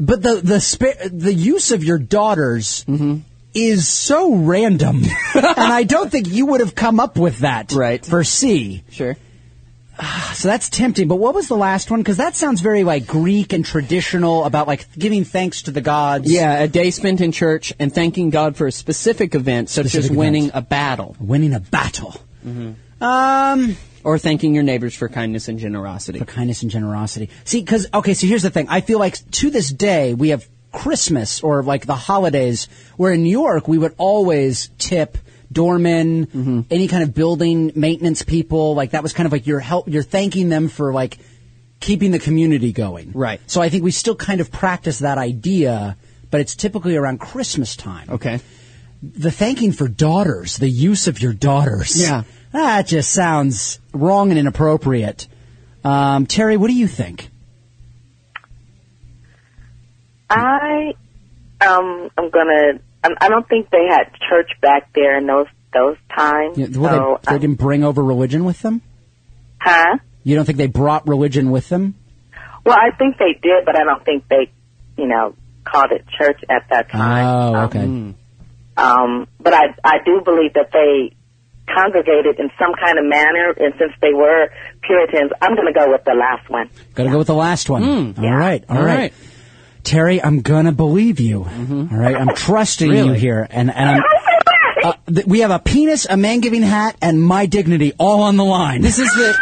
C: but the the spa- the use of your daughters.
A: Mm-hmm.
C: Is so random, and I don't think you would have come up with that right. for C. Ah,
A: Sure.
C: So that's tempting. But what was the last one? Because that sounds very like Greek and traditional about like giving thanks to the gods.
A: Yeah, a day spent in church and thanking God for a specific event, such
C: Specific
A: as
C: event.
A: winning a battle.
C: Winning a battle.
A: Um, or thanking your neighbors for kindness and generosity.
C: For kindness and generosity. See, because okay, so here's the thing. I feel like to this day we have Christmas or like the holidays where in New York we would always tip doormen,
A: Mm-hmm.
C: any kind of building maintenance people. Like that was kind of like your help. You're thanking them for like keeping the community going. Right. So I think we still kind of practice that idea, but it's typically around Christmas time.
A: Okay.
C: The thanking for daughters, the use of your daughters.
A: Yeah.
C: That just sounds wrong and inappropriate. Um, Terry, what do you think?
N: I um I'm gonna I, I don't think they had church back there in those those times.
C: You know, what,
N: so
C: they, they
N: I-
C: didn't bring over religion with them?
N: huh?
C: You don't think they brought religion with them?
N: Well, I think they did, but I don't think they, you know, called it church at that time.
C: Oh, okay.
N: Um, but I I do believe that they congregated in some kind of manner, and since they were Puritans, I'm gonna go with the last one.
C: Got to go with the last one. All right, all
N: All
C: right.
N: right.
C: Terry, I'm gonna believe you. All right, I'm trusting you
A: Really?
C: here, and and I'm, uh, th- we have a penis, a man giving hat, and my dignity all on the line.
A: This is the.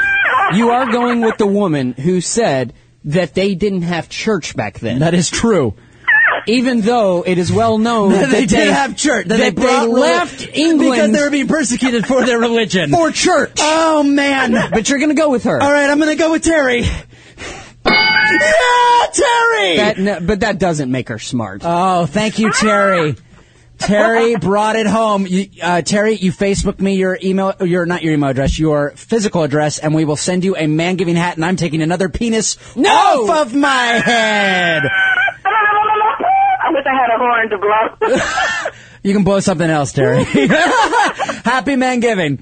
A: You are going with the woman who said that they didn't have church back then.
C: That is true.
A: Even though it is well known
C: That
A: that
C: they did have church. That they brought reli-
A: left
C: because
A: England
C: they were being persecuted for their religion.
A: for church.
C: Oh man!
A: But you're going to go with her.
C: All right, I'm gonna go with Terry. yeah, Terry.
A: That, no, but that doesn't make her smart.
C: Oh, thank you, Terry. Terry brought it home. You, uh, Terry, you Facebook me your email, your not your email address, your physical address, and we will send you a man giving hat. And I'm taking another penis off of my head.
N: I wish I had a horn to blow.
C: You can blow something else, Terry. Happy man giving.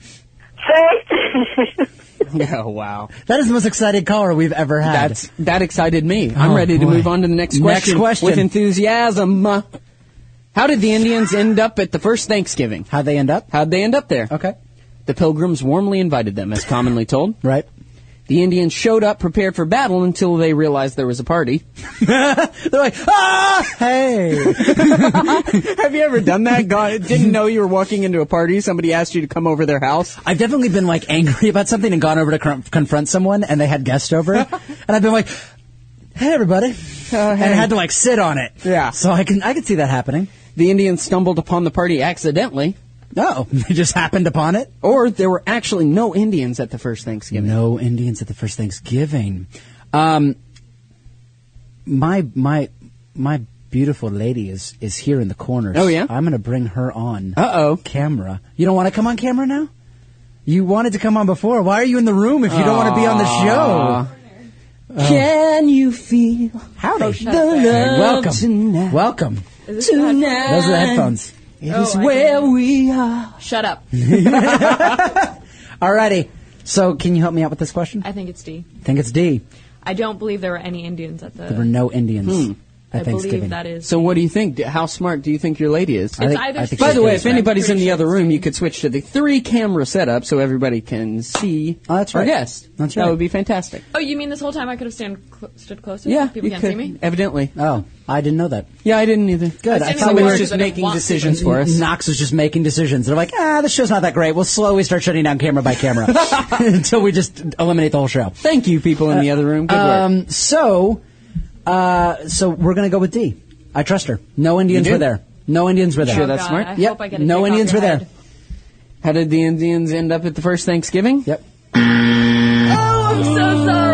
A: oh wow,
C: That is the most excited caller we've ever had.
A: that's that excited me. I'm
C: Oh,
A: ready to
C: boy.
A: move on to the next
C: Next
A: question,
C: question.
A: with enthusiasm. Uh, How did the Indians end up at the first Thanksgiving?
C: How'd they end up?
A: How'd they end up there?
C: Okay.
A: The Pilgrims warmly invited them, as commonly told.
C: Right.
A: The Indians showed up prepared for battle until they realized there was a party.
C: They're like, ah, hey.
A: Have you ever done that? God, didn't know you were walking into a party. Somebody asked you to come over their house.
C: I've definitely been like angry about something and gone over to cr- confront someone, and they had guests over, and I've been like, "Hey, everybody," and I had to like sit on it.
A: Oh, Yeah.
C: So I can I can see that happening.
A: The Indians stumbled upon the party accidentally,
C: No, they just happened upon it.
A: or there were actually no Indians at the first Thanksgiving.
C: No Indians at the first Thanksgiving. Um, my my my beautiful lady is is here in the corner.
A: Oh, yeah?
C: I'm gonna bring her on. Uh oh, camera. You don't want to come on camera now? You wanted to come on before. Why are you in the room if you don't want to be on the
A: Ah. Uh.
C: show? Oh.
O: Can you feel
C: Howdy.
O: the love
C: welcome,
O: tonight?
C: welcome.
O: Is tonight.
C: Those are the headphones.
P: Oh,
O: It is where we are.
P: Shut up.
C: Alrighty. So, can you help me out with this question?
P: I think it's D.
C: I think it's D.
P: I don't believe there were any Indians at the.
C: There were no Indians
P: Hmm.
C: at
P: I believe
C: Thanksgiving.
P: that is
A: So what do you think? D- How smart do you think your lady is?
C: I think- I think
A: By
C: she's
A: the way,
C: pretty
A: if
C: smart.
A: anybody's in the other room, you could switch to the three camera setup so everybody can see
C: Oh, that's
A: our
C: right.
A: guest.
C: That's
A: That
C: right.
A: would be fantastic.
P: Oh, you mean this whole time I could have stand cl- stood closer?
A: Yeah,
P: people
A: you
P: can't
A: could,
P: see me.
A: Evidently.
C: Oh, I didn't know that.
A: Yeah, I didn't either.
C: Good.
P: I
C: I
P: didn't
C: thought
P: know
C: we
P: why
C: were
P: she was
C: just
P: like,
C: making
P: "Want
C: decisions
P: people to
C: for us. Knox was just making decisions. They're like, ah, this show's not that great. We'll slowly start shutting down camera by camera until we just eliminate the whole show.
A: Thank you, people in the other room. Good work.
C: um, So, uh, so we're gonna go with D. I trust her. No Indians
A: You do?
C: were there. No Indians were there.
A: Sure, that's
P: Oh,
A: smart.
C: Yep. no Indians were there.
A: How did the Indians end up at the first Thanksgiving?
C: Yep.
P: Oh, I'm so sorry.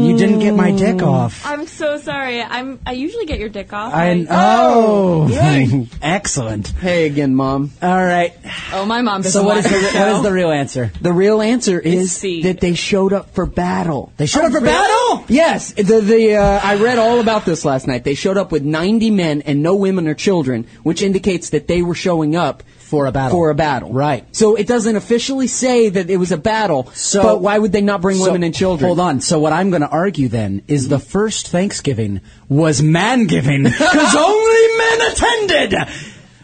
C: You didn't get my dick off.
P: I'm so sorry. I'm. I usually get your dick off.
C: I oh, excellent.
A: Hey again, mom.
C: All right.
P: Oh, my mom. doesn't
C: So what is
P: watch
C: the
P: the
C: what is
P: show.
C: the real answer?
A: The real answer
P: It's
A: is
P: C.
A: that they showed up for battle.
C: They showed up for
A: really?
C: battle.
A: Yes, the the uh, I read all about this last night. They showed up with 90 men and no women or children, which indicates that they were showing up
C: for a battle.
A: for a battle.
C: Right.
A: So it doesn't officially say that it was a battle.
C: So-
A: but why would they not bring
C: So-
A: women and children?
C: Hold on. So what I'm going to argue then is the first Thanksgiving was man giving because only men attended.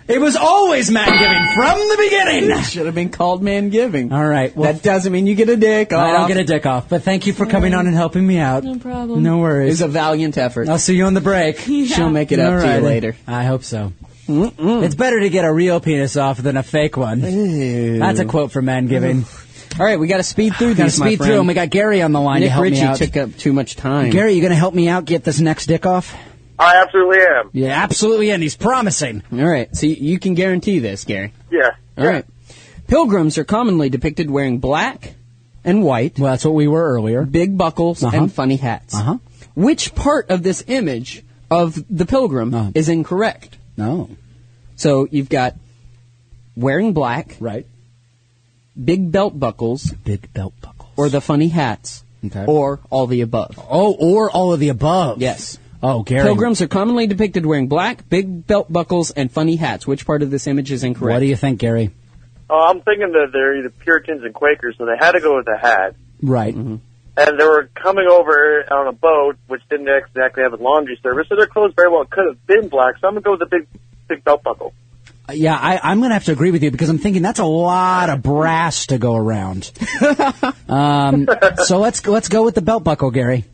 C: It was always man giving from the beginning.
A: Should have been called man giving.
C: All right. Well,
A: that doesn't mean you get a dick.
C: I
A: off.
C: don't get a dick off, but thank you for coming on and helping me out. No
P: problem.
C: No
A: It was
C: worries.
A: a valiant effort.
C: I'll see you on the break.
A: She'll make it up
C: All
A: to you
C: righty.
A: later.
C: I hope so. It's better to get a real penis off than a fake one. That's a quote from man giving.
A: All right, we got to speed through
C: Got to
A: these. my
C: speed
A: friend.
C: through, and we got Gary on the line to
A: Nick
C: help me
A: Ritchie
C: out.
A: took up too much time.
C: Gary, you going to help me out get this next dick off?
I: I absolutely am.
C: Yeah, absolutely, and he's promising.
A: All right, so you- you can guarantee this, Gary.
I: Yeah.
A: All right. Pilgrims are commonly depicted wearing black and white,
C: Well, that's what we were earlier.
A: big buckles,
C: Uh-huh.
A: and funny hats.
C: Uh-huh.
A: Which part of this image of the pilgrim
C: Uh-huh.
A: is incorrect?
C: No,
A: So you've got wearing black,
C: right?
A: big belt buckles,
C: Big belt buckles,
A: or the funny hats,
C: Okay.
A: or all the above.
C: oh, or all of the above.
A: Yes.
C: Oh, Gary.
A: Pilgrims are commonly depicted wearing black, big belt buckles, and funny hats. Which part of this image is incorrect?
C: What do you think, Gary?
I: Uh, I'm thinking that they're either Puritans and Quakers, so they had to go with a hat.
C: Right.
A: Mm-hmm.
I: And they were coming over on a boat, which didn't exactly have a laundry service, so their clothes very well could have been black. So I'm gonna go with a big, big belt buckle.
C: Uh, Yeah, I, I'm going to have to agree with you because I'm thinking that's a lot of brass to go around. um, so let's let's go with the belt buckle, Gary.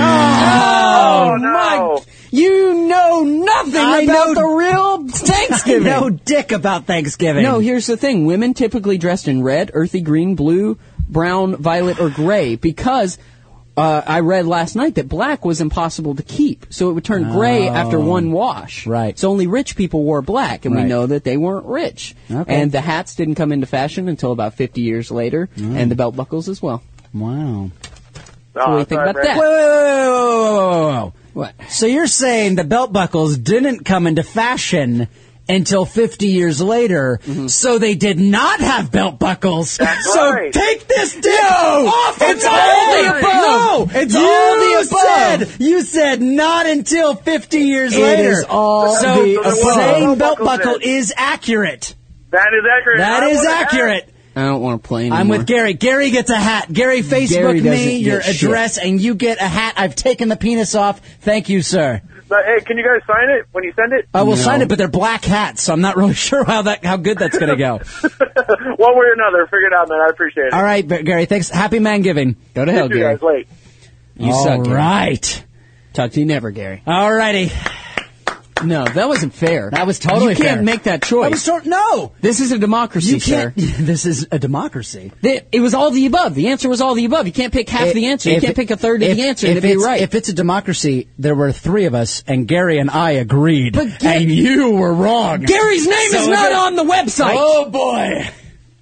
I: Oh, no!
A: You know nothing
C: I
A: about
C: know-
A: the real Thanksgiving.
C: no dick about Thanksgiving.
A: No, here's the thing. Women typically dressed in red, earthy green, blue, brown, violet, or gray because uh, I read last night that black was impossible to keep, so it would turn gray
C: Oh.
A: after one wash.
C: Right.
A: So only rich people wore black, and
C: Right.
A: we know that they weren't rich.
C: Okay.
A: And the hats didn't come into fashion until about 50 years later, and the belt buckles as well.
C: Mm.
I: Oh,
C: Wow.
A: what do you think
I: sorry,
A: about
I: Brad.
A: that?
C: Whoa, whoa, whoa, whoa, whoa, whoa, whoa.
A: What?
C: So you're saying the belt buckles didn't come into fashion until 50 years later, so they did not have belt buckles.
I: Mm-hmm. That's
C: so
I: right.
C: take this dick off. It's all the above. No, it's all the above. Said, you said not until 50 years
A: It
C: later.
A: is all
C: so
A: the above.
C: saying belt
I: Belt buckle
C: buckle
I: then.
C: is accurate.
I: That is accurate.
C: That
I: I
C: is
I: want a hat.
C: accurate.
A: I don't want to play anymore.
C: I'm with Gary. Gary gets a hat. Gary, Facebook
A: Gary doesn't
C: me
A: get
C: your
A: shit.
C: address, and you get a hat. I've taken the penis off. Thank you, sir.
I: But, hey, can you guys sign it when you send it?
C: I will
A: No.
C: sign it, but they're black hats, so I'm not really sure how that how good that's going to go.
I: One way or another, figure it out, man. I appreciate it.
C: All right, Ba- Gary. Thanks. Happy man giving.
A: Go to hell,
I: See you
A: Gary.
I: guys late.
A: You
C: All
A: suck, Gary.
C: right.
A: Talk to you never, Gary.
C: All righty.
A: No, that wasn't fair.
C: That was totally
A: You can't
C: fair.
A: make that choice.
C: That was sort- no.
A: this is a democracy,
C: You can't.
A: sir.
C: This is a democracy.
A: Th- It was all the above. The answer was all the above. You can't pick half the answer. You
C: If-
A: can't pick a third of
C: if-
A: the answer
C: If
A: and it'd be
C: it's-
A: right.
C: If it's a democracy, there were three of us, and Gary and I agreed,
A: But Ga-
C: and you were wrong.
A: Gary's name
C: So
A: is
C: if
A: not
C: it-
A: on the website.
C: Oh boy.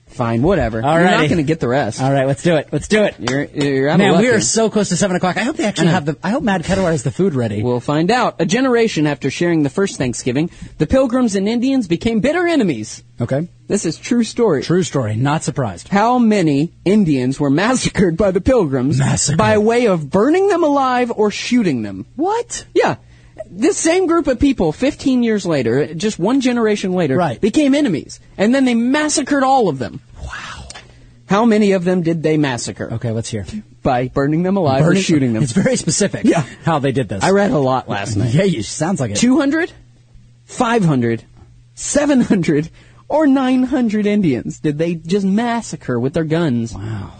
A: Fine, whatever.
C: All
A: You're
C: righty.
A: not going to get the rest. All
C: right, let's do it. Let's do it.
A: You're, you're out of
C: Man,
A: luck
C: we are
A: here.
C: so close to seven o'clock. I hope they actually
A: I know.
C: have the. I hope Mad Kettle has the food ready.
A: We'll find out. A generation after sharing the first Thanksgiving, the Pilgrims and Indians became bitter enemies.
C: Okay.
A: This is true story.
C: True story. Not surprised.
A: How many Indians were massacred by the Pilgrims by way of burning them alive or shooting them?
C: What?
A: Yeah. This same group of people, 15 years later, just one generation later, right. became enemies. And then they massacred all of them. Wow. How many of them did they massacre?
C: Okay, let's hear.
A: By burning them alive
C: Burning-
A: or shooting them.
C: It's very specific. Yeah. How they did this.
A: I read a lot last night.
C: Yeah, you sounds like it.
A: 200, 500, 700, or 900 Indians did they just massacre with their guns.
C: Wow.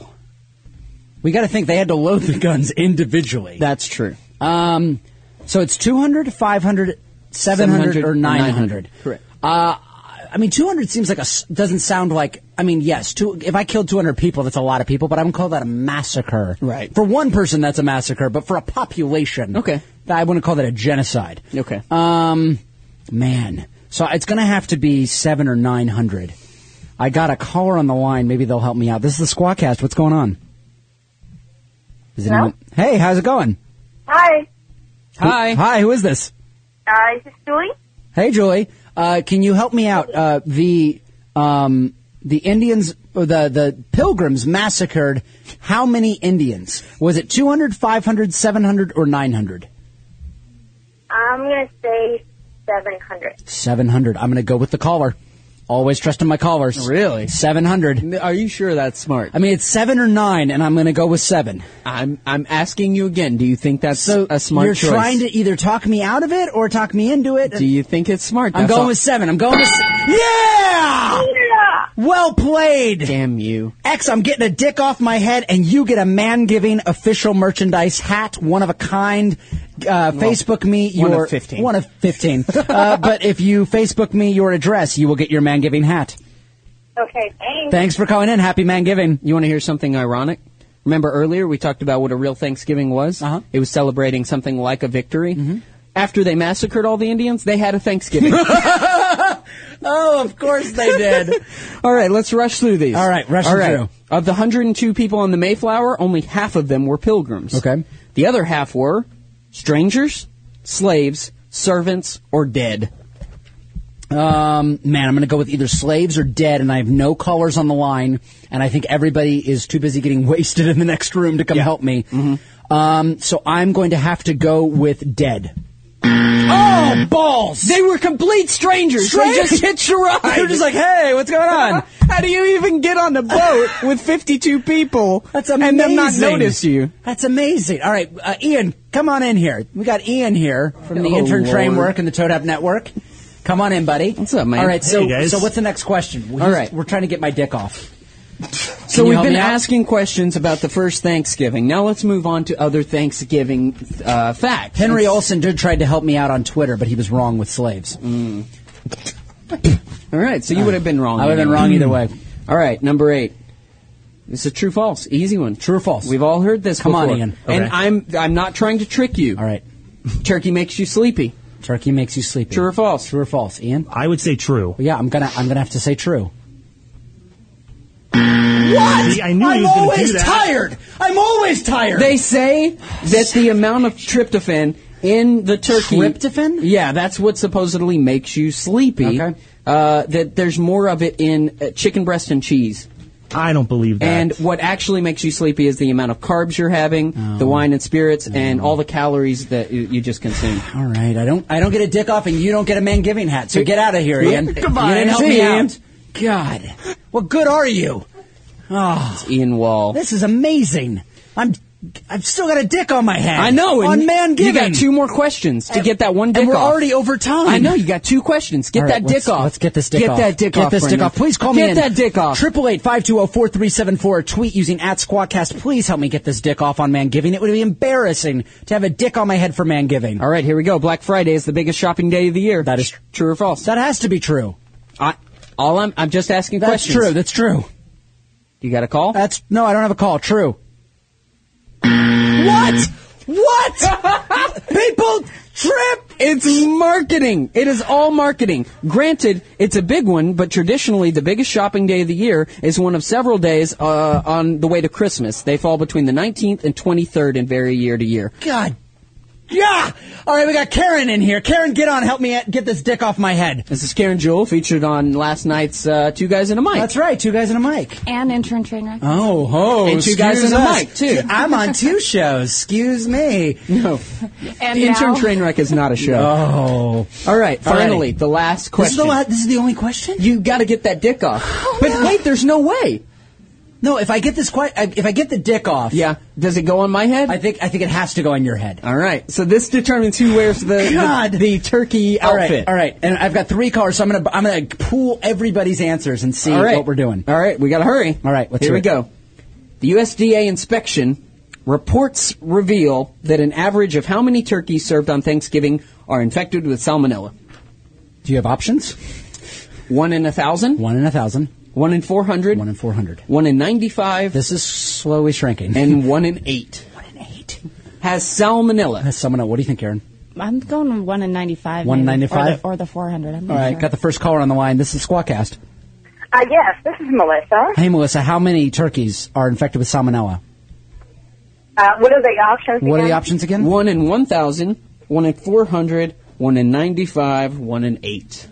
C: We got to think they had to load the guns individually.
A: That's true.
C: Um, so it's 200, 500, 700,
A: 700,
C: or 900.
A: Correct.
C: Uh, I mean, 200 seems like a s- doesn't sound like. I mean, yes, two, if I killed 200 people, that's a lot of people, but I wouldn't call that a massacre. Right. For one person, that's a massacre, but for a population, okay, I wouldn't call that a genocide.
A: Okay.
C: Um, man, so it's going to have to be seven or 900. I got a caller on the line. Maybe they'll help me out. This is the Squawkcast. What's going on? Is it
L: Hello?
C: anyone- Hey, how's it going?
L: Hi.
C: Hi. Hi. Who is this?
L: Uh, is this Julie?
C: Hey, Julie. Uh, can you help me out? Uh, the um, the Indians, or the the Pilgrims massacred how many Indians? Was it 200, 500, 700, or 900?
G: I'm gonna say 700.
C: 700. I'm going to go with the caller. Always trusting my callers. Really? 700.
A: Are you sure that's smart?
C: I mean, it's seven or nine, and I'm going to go with seven.
A: I'm I'm asking you again. Do you think that's a smart
C: You're
A: choice?
C: trying to either talk me out of it or talk me into it.
A: Do you think it's smart?
C: I'm
A: That's
C: going
A: all-
C: with seven. I'm going with. Se- yeah! Well played.
A: Damn you.
C: X, I'm getting a dick off my head, and you get a man giving official merchandise hat, one of a kind. Uh, Facebook me your
A: one of 15.
C: One of fifteen. uh, but if you Facebook me your address, you will get your man giving hat.
G: Okay, thanks.
C: Thanks for calling in. Happy man giving.
A: You want to hear something ironic? Remember earlier we talked about what a real Thanksgiving was? Uh-huh. Mm-hmm. It was celebrating something like a victory. After they massacred all the Indians, they had a Thanksgiving.
C: oh, of course they did.
A: all right, let's rush through these. All right,
C: rush
A: all
C: them
A: right.
C: through.
A: Of the 102 people on the Mayflower, only half of them were pilgrims. Okay. The other half were strangers, slaves, servants, or dead.
C: Um, man, I'm going to go with either slaves or dead, and I have no callers on the line, and I think everybody is too busy getting wasted in the next room to come help me. Um, so I'm going to have to go with dead. Oh, balls!
A: They were complete strangers.
C: Strangers.
A: They just hitched a ride.
C: They were just like, "Hey, what's going on?"
A: How do you even get on the boat with 52 people
C: That's amazing.
A: and them not notice you?
C: That's amazing. All right, uh, Ian, come on in here. We got Ian here from the
A: Oh,
C: Intern
A: Lord.
C: Framework and the Toad App Network. Come on in, buddy. What's up,
A: man?
C: All right, so
A: Hey, guys.
C: so what's the next question? Well,
A: All
C: here's-
A: right.
C: we're trying to get my dick off.
A: So
C: you
A: we've
C: help
A: been
C: me out?
A: asking questions about the first Thanksgiving. Now let's move on to other Thanksgiving uh, facts.
C: Henry Olson did try to help me out on Twitter, but he was wrong with slaves.
A: Mm. All right, so you would have been wrong.
C: I would have been
A: anyway.
C: wrong either way.
A: All right, number eight. This is true false. Easy one. True or false? We've all heard this.
C: Come on,
A: before.
C: Ian.
A: And
C: Okay.
A: I'm I'm not trying to trick you. All
C: right.
A: Turkey makes you sleepy.
C: Turkey makes you sleepy.
A: True or false?
C: True or false, Ian?
Q: I would say true.
C: Yeah, I'm gonna I'm gonna have to say true.
Q: What? I knew he
C: I'm
Q: was gonna
C: always
Q: do that.
C: tired. I'm always tired.
A: They say that the amount of tryptophan in the turkey
C: Tryptophan?
A: Yeah, that's what supposedly makes you sleepy. Okay. Uh, that there's more of it in uh, chicken breast and cheese.
Q: I don't believe that.
A: And what actually makes you sleepy is the amount of carbs you're having,
Q: Oh.
A: the wine and spirits,
Q: Mm.
A: and all the calories that you, you just consume.
C: All right, I don't I don't get a dick off, and you don't get a man giving hat. So get out of here, Ian.
A: Goodbye.
C: You didn't help
A: See
C: me
A: ya.
C: out. God, what good are you? Oh,
A: It's Ian Wall.
C: this is amazing. I'm I've still got a dick on my head.
A: I know. and
C: on man
A: you
C: giving.
A: got two more questions to get that one dick
C: and we're
A: off.
C: already over time.
A: I know. You got two questions. Get
C: All
A: that
C: right,
A: dick
C: let's-
A: off.
C: Let's get this dick
A: Get
C: off.
A: that dick
C: get
A: off.
C: this
A: Brendan.
C: dick off. Please call me
A: Get
C: in.
A: that dick off.
C: Triple eight five two zero four three seven four. Tweet using at Squadcast. Please help me get this dick off on man giving. It would be embarrassing to have a dick on my head for man giving.
A: All right, here we go. Black Friday is the biggest shopping day of the year. That is true or false?
C: That has to be true.
A: I, all I'm, I'm just asking
C: That's
A: questions.
C: true. That's true.
A: You got a call?
C: That's no, I don't have a call. True. what? What? People trip
A: It's marketing. It is all marketing. Granted, it's a big one, but traditionally the biggest shopping day of the year is one of several days uh, on the way to Christmas. They fall between the 19th and 23rd and vary year to year.
C: God. Yeah. All right, we got Karen in here. Karen, get on. Help me get this dick off my head.
A: This is Karen Jewell, featured on last night's uh, Two Guys and a Mic.
C: That's right, Two Guys and a Mic.
R: And intern train wreck.
C: Oh, ho.
A: And two guys
C: excuse
A: and a
C: us.
A: mic, too.
C: I'm on two shows. Excuse me.
A: No.
R: And
A: Intern
R: now-
A: Trainwreck is not a show.
C: Oh.
A: All right, finally,
C: Alrighty.
A: the last question.
C: This is the, la- this is the only question? Oh,
A: You got to get that dick off. but wait, there's no way.
C: No, if I get this que- I- if I get the dick off.
A: Yeah. Does it go on my head?
C: I think I think it has to go on your head.
A: All right. So this determines who wears the
C: God.
A: the, the turkey
C: All right,
A: outfit.
C: all right, and I've got three callers, so I'm gonna I'm gonna pool everybody's answers and see
A: All right.
C: what we're doing.
A: All right, we got to hurry.
C: All right, let's
A: Here
C: hear
A: we
C: it.
A: go. The USDA inspection reports reveal that an average of how many turkeys served on Thanksgiving are infected with salmonella?
C: Do you have options?
A: One in a thousand,
C: One in a thousand,
A: one in four hundred,
C: one in four hundred.
A: one in ninety-five,
C: This is slowly shrinking.
A: and one in eight. One in eight has salmonella.
C: That's someone. What do you think, Karen?
R: I'm going with one in ninety-five.
C: One in
R: maybe,
C: 95?
R: or the, or the four hundred. I'm not
C: All right,
R: sure.
C: got the first caller on the line. This is Squawkcast.
G: Uh, yes, this is Melissa.
C: Hey, Melissa, how many turkeys are infected with salmonella?
G: Uh, what are the options?
C: What are the
G: again?
C: options again?
A: One in one thousand, one in four hundred, one in ninety-five, one in eight.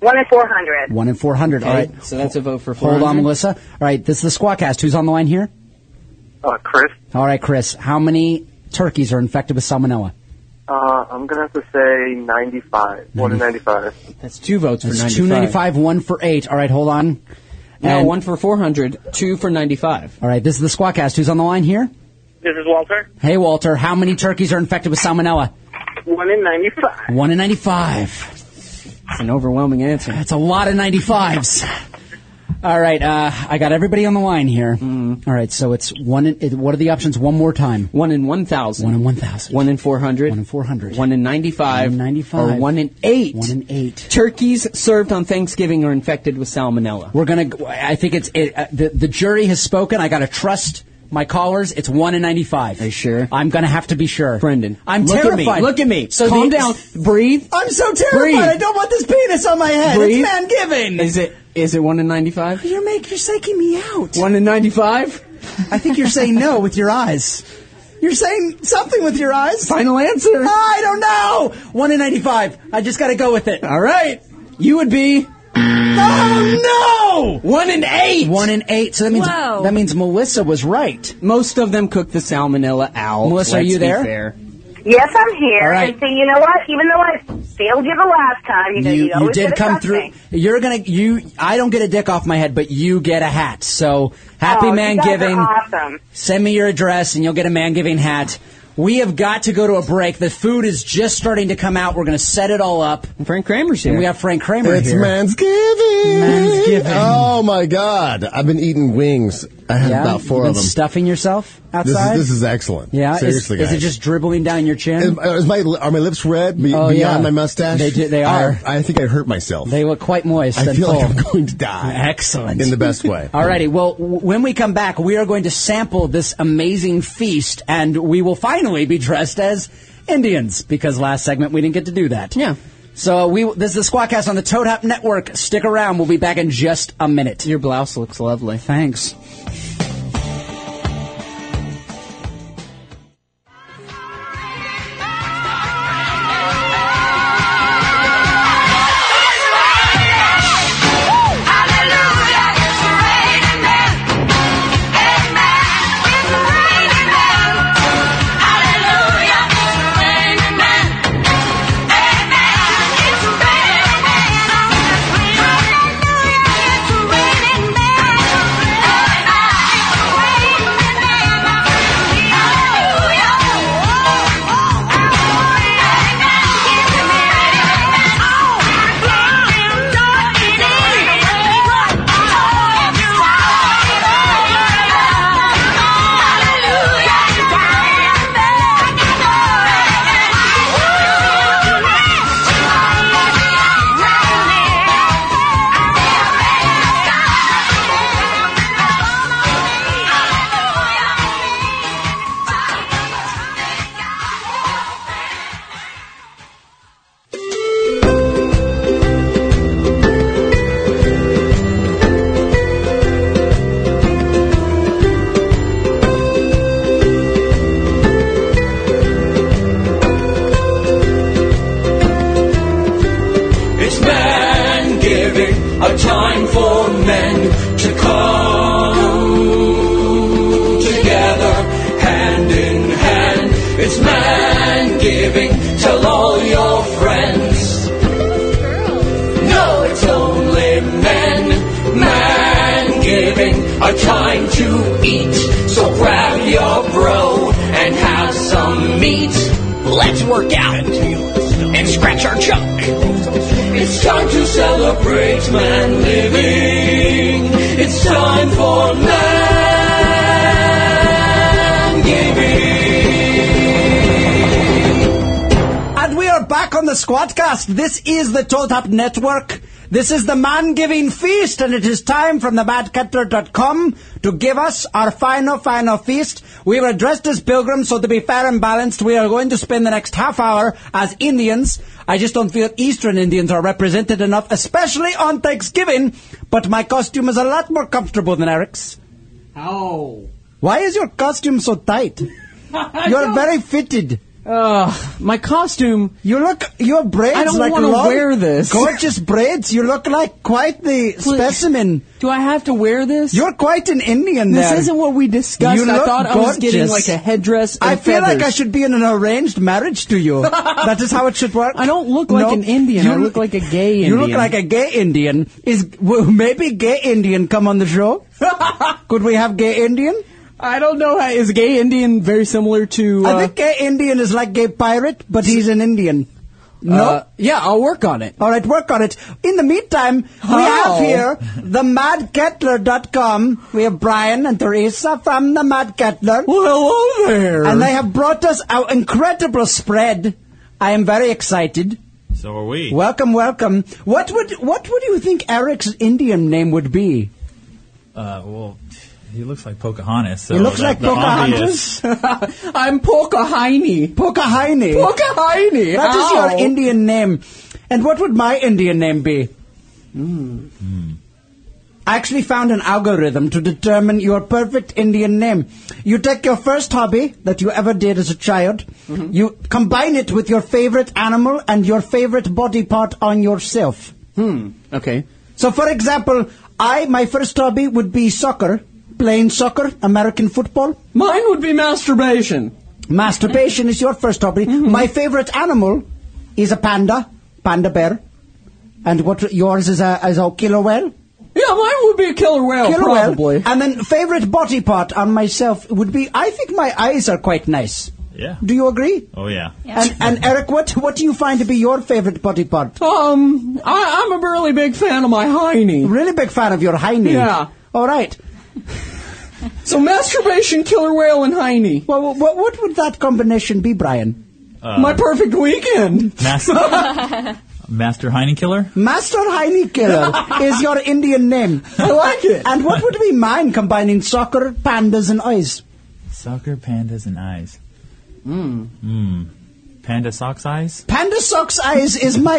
G: One in 400.
C: One in four hundred. All right,
A: so that's a vote for.
C: hold
A: 400.
C: on, Melissa. All right, this is the Squawkcast. Who's on the line here?
I: Uh, Chris,
C: All right, Chris. How many turkeys are infected with salmonella?
I: uh, I'm gonna have to say 95. One in 95.
A: That's two votes for
C: It's
A: ninety-five.
C: two ninety five, one for eight. All right, hold on.
A: No,
C: And-
A: one for 400, two for 95.
C: All right, this is the Squawkcast. Who's on the line here?
M: This is Walter.
C: Hey, Walter. How many turkeys are infected with salmonella?
M: One in 95.
C: One in ninety five.
A: It's an overwhelming answer.
C: That's a lot of ninety fives. All right, uh, I got everybody on the line here. All right, so it's one. In, it- what are the options? One more time.
A: Mm-hmm. One in 1,000.
C: One in one thousand.
A: One in 400.
C: One in four hundred.
A: One in 95.
C: One in 95.
A: Or one in 8.
C: One in eight.
A: Turkeys served on Thanksgiving are infected with salmonella.
C: We're gonna. I think it's it, uh, the the jury has spoken. I gotta trust my callers. It's one in ninety five. Are you
A: sure?
C: I'm gonna have to be sure,
A: Brendan,
C: I'm
A: look at me,
C: terrified.
A: look at me. Calm down.
C: Breathe. I'm so terrified.
A: Breathe.
C: I don't want this penis on my head.
A: Breathe.
C: It's man given.
A: Is it is it 1 in 95?
C: You're make you're psyching me out.
A: 1 in 95?
C: I think you're saying no with your eyes. You're saying something with your eyes.
A: Final answer.
C: I don't know. One in ninety five. I just gotta go with it.
A: All right. You would be
C: Oh no!
A: 1 in 8.
C: One in eight. So that means
P: Whoa.
C: that means Melissa was right.
A: Most of them cook the salmonella out.
C: Melissa, are
A: Let's
C: you
A: be
C: there?
A: fair.
G: Yes, I'm here.
C: All right.
G: And see, you know what? Even though I failed you the last time, you know, you,
C: you, you
G: always
C: did
G: get
C: come
G: something.
C: through. You're gonna you. I don't get a dick off my head, but you get a hat. So happy
G: Oh,
C: man
G: you guys are
C: giving.
G: awesome.
C: Send me your address, and you'll get a man giving hat. We have got to go to a break. The food is just starting to come out. We're gonna set it all up.
A: Frank Kramer's here.
C: We have Frank Kramer
S: It's
C: here.
S: Mansgiving.
C: Mansgiving.
S: Oh my God! I've been eating wings. I had
C: yeah,
S: about
C: You've
S: four
C: been
S: of them.
C: Stuffing yourself
S: This
C: outside.
S: is, this is excellent.
C: yeah. is-
S: seriously,
C: is,
S: guys.
C: it just dribbling down your chin?
S: Is, is my are my lips red be,
C: Oh,
S: beyond
C: yeah.
S: my mustache?
C: They do- they
S: I-
C: are.
S: I, think I hurt myself.
C: they look quite moist
S: I
C: and
S: feel
C: full.
S: like I'm going to die.
C: Excellent.
S: In the best way.
C: Alrighty. Well, w- when we come back, we are going to sample this amazing feast, and we will finally be dressed as Indians because last segment we didn't get to do that.
A: Yeah.
C: So we this is the Squadcast on the Toad Hop Network. Stick around. We'll be back in just a minute.
A: Your blouse looks lovely.
C: Thanks.
D: Hallelujah.
B: time to eat. So grab your bro and have some meat. Let's work out and scratch our junk. It's time to celebrate man living. It's time for man giving.
J: And we are back on the Squadcast. This is the Toad Hop Network. This is the Man Giving Feast, and it is time from themadcutler.com to give us our final, final feast. We were dressed as pilgrims, so to be fair and balanced, we are going to spend the next half hour as Indians. I just don't feel Eastern Indians are represented enough, especially on Thanksgiving, but my costume is a lot more comfortable than Eric's.
T: Oh.
J: Why is your costume so tight? You're very fitted.
A: my costume.
J: You look. Your braids.
A: I don't
J: like
A: wanna
J: long,
A: wear this.
J: Gorgeous braids. You look like quite the specimen.
A: Do I have to wear this?
J: You're quite an Indian.
A: This
J: there.
A: isn't what we discussed.
J: You
A: I
J: look
A: thought I was getting,
J: gorgeous.
A: like, a headdress and
J: I feel like
A: feathers.
J: I should be in an arranged marriage to you. that is how it should work. I don't
A: look like an Indian. I look like a gay
J: You look
A: Indian.
J: like a gay Indian. Is will maybe gay Indian come on the show? Could we have gay Indian?
A: I don't know. Is gay Indian very similar to? uh,
J: I think gay Indian is like gay pirate, but he's an Indian. No.
A: Uh, yeah, I'll work on it.
J: All right, work on it. In the meantime, we
A: How?
J: have here the madkettler.com. We have Brian and Teresa from the Mad Kettler. Well, hello
U: there.
J: And they have brought us our incredible spread. I am very excited.
U: So are we.
J: Welcome, welcome. What would what would you think Eric's Indian name would be?
U: Uh, well, he looks like Pocahontas. So
J: He looks
U: that-
J: like
U: the obvious-
J: Pocahontas. I'm Pocahontas. Pocahontas.
A: Pocahontas,
J: That is
A: ow.
J: your Indian name. And what would my Indian name be? Hmm. I actually found an algorithm to determine your perfect Indian name. You take your first hobby that you ever did as a child,
A: Mm-hmm.
J: you combine it with your favorite animal and your favorite body part on yourself.
A: Hmm. Okay.
J: So, for example, I my first hobby would be soccer, playing soccer, American football.
A: Mine would be masturbation. Mm-hmm.
J: Masturbation is your first hobby. My favorite animal is a panda, panda bear, and what yours is a is a killer whale.
A: Yeah, mine would be a killer whale,
J: Killer
A: probably.
J: whale. And then favorite body part on myself would be I think my eyes are quite nice.
U: Yeah.
J: Do you agree?
U: Oh yeah.
J: And, and Eric, what what do you find to be your favorite body part?
A: Um, I, I'm a really big fan of my hiney.
J: Really big fan of your hiney.
A: Yeah.
J: All right.
A: So masturbation, killer whale, and hiney.
J: Well, what, what would that combination be, Brian?
U: Uh,
A: my perfect weekend.
U: Master, Master Heinenkiller?
J: Master Heine Killer is your Indian name.
A: I like it.
J: And what would be mine combining soccer, pandas, and eyes?
U: Soccer pandas and eyes.
J: Hmm.
U: Mmm. Mmm. Panda socks eyes?
J: Panda Socks Eyes is my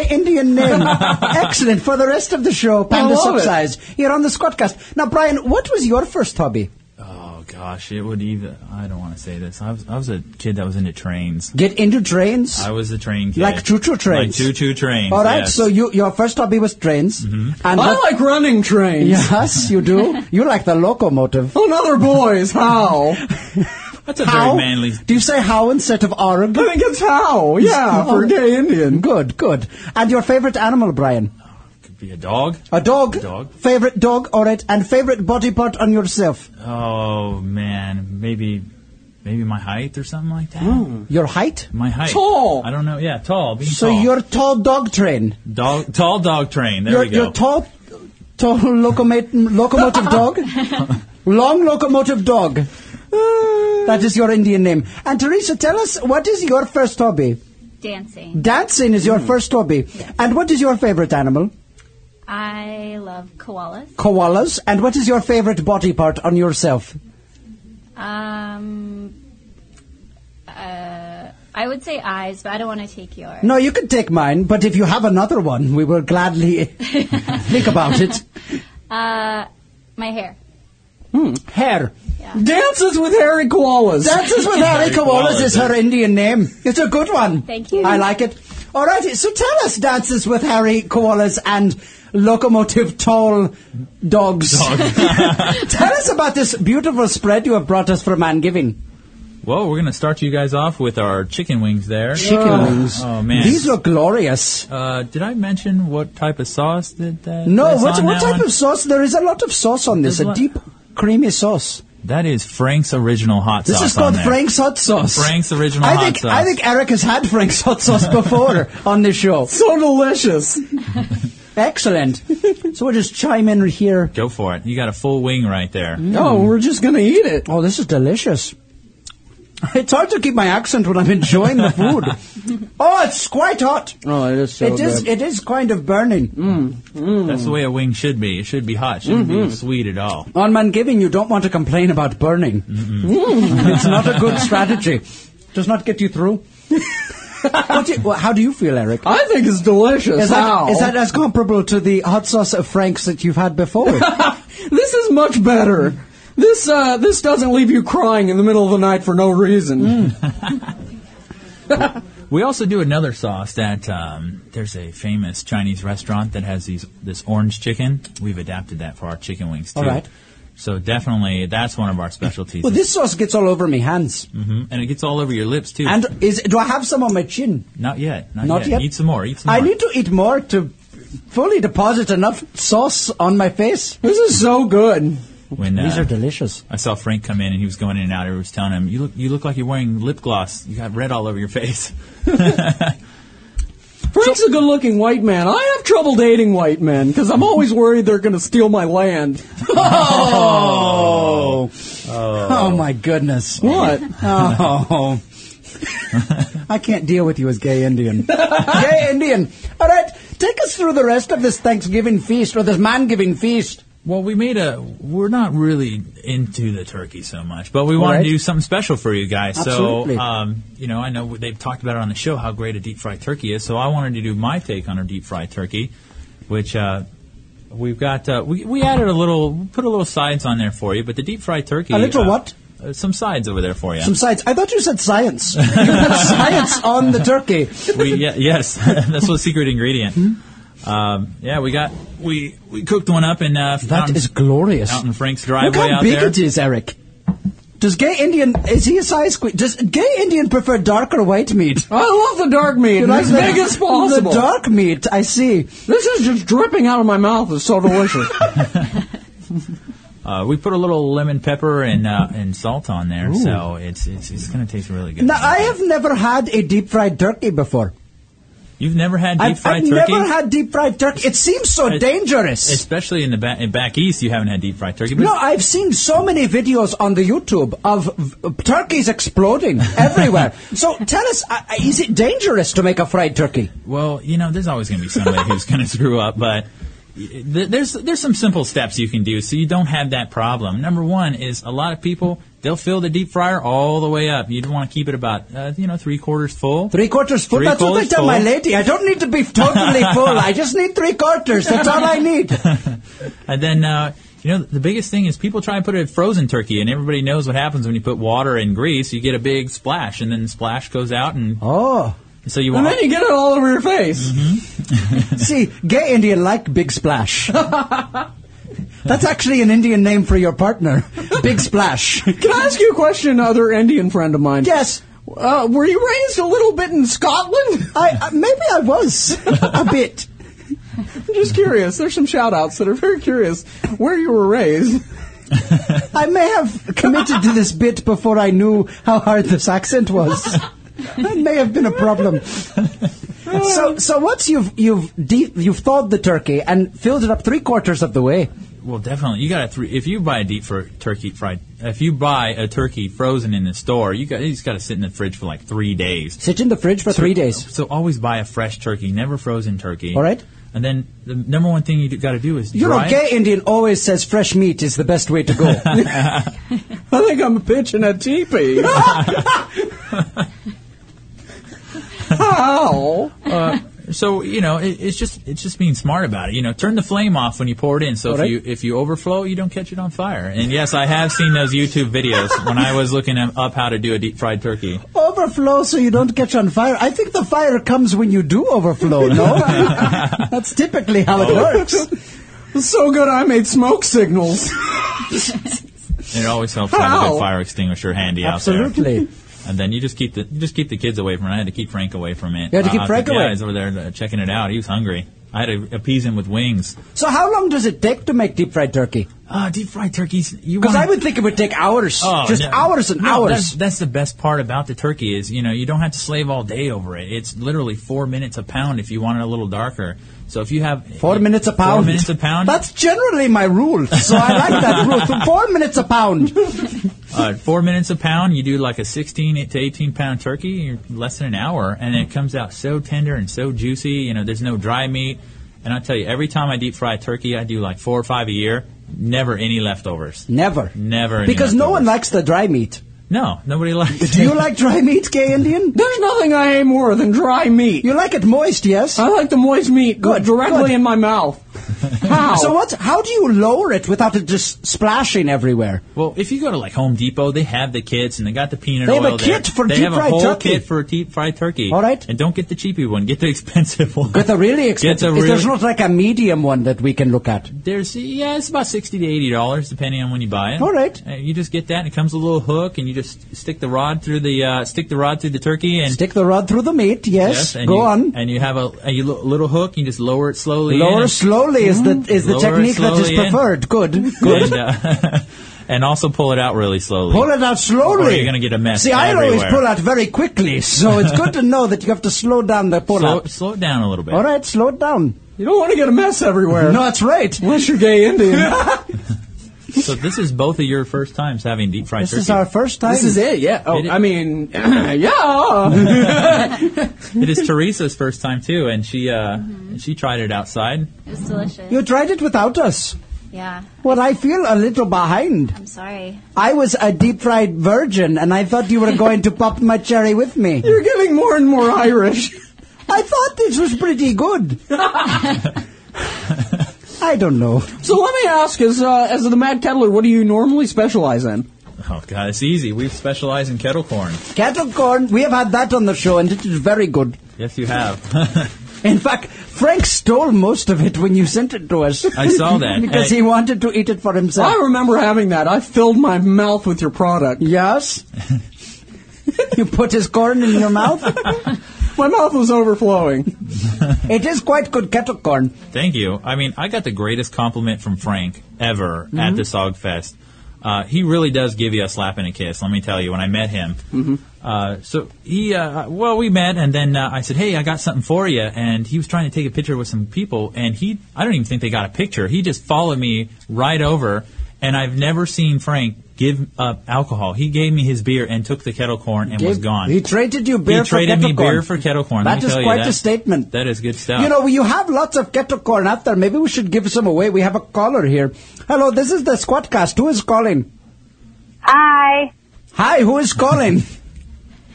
J: Indian name. Excellent. For the rest of the show, Panda
U: love
J: Socks
U: it.
J: Eyes here on the Squadcast. Now, Brian, what was your first hobby?
U: Oh gosh, it would either. I don't want to say this. I was I was a kid that was into trains.
J: Get into trains?
U: I was a train kid.
J: Like choo-choo
U: Like
J: trains.
U: choo choo trains.
J: All right,
U: yes. Mm-hmm.
J: so you, your first hobby was trains. And
A: I
J: what-
A: like running trains.
J: Yes, you do. You like the locomotive.
A: Another boys, how?
U: That's a very
J: How?
U: manly.
J: Do you say how instead of arg?
A: I think it's how, yeah, for gay Indian.
J: Good, good. And your favorite animal, Brian?
U: Could be a dog.
J: A dog?
U: Dog.
J: Favorite dog, all right. And favorite body part on yourself?
U: Oh man, maybe maybe my height or something like that.
J: Your height?
U: My height.
J: Tall.
U: I don't know. Yeah, tall. Being
J: So
U: tall.
J: you're tall dog train.
U: dog tall dog train. There
J: you're,
U: we go.
J: you're tall, tall locomotive, locomotive dog? Long locomotive dog. That is your Indian name. And Teresa, tell us, what is your first hobby?
V: Dancing.
J: Dancing is your
U: Hmm.
J: first hobby. And what is your favorite animal?
V: I love koalas.
J: Koalas. And what is your favorite body part on yourself?
V: Um, uh, I would say eyes, but I don't want to take yours.
J: No, you can take mine, but if you have another one, we will gladly think about it.
V: Uh, my hair.
J: Hair.
A: Hmm. Dances with Harry Koalas.
J: Dances with Harry Koalas is her Indian name. It's a good one.
V: Thank you.
J: I like it. All right, so tell us Dances with Harry Koalas and Locomotive Tall Dogs. tell us about this beautiful spread you have brought us for Man Giving.
U: Well, we're gonna start you guys off with our chicken wings there.
J: Chicken
U: Oh.
J: wings.
U: Oh man,
J: These look glorious.
U: Uh, did I mention what type of sauce did that?
J: No,
U: that's
J: what,
U: on
J: what
U: that
J: type
U: one?
J: of sauce? There is a lot of sauce on this.
U: There's
J: A
U: lot-
J: deep creamy sauce.
U: That is Frank's original hot
J: This
U: sauce.
J: is called
U: on there.
J: Frank's hot sauce.
U: Frank's original
J: I
U: hot
J: think
U: sauce.
J: I think Eric has had Frank's hot sauce before on this show. So delicious. Excellent. So we'll just chime in here.
U: Go for it. You got a full wing right there.
J: we're just gonna eat it. Oh, this is delicious. It's hard to keep my accent when I'm enjoying the food. oh, it's quite hot.
A: Oh, it is so
J: it is. Mm,
A: good.
J: It is kind of burning.
U: That's the way a wing should be. It should be hot. Shouldn't be
J: Mhm.
U: sweet at all.
J: On man giving, you don't want to complain about burning. it's not a good strategy. Does not get you through. What do you- well, how do you feel, Eric?
B: I think it's delicious.
J: Is that-
B: How?
J: is that as comparable to the hot sauce of Frank's that you've had before?
B: This is much better. This uh, this doesn't leave you crying in the middle of the night for no reason.
C: Hmm.
U: We also do another sauce that um, there's a famous Chinese restaurant that has these this orange chicken. We've adapted that for our chicken wings too.
J: All right.
U: So definitely, that's one of our specialties.
J: well, this sauce gets all over my hands.
U: hmm and it gets all over your lips too.
J: And is do I have some on my chin?
U: not yet, not,
J: Not
U: yet.
J: yet?
U: Eat some more. Eat some
J: I
U: more.
J: need to eat more to fully deposit enough sauce on my face. This is so good.
U: When,
J: These
U: uh,
J: are delicious.
U: I saw Frank come in and he was going in and out. Everyone was telling him, "You look, you look like you're wearing lip gloss. You got red all over your face."
B: Frank's a good-looking white man. I have trouble dating white men because I'm always worried they're going to steal my land.
J: Oh. Oh my goodness.
B: What?
J: Oh. I can't deal with you as gay Indian. gay Indian. All right, take us through the rest of this Thanksgiving feast or this man giving feast.
U: Well, we made a. We're not really into the turkey so much, but we want
B: Right.
U: to do something special for you guys.
B: Absolutely.
U: So, um, you know, I know they've talked about it on the show how great a deep fried turkey is. So, I wanted to do my take on a deep fried turkey, which uh, we've got. Uh, we we added a little, put a little sides on there for you. But the deep fried turkey,
J: A little
U: uh,
J: what?
U: uh, Some sides over there for you.
J: Some sides. I thought you said science. You put science on the turkey.
U: we, yeah, yes, that's the secret ingredient.
J: Hmm?
U: Um, yeah, we got we we cooked one up in uh, out,
J: That is glorious.
U: out in Frank's driveway
J: Look how
U: out
J: big
U: there.
J: it is, Eric. Does gay Indian is he a size queen? Does gay Indian prefer dark or white meat?
B: I love the dark meat.
J: You like
B: as
J: the-
B: big as possible.
J: The dark meat. I see.
B: This is just dripping out of my mouth. It's so delicious.
U: Uh, we put a little lemon pepper and uh, and salt on there,
J: Ooh.
U: so it's it's, it's going to taste really good.
J: Now I have never had a deep fried turkey before.
U: You've never had deep
J: I've,
U: fried
J: I've
U: turkey,
J: never had deep fried turkey. It seems so
U: It-
J: dangerous.
U: especially in the ba- in back east. You haven't had deep fried turkey, but
J: No, I've seen so many videos on the YouTube of v- turkeys exploding everywhere. so tell us, uh, uh, is it dangerous to make a fried turkey?
U: well, you know, there's always going to be somebody who's going to screw up, but. y- th- There's there's some simple steps you can do so you don't have that problem. Number one is a lot of people they'll fill the deep fryer all the way up. You'd want to keep it about uh, you know three quarters full.
J: Three quarters full.
U: Three
J: That's what I
U: quarters
J: tell my
U: full.
J: lady. I don't need to be totally full. I just need three quarters. That's all I need.
U: And then, uh, you know, the biggest thing is people try and put a frozen turkey, and everybody knows what happens when you put water in grease. You get a big splash, and then the splash goes out, and
J: oh,
U: so you want.
B: and
U: Mm-hmm.
B: then you get it all over your face.
J: See, gay Indian like Big Splash. That's actually an Indian name for your partner, Big Splash.
B: Can I ask you a question, another Indian friend of mine?
J: Yes.
B: Uh, were you raised a little bit in Scotland?
J: I uh, maybe I was a bit.
B: I'm just curious. There's some shout outs that are very curious where you were raised.
J: I may have committed to this bit before I knew how hard this accent was. That may have been a problem. So, so once you've you've de- you've thawed the turkey and filled it up three quarters of the way,
U: Well, definitely, you got to three. If you buy a deep fr- turkey fried, if you buy a turkey frozen in the store, you got you just got to sit in the fridge for like three days.
J: sit in the fridge for three days.
U: So always buy a fresh turkey, never frozen turkey.
J: All right.
U: And then the number one thing you got to do is
J: You know,
U: dry.
J: gay Indian always says fresh meat is the best way to go.
B: I think I'm pitching a teepee. How?
U: Uh, so you know, it, it's just it's just being smart about it. You know, turn the flame off when you pour it in. So if
B: Alright.
U: you if you overflow, you don't catch it on fire. And yes, I have seen those YouTube videos when I was looking em- up how to do a deep fried turkey.
J: overflow so you don't catch on fire. I think the fire comes when you do overflow, no? That's typically how
U: Oh.
J: it works.
B: So good I made smoke signals.
U: And it always helps to have a
B: Ow.
U: good fire extinguisher handy out there.
J: Absolutely.
U: And then you just keep the you just keep the kids away from it. I had to keep Frank away from it.
J: You had to keep
U: Uh,
J: Frank
U: yeah,
J: away.
U: he's over there uh, checking it out. He was hungry. I had to appease him with wings.
J: So how long does it take to make deep fried turkey?
U: Uh, deep fried turkeys.
J: Because I would think it would take hours, just
U: Oh, no.
J: hours and
U: No, That's,
J: hours.
U: that's the best part about the turkey is you know you don't have to slave all day over it. It's literally four minutes a pound if you want it a little darker. So if you have
J: Four minutes a
U: Four
J: pound.
U: minutes a pound?
J: That's generally my rule, so I like that rule. Four minutes a pound.
U: uh, four minutes a pound, you do like a 16 to 18 pound turkey, you're less than an hour, and it comes out so tender and so juicy. You know, there's no dry meat. And I tell you, every time I deep fry turkey, I do like four or five a year. Never any leftovers.
J: Never.
U: Never. Any
J: Because
U: left-
J: no one likes the dry meat.
U: no, nobody likes.
J: Do you like dry meat, gay Indian?
A: There's nothing I hate more than dry meat.
J: You like it moist, yes?
A: I like the moist meat
J: Good,
A: directly
J: good.
A: in my mouth. How?
J: So what? How do you lower it without it just splashing everywhere?
U: Well, if you go to like Home Depot, they have the kits and they got the peanut
J: They have
U: oil
J: a
U: there.
J: kit for
U: They
J: deep
U: have a
J: fried
U: whole
J: turkey.
U: kit for deep fried turkey.
J: All right.
U: And don't get the cheapy one. Get the expensive one.
J: Get the really
U: Get the
J: expensive. Is
U: really-
J: there's not like a medium one that we can look at?
U: There's yeah, it's about sixty to eighty dollars depending on when you buy it.
J: All right.
U: Uh, you just get that, and it comes with a little hook, and you just stick the rod through the uh, stick the rod through the turkey, and
J: Stick the rod through the meat. Yes.
U: and
J: Go
U: you,
J: on.
U: And you have a, a you lo- little hook, and you just lower it slowly. in
J: Lower
U: and-
J: slowly is the is the
U: Lower
J: technique that is
U: slowly in.
J: preferred. Good. Good.
U: And, uh, and also pull it out really slowly.
J: Pull it out slowly.
U: Or you're gonna get a mess
J: See, I always
U: everywhere.
J: pull out very quickly, so it's good to know that you have to slow down the pull
U: Slow,
J: out.
U: slow it down a little bit.
J: All right, slow it down.
A: You don't want to get a mess everywhere.
J: No, that's right.
A: Unless you're gay Indian.
U: So this is both of your first times having deep fried
J: This
U: turkey.
J: is our first time.
A: This is it, yeah. Oh,
U: It-
A: I mean, yeah.
U: it is Teresa's first time too, and she uh,
J: Mm-hmm.
U: she tried it outside.
V: It was delicious.
J: You tried it without us.
V: Yeah,
J: Well, I feel a little behind.
V: I'm sorry.
J: I was a deep fried virgin, and I thought you were going to pop my cherry with me.
A: You're getting more and more Irish.
J: I thought this was pretty good. I don't know.
A: So let me ask, as uh, as the Mad Kettler, what do you normally specialize in?
U: Oh god, it's easy. We specialize in kettle corn.
J: Cattle corn, we have had that on the show, and it is very good.
U: Yes, you have.
J: In fact, Frank stole most of it when you sent it to us.
U: I saw that.
J: because
U: Hey.
J: he wanted to eat it for himself.
A: I remember having that. I filled my mouth with your product.
J: Yes. you put his corn in your mouth?
A: My mouth was overflowing.
J: it is quite good kettle corn.
U: Thank you. I mean, I got the greatest compliment from Frank ever
J: Mm-hmm.
U: at the Sogfest. Uh, he really does give you a slap and a kiss. Let me tell you, when I met him,
B: Mm-hmm.
U: uh, so he, uh, well, we met, and then uh, I said, "Hey, I got something for you," and he was trying to take a picture with some people, and he, I don't even think they got a picture. He just followed me right over, and I've never seen Frank give up alcohol. He gave me his beer and took the kettle corn and was
J: Gave-
U: gone.
J: He traded you
U: He
J: beer for
U: traded me
J: kettle corn.
U: beer for kettle corn. Let
J: That
U: me
J: is
U: tell you,
J: quite
U: that-
J: a statement.
U: That is good stuff.
J: You know, you have lots of kettle corn out there. Maybe we should give some away. We have a caller here. Hello, this is the Squadcast. Who is calling?
G: Hi,
J: Hi, who is calling?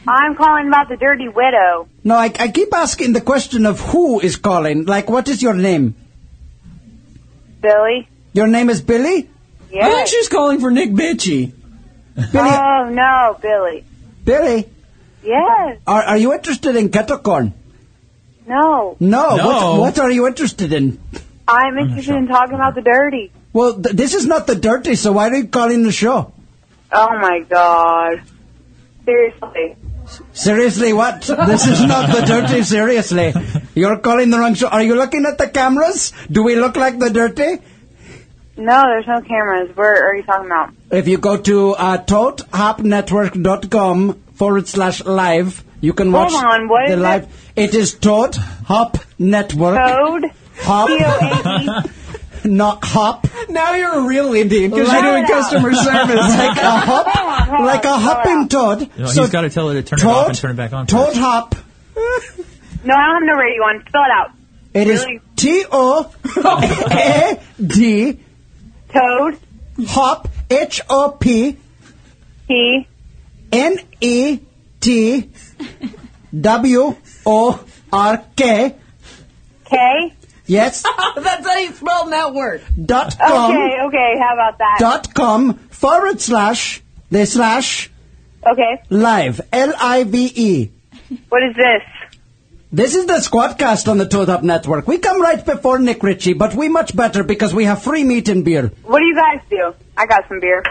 G: I'm calling about the Dirty Widow.
J: no, I, I keep asking the question of who is calling. Like, what is your name?
G: Billy?
J: Your name is Billy?
A: I
G: Yeah.
A: think she's calling for Nick Bitchy.
J: Billy,
G: Oh no, Billy.
J: Billy,
G: Yes.
J: are, are you interested in kettle corn?
G: No.
J: No.
U: No.
J: What, what are you interested in?
G: I'm interested in talking about the dirty.
J: Well, th- this is not the dirty, so why are you calling the show?
G: Oh my god. Seriously.
J: Seriously, what? This is not the dirty, seriously. You're calling the wrong show. Are you looking at the cameras? Do we look like the dirty?
G: No, there's no cameras. Where are you talking about?
J: If you go to uh, totehopnetwork.com forward slash live, you can
G: Hold
J: watch
G: on, what
J: the
G: is
J: live. It is Toad Hop Network.
G: Code?
J: Hop,
G: C-O-A-D?
J: not hop,
A: Now you're a real Indian because you're
G: Loud
A: doing
G: out.
A: customer service.
J: like a hop,
G: Hold on,
J: like a
G: hold
J: hopping
G: on.
J: toad.
U: No,
J: so
U: he's got to tell her to turn it off
J: Toad,
U: and turn it back on.
J: Toad
U: first.
J: Hop.
G: No, I don't have no radio on. Spell it out.
J: It is
G: Really?
J: T O A D
G: Toad,
J: Hop H O P
G: P,
J: N E T W O R K.
G: K.
J: Yes.
O: That's how you spell that word.
J: dot
G: Okay,
J: com
G: okay. How about that?
J: dot com forward slash the slash
G: okay.
J: live L I V E.
G: What is this?
J: This is the Squadcast on the Toad Up Network. We come right before Nick Ritchie, but we much better because we have free meat and beer.
G: What do you guys do? I got some beer.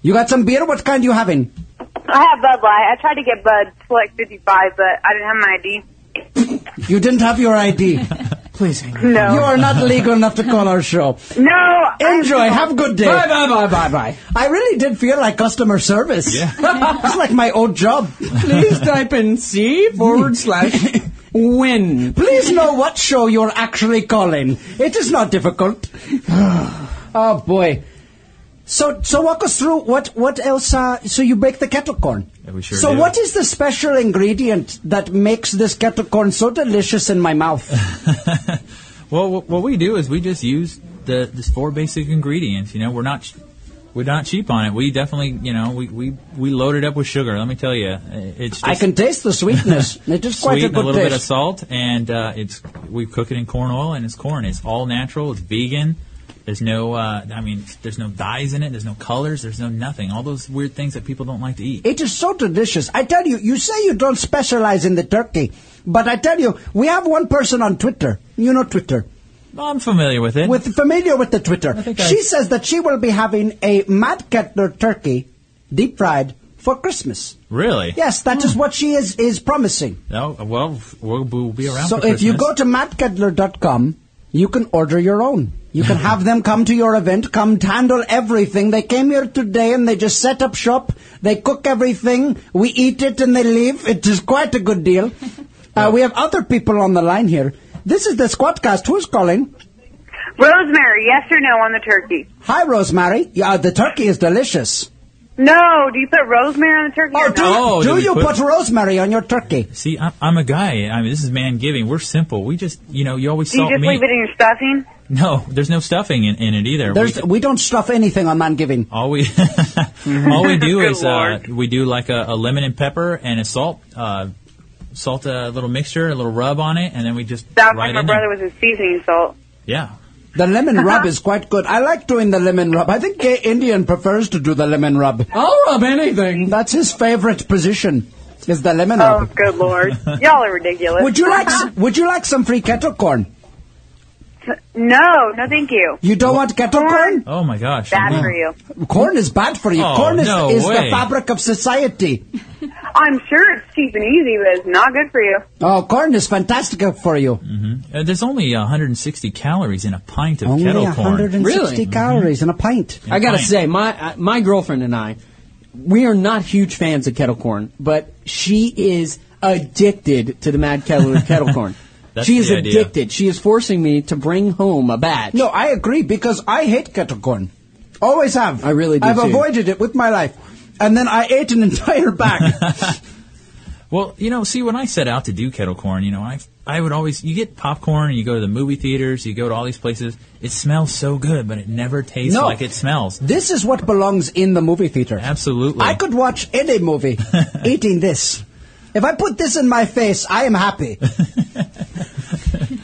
J: You got some beer? What kind you having?
G: I have Bud Light. I tried to get Bud Select 55, but I didn't have my ID.
J: You didn't have your ID. please hang up.
O: No.
J: You are not legal enough to call our show.
O: No.
J: Enjoy. Have a good day.
O: Bye, bye, bye, bye,
A: bye.
J: I really did feel like customer service. Yeah. it's like my old job.
A: Please type in C forward slash win.
J: Please know what show you're actually calling. It is not difficult. oh boy. So so walk us through what what else? Uh, so you bake the kettle corn.
B: Yeah, we sure
J: so
B: do.
J: what is the special ingredient that makes this kettle corn so delicious in my mouth?
U: Well, wh- what we do is we just use the this four basic ingredients. You know, we're not ch- we're not cheap on it. We definitely, you know, we we we load it up with sugar. Let me tell you, it's just
J: I can taste the sweetness. It is quite
U: sweet
J: a
U: and a
J: good
U: little bit of
J: taste.
U: salt, and uh, it's we cook it in corn oil, and it's corn. It's all natural. It's vegan. There's no, uh, I mean, there's no dyes in it. There's no colors. There's no nothing. All those weird things that people don't like to eat.
J: It is so delicious. I tell you, you say you don't specialize in the turkey, but I tell you, we have one person on Twitter. You know Twitter.
U: I'm familiar with it.
J: With familiar with the Twitter. she says that she will be having a Mad Kettler turkey, deep fried, for Christmas.
U: Really?
J: Yes, that is what she is is promising.
U: No. Well, we'll, we'll be around.
J: so
U: for
J: if you
U: Christmas.
J: go to mattkettler.com, you can order your own. You can have them come to your event, come to handle everything. They came here today and they just set up shop. They cook everything. We eat it and they leave. It is quite a good deal. Uh, we have other people on the line here. This is the Squadcast. Who's calling?
G: Rosemary, yes or no on the turkey?
J: Hi, Rosemary. Yeah, the turkey is delicious.
G: No. Do you put rosemary on the turkey? or
J: do,
G: not?
U: Oh,
J: do
U: did we
J: you
U: put-
J: put rosemary on your turkey?
U: See, I'm, I'm a guy. I mean, this is man giving. We're simple. We just, you know, you always
G: Do you
U: salt
G: just
U: me.
G: leave it in your stuffing?
U: No, there's no stuffing in, in it either.
J: There's, we don't stuff anything on man giving.
U: all we all we do is uh, we do like a, a lemon and pepper and a salt uh, salt a little mixture, a little rub on it, and then we just
G: Sounds
U: right
G: like my
U: in
G: brother was his seasoning salt.
U: There. Yeah,
J: The lemon rub is quite good. I like doing the lemon rub. I think gay Indian prefers to do the lemon rub. I'll rub anything. That's his favorite position. Is the lemon
G: Oh,
J: rub?
G: good lord. Y'all are ridiculous.
J: Would you like? s- would you like some free kettle corn?
G: No, no, thank you.
J: You don't want kettle corn?
U: Oh my gosh.
G: Bad for you.
J: Corn is bad for you.
U: Oh,
J: corn is,
U: no
J: is the
U: way.
J: fabric of society.
G: I'm sure it's cheap and easy, but it's not good for you.
J: Oh, corn is fantastic for you.
U: Uh, there's only 160 calories in a pint of
J: Only
U: kettle corn.
J: 160 calories in a pint.
A: I gotta say, my uh, my girlfriend and I, we are not huge fans of kettle corn, but she is addicted to the Mad Kettle kettle corn.
J: That's
A: she is
J: the idea.
A: addicted. She is forcing me to bring home a batch.
J: No, I agree because I hate kettle corn. Always have. I really
A: do
J: I've
A: too.
J: avoided it with my life, and then I ate an entire bag.
U: Well, you know, see, when I set out to do kettle corn, you know, I I would always you get popcorn and you go to the movie theaters, you go to all these places. It smells so good, but it never tastes
J: No.
U: like it smells.
J: This is what belongs in the movie theater.
U: Absolutely.
J: I could watch any movie eating this. If I put this in my face, I am happy.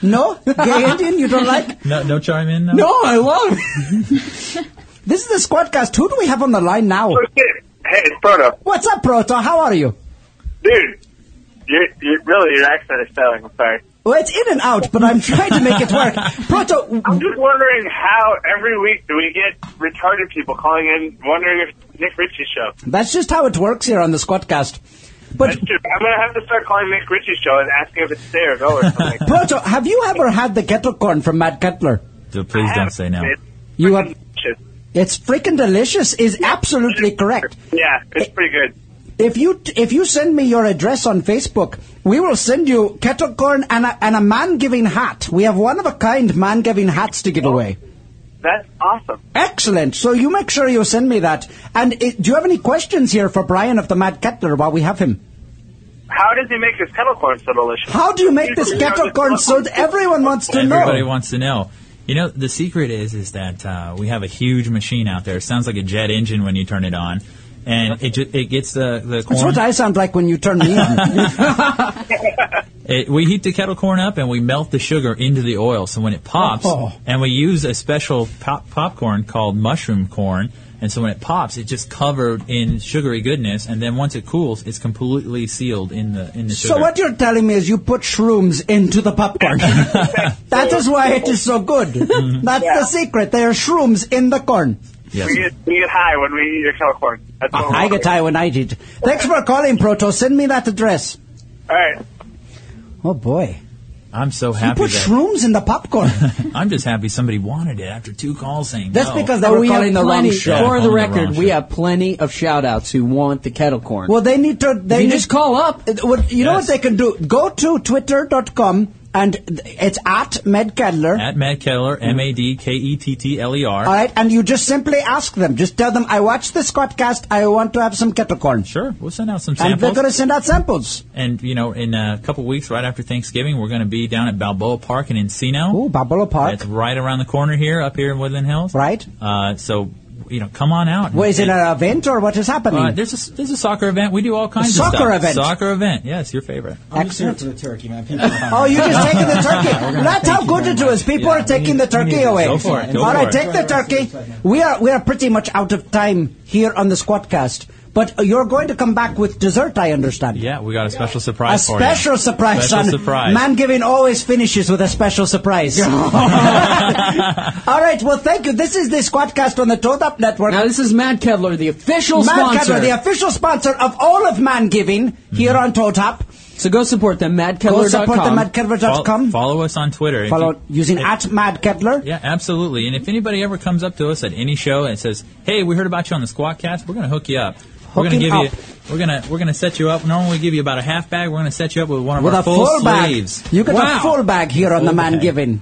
J: no? Gay Indian, you don't like?
U: No, no chime in. No,
J: No, I love it. This is the Squadcast. Who do we have on the line now?
W: Hey, it's Proto.
J: What's up, Proto? How are you?
W: Dude, you, you, really, your accent is failing. I'm sorry.
J: Well, it's in and out, but I'm trying to make it work. Proto,
W: I'm just wondering how every week do we get retarded people calling in wondering if Nick Ritchie's show.
J: that's just how it works here on the Squadcast. But
W: That's true. I'm going to have to start calling Nick Ritchie's show and asking if it's there or go or something.
J: Proto, have you ever had the kettle corn from Matt Cutler?
U: Please don't say no.
W: It's
J: You have.
W: delicious.
J: It's freaking delicious. Is absolutely correct.
W: Yeah, it's pretty good.
J: If you if you send me your address on Facebook, we will send you kettle corn and a, and a man giving hat. We have one of a kind man giving hats to give away.
W: That's awesome.
J: Excellent. So you make sure you send me that. And uh, do you have any questions here for Brian of the Mad Kettler while we have him?
W: How does he make this kettle corn so delicious?
J: How do you make this kettle corn so that everyone wants to know?
U: Everybody wants to know. You know, the secret is is that uh, we have a huge machine out there. It sounds like a jet engine when you turn it on, and it ju- it gets the the
J: That's
U: corn.
J: what I sound like when you turn me on.
U: It, we heat the kettle corn up and we melt the sugar into the oil. So when it pops,
J: Oh.
U: and we use a special pop- popcorn called mushroom corn. And so when it pops, it's just covered in sugary goodness. And then once it cools, it's completely sealed in the in the sugar.
J: So what you're telling me is you put shrooms into the popcorn. that is why it is so good.
U: Mm-hmm.
J: That's the secret. There are shrooms in the corn.
W: We, get, we get high when we eat your kettle corn. That's
U: Oh.
W: what
J: I get high when I eat. it. Thanks for calling, Proto. Send me that address.
W: All right.
J: Oh boy.
U: I'm so
J: You
U: happy.
J: put
U: that-
J: shrooms in the popcorn.
U: I'm just happy somebody wanted it after two calls saying
J: That's
U: no.
J: because they were
A: Oh, we
J: calling
A: have
J: the wrong
A: plenty,
J: show.
A: For
U: Yeah,
A: the
U: calling the
A: record,
U: wrong
A: we have plenty of shout-outs who want the kettle corn.
J: Well, they need to. They
A: you
J: need-
A: just call up.
J: It- what- you know what they can do? Go to twitter.com and th- it's at medkedler.
U: At Matt Kettler, M A D K E T T L E R.
J: All right, and you just simply ask them. Just tell them, I watched the Squadcast. I want to have some kettle corn.
U: Sure, we'll send out some
J: And they're
U: samples.
J: going to send out samples.
U: And you know, in a couple weeks, right after Thanksgiving, we're going to be down at Balboa Park in Encino.
J: Oh, Balboa Park.
U: That's right around the corner here, up here in Woodland Hills.
J: Right.
U: Uh, so you know, come on out.
J: What, is it an event or what is happening?
U: Uh, there's a there's a soccer event. We do all kinds
J: soccer
U: of stuff.
J: event.
U: Soccer event. Yes, your favorite.
J: I'm just here for
X: the turkey, man.
J: Oh, you just taking the turkey.
U: We're gonna
J: That's how good it is. People are taking the turkey away.
U: Go for it, go
J: All
U: for
J: right,
U: it.
J: take the turkey. We are we are pretty much out of time here on the Squadcast. But you're going to come back with dessert, I understand.
U: Yeah, we got a special
J: A
U: surprise for you.
J: special surprise,
U: Special
J: son.
U: surprise.
J: Man giving always finishes with a special surprise. All right, well, thank you. This is the Squadcast on the Toad Up Network. Now,
A: this is Matt Kedler, the official sponsor.
J: Kedler, the official sponsor of all of Man Giving here
U: Mm-hmm.
J: on Toad Up.
A: So go support them, madkedler.com.
J: Go support
U: Fol-
J: them, madkedler.com.
U: Follow us on Twitter. If
J: Follow
U: you-
J: using at Mad Kettler.
U: yeah, absolutely. And if anybody ever comes up to us at any show and says, "Hey, we heard about you on the Squatcast. We're going to hook you up. we're going to
J: Hooking
U: give
J: up.
U: you. We're going to we're going to set you up. Normally we give you about a half bag. We're going to set you up with one of
J: With
U: our
J: a
U: full,
J: full bag.
U: sleeves.
J: You get
U: wow.
J: a full bag here on the
U: Full
J: Man
U: bag.
J: Giving.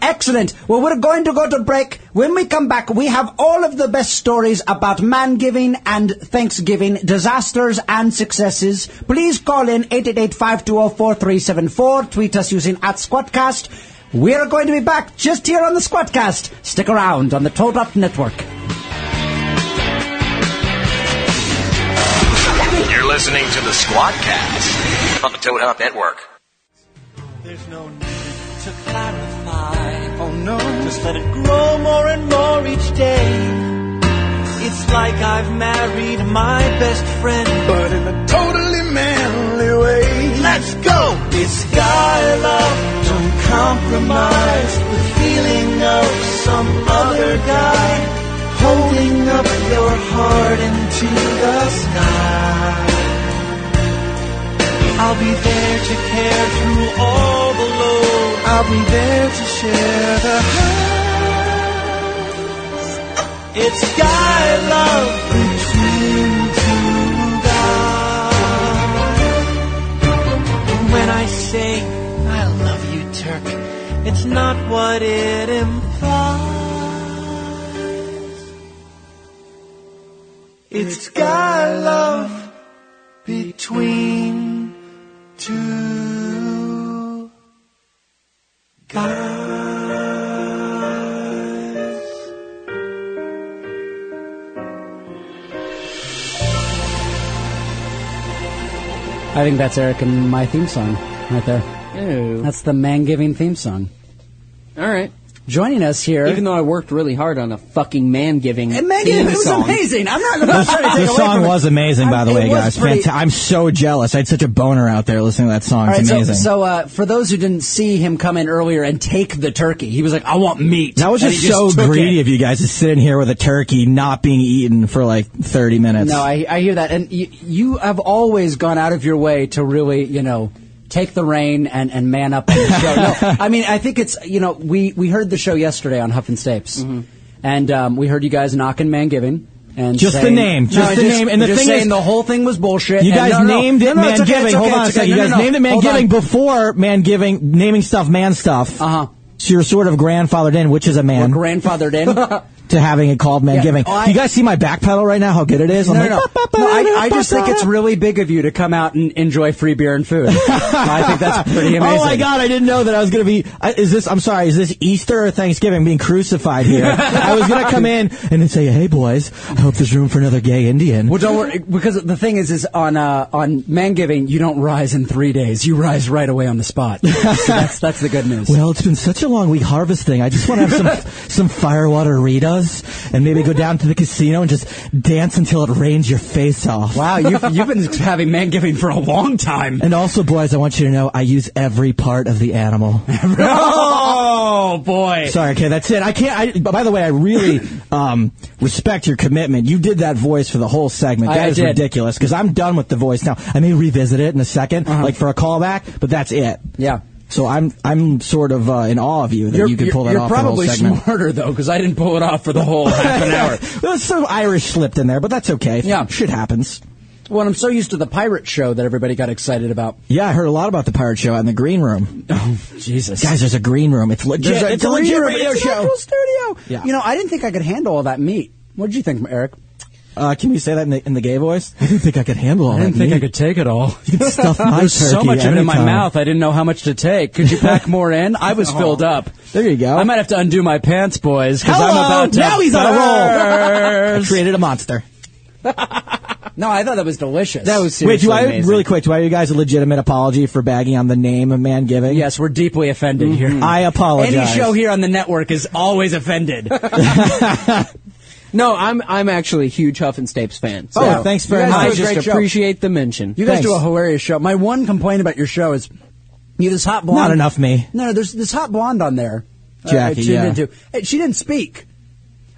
J: Excellent. Well, we're going to go to break. When we come back, we have all of the best stories about man giving and thanksgiving, disasters and successes. Please call in 888-520-4374. Tweet us using at Squadcast. We're going to be back just here on the Squadcast. Stick around on the Toad Up Network.
T: You're listening to the Squadcast on the Toad Hop Network.
B: to clarify. Oh no. Just let it grow more and more each day. It's like I've married my best friend, but in a totally manly way. Let's go! It's guy love, don't compromise the feeling of some other guy holding up your heart into the sky. I'll be there to care through all the low. I'll be there to share the highs. It's guy love between two guys. When I say I love you, Turk, it's not what it implies. It's guy love between two guys.
J: I think that's Eric and my theme song right there.
C: Oh.
J: That's the man giving theme song.
A: All right.
J: Joining us here.
A: Even though I worked really hard on a fucking man giving
J: And man giving
A: theme
J: it was
A: song.
J: amazing. I'm not going to try to take
X: the
J: away
X: song
J: from it.
X: was amazing, by the
J: it
X: way,
J: was
X: guys.
J: pretty-
X: Fanta- I'm so jealous. I had such a boner out there listening to that song.
J: All
X: It's
J: right, so,
X: amazing.
J: so uh, for those who didn't see him come in earlier and take the turkey, he was like, "I want meat."
X: that was
J: And
X: just
J: he
X: so
J: took
X: greedy of you guys to sit in here with a turkey not being eaten for like 30
J: it.
X: minutes.
J: No, I, I hear that, and you, you have always gone out of your way to really, you know, take the reign and, and man up on the show. No, I mean, I think it's you know we we heard the show yesterday on Huff and Stapes,
X: Mm-hmm.
J: and um, we heard you guys knocking man giving. And
X: Just the
J: saying-
X: name,
J: No,
X: just the name, and the
J: just
X: thing
J: saying
X: is-
J: the whole thing was bullshit.
X: You
J: and
X: guys
J: no, no, no.
X: named
J: No,
X: it
J: no,
X: man
J: it's okay,
X: giving.
J: it's
X: Hold
J: okay,
X: on a
J: it's okay.
X: second.
J: No,
X: you guys
J: no, no.
X: named it man
J: Hold on.
X: giving before man giving naming stuff man stuff. Uh huh. So you're sort of grandfathered in, which is a man.
J: Uh-huh. We're grandfathered in.
X: to having it called man
J: Yeah.
X: giving.
J: Oh, I-
X: you guys see my back pedal right now? How good it is?
J: No,
X: I'm
J: no,
X: like,
J: no.
X: "Bop, bop,
J: No,
X: bop,
J: I, I
X: bop,
J: just
X: bop,
J: think it's
X: bop."
J: really big of you to come out and enjoy free beer and food. I think that's pretty amazing.
X: Oh my god! I didn't know that I was gonna be. I- Is this? I'm sorry. Is this Easter or Thanksgiving? Being crucified here. I was gonna come in and then say, "Hey boys, I hope there's room for another gay Indian."
J: Well, don't worry because the thing is, is on uh, on man giving, you don't rise in three days. You rise right away on the spot. So that's that's the good news.
X: Well, it's been such a long week harvesting. I just want to have some some firewater ritas and maybe go down to the casino and just dance until it rains your face off.
J: Wow, you've, you've been having man giving for a long time.
X: And also, boys, I want you to know I use every part of the animal.
J: oh boy!
X: Sorry, okay, that's it. I can't. I, but by the way, I really um, respect your commitment. You did that voice for the whole segment.
J: I-
X: That
J: I
X: is
J: did.
C: Uh-huh.
X: ridiculous because I'm done with the voice now. I may revisit it in a 2nd like for a callback, but that's it.
J: Yeah.
X: So I'm I'm sort of uh, in awe of you that
C: You're,
X: you could
C: you're-
X: pull that
C: you're
X: off.
C: probably
X: the whole segment.
C: smarter though, because I didn't pull it off for the whole half an hour.
X: Well, some Irish slipped in there, but that's okay. Yeah, shit happens.
C: Well, I'm so used to the pirate show that everybody got excited about.
X: Yeah, I heard a lot about the pirate show out in the green room. Oh,
C: Jesus,
X: guys, there's a green room. It's legit.
C: There's a
X: it's a
C: green
X: legit
C: room.
X: radio
C: It's an
X: show.
C: actual studio.
X: Yeah.
C: You know, I didn't think I could handle all that meat. What did you think, Eric?
X: Uh, can we say that in the, in the gay voice? I didn't think I could handle all
C: I didn't
X: that
C: think
X: meat.
C: I could take it all.
X: stuff my
C: There's so
X: turkey
C: much of it in my
X: anytime.
C: mouth. I didn't know how much to take. Could you pack more in? I was filled up.
X: There you go.
C: I might have to undo my pants, boys, because I'm
X: Hello!
C: about to.
X: Now he's on a roll.
C: burst.
X: I created a monster.
C: No, I thought that was delicious. That was
X: Wait, do I really quick? Do I owe you guys a legitimate apology for bagging on the name of man giving? Mm.
C: Yes, we're deeply offended here.
X: I apologize.
C: Any show here on the network is always offended.
A: No, Oh, I'm I'm actually a huge Huff and Stapes fan. So
C: Yeah, thanks very much.
A: I
C: You guys do a
A: just
C: great show.
A: appreciate the mention.
C: You guys do a hilarious show. My one complaint about your show is you have this hot blonde.
X: Not enough me.
C: No, no, there's this hot blonde on there. uh,
X: Jackie,
C: I tuned
X: yeah.
C: into. And She didn't speak.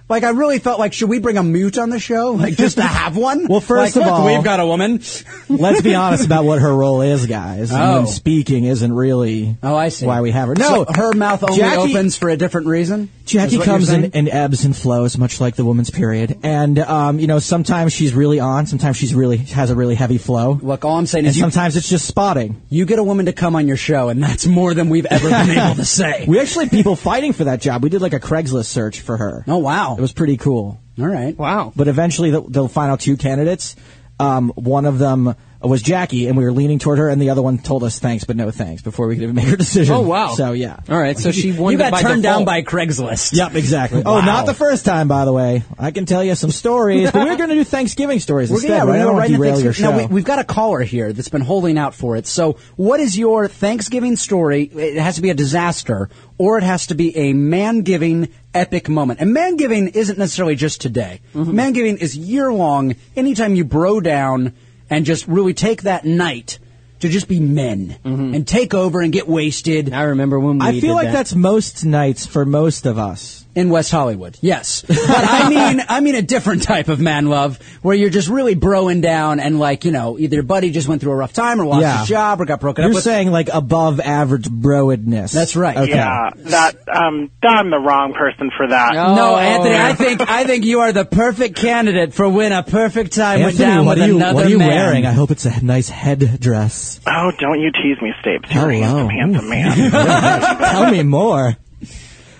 C: Like I really felt like should we bring a mute on the show, like just to have one? well,
X: first
C: like,
X: of
C: look,
X: all-
C: we've got a woman.
X: Let's be honest about what her role is, guys.
C: Oh.
X: And speaking isn't really
C: Oh, I see.
X: why we have her. No,
C: So her mouth only
X: Jackie-
C: opens for a different reason.
X: Jackie
C: is what you're
X: comes
C: saying?
X: in and ebbs and flows, much like the woman's period. And um, you know, sometimes she's really on, sometimes she's really has a really heavy flow.
C: Look, all I'm saying
X: and
C: is you-
X: sometimes it's just spotting.
C: You get a woman to come on your show, and that's more than we've ever been able to say.
X: We actually had people fighting for that job. We did like a Craigslist search for her.
C: Oh wow,
X: it was pretty cool.
C: All right,
X: wow. But eventually, the, the final two candidates, um, one of them was Jackie, and we were leaning toward her, and the other one told us thanks but no thanks before we could even make her decision.
A: Oh, wow.
X: So yeah,
A: All right, so she won
C: You got
A: by
C: turned down
A: default.
C: by Craigslist.
X: Yep, exactly.
C: Wow.
X: Oh, not the first time, by the way. I can tell you some stories, but we're going to do Thanksgiving stories
C: We're,
X: instead.
C: yeah, we're
X: right? I
C: gonna
X: don't
C: go
X: wanna
C: right into
X: derail your
C: Thanksgiving.
X: show.
C: Now, we, we've got a caller here that's been holding out for it. So, what is your Thanksgiving story? It has to be a disaster, or it has to be a man giving epic moment. And man giving isn't necessarily just today.
X: Mm-hmm.
C: Man giving is year long. Anytime you bro down and just really take that night to just be men and take over and get wasted. I
A: remember when
X: Mm-hmm. I feel like that's most nights for most of us.
C: in West Hollywood. Yes, but I mean, I mean a different type of man love where you're just really broing down and like you know either your buddy just went through a rough time or lost
X: Yeah.
C: his job or got broken
X: You're
C: up with.
X: saying like above average broedness. That's right. Okay.
K: Yeah, that um, I'm the wrong person for that.
X: oh.
C: No, Anthony, I think I think you are the perfect candidate for when a perfect time went
X: Anthony,
C: down
X: what
C: with
X: are you,
C: another
X: what are you
C: man.
X: wearing? I hope it's a nice headdress.
K: Oh, don't you tease me, Stapes. You're a
X: Hello.
K: handsome, handsome man.
X: Tell me more.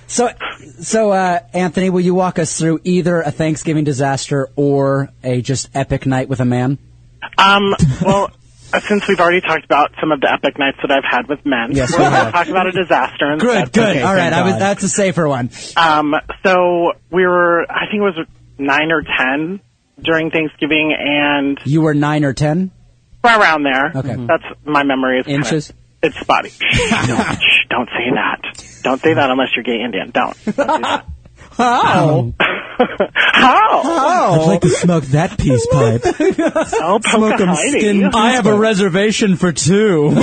C: So, so uh, Anthony, will you walk us through either a Thanksgiving disaster or a just epic night with a man?
K: Um, well, uh, since we've already talked about some of the epic nights that I've had with men,
C: Yes,
K: we're
C: we
K: gonna
C: have.
K: talk about a disaster.
C: Good,
K: instead.
C: good. All right, I was, that's a safer one.
K: Um, so we were, I think it was nine or ten during Thanksgiving, and
C: You were nine or ten.
K: right around there. Mm-hmm.
C: Okay. Mhm.
K: that's my memory is kinda-
C: Inches?
K: it's spotty. Shh, don't, shh, don't say that. Don't say that unless you're gay Indian. Don't.
C: Oh,
X: How?
K: How?
X: I'd like to smoke that peace pipe.
K: Oh,
X: Smoke 'em
K: Pocahontas.
X: skin
C: I have a reservation for two.
K: um,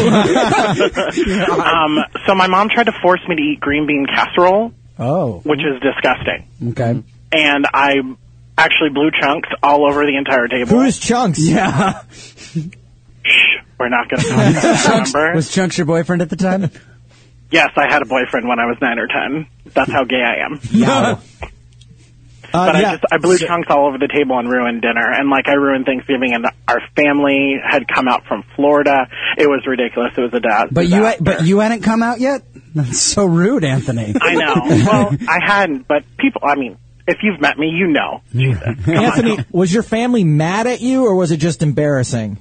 K: so my mom tried to force me to eat green bean casserole,
X: Oh.
K: which is disgusting.
C: Okay.
K: And I actually blew chunks all over the entire table.
X: Who's chunks?
C: Yeah.
K: We're not going to talk about that number.
C: Was Chunks your boyfriend at the time?
K: Yes, I had a boyfriend when I was nine or ten. That's how gay I am.
C: Uh,
X: Yeah.
K: but
X: yeah.
K: I just I blew chunks all over the table and ruined dinner, and like I ruined Thanksgiving, and our family had come out from Florida. It was ridiculous. It was a da-
C: But you,
K: disaster.
C: but you hadn't come out yet. That's so rude, Anthony.
K: I know. Well, I hadn't, but people. I mean, if you've met me, you know.
X: Anthony, was your family mad at you or was it just embarrassing?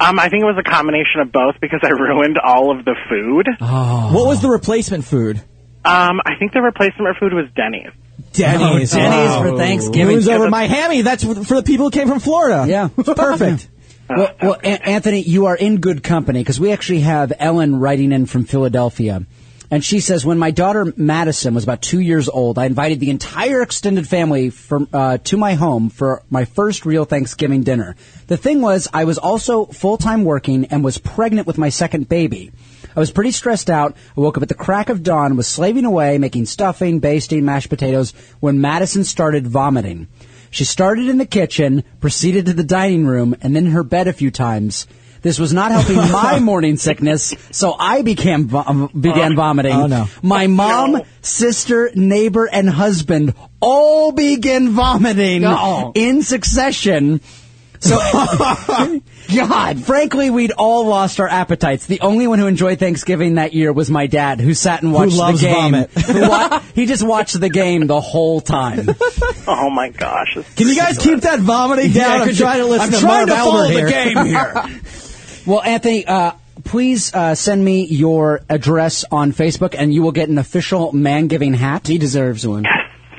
K: Um, I think it was a combination of both because I ruined all of the food.
X: What was the replacement food?
K: Um, I think the replacement food was Denny's.
X: Denny's.
K: Oh, Denny's
X: Wow.
K: for Thanksgiving.
X: Moves over my hammy. That's for the people who came from Florida.
C: Yeah.
X: Perfect.
C: Well, well An- Anthony, you are in good company because we actually have Ellen writing in from Philadelphia. And she says, when my daughter Madison was about two years old, I invited the entire extended family from, uh, to my home for my first real Thanksgiving dinner. The thing was, I was also full-time working and was pregnant with my second baby. I was pretty stressed out. I woke up at the crack of dawn, was slaving away, making stuffing, basting, mashed potatoes, when Madison started vomiting. She started in the kitchen, proceeded to the dining room, and then her bed a few times. This was not helping my morning sickness, so I became vom- began vomiting.
X: Oh, no.
C: My mom, sister, neighbor, and husband all began vomiting
B: No.
C: in succession. So, God, frankly, we'd all lost our appetites. The only one who enjoyed Thanksgiving that year was my dad, who sat and
X: Who
C: watched
X: loves
C: the game.
X: vomit.
C: Who wa- he just watched the game the whole time.
K: Oh my gosh!
X: Can you guys keep that vomiting
C: Yeah,
X: down?
C: could
X: I'm
C: you-
X: trying to listen
C: I'm
X: to
C: trying
X: Marv
C: to follow
X: Albert
C: the
X: here.
C: game here. Well, Anthony, uh, please uh, send me your address on Facebook, and you will get an official man giving hat. He deserves one.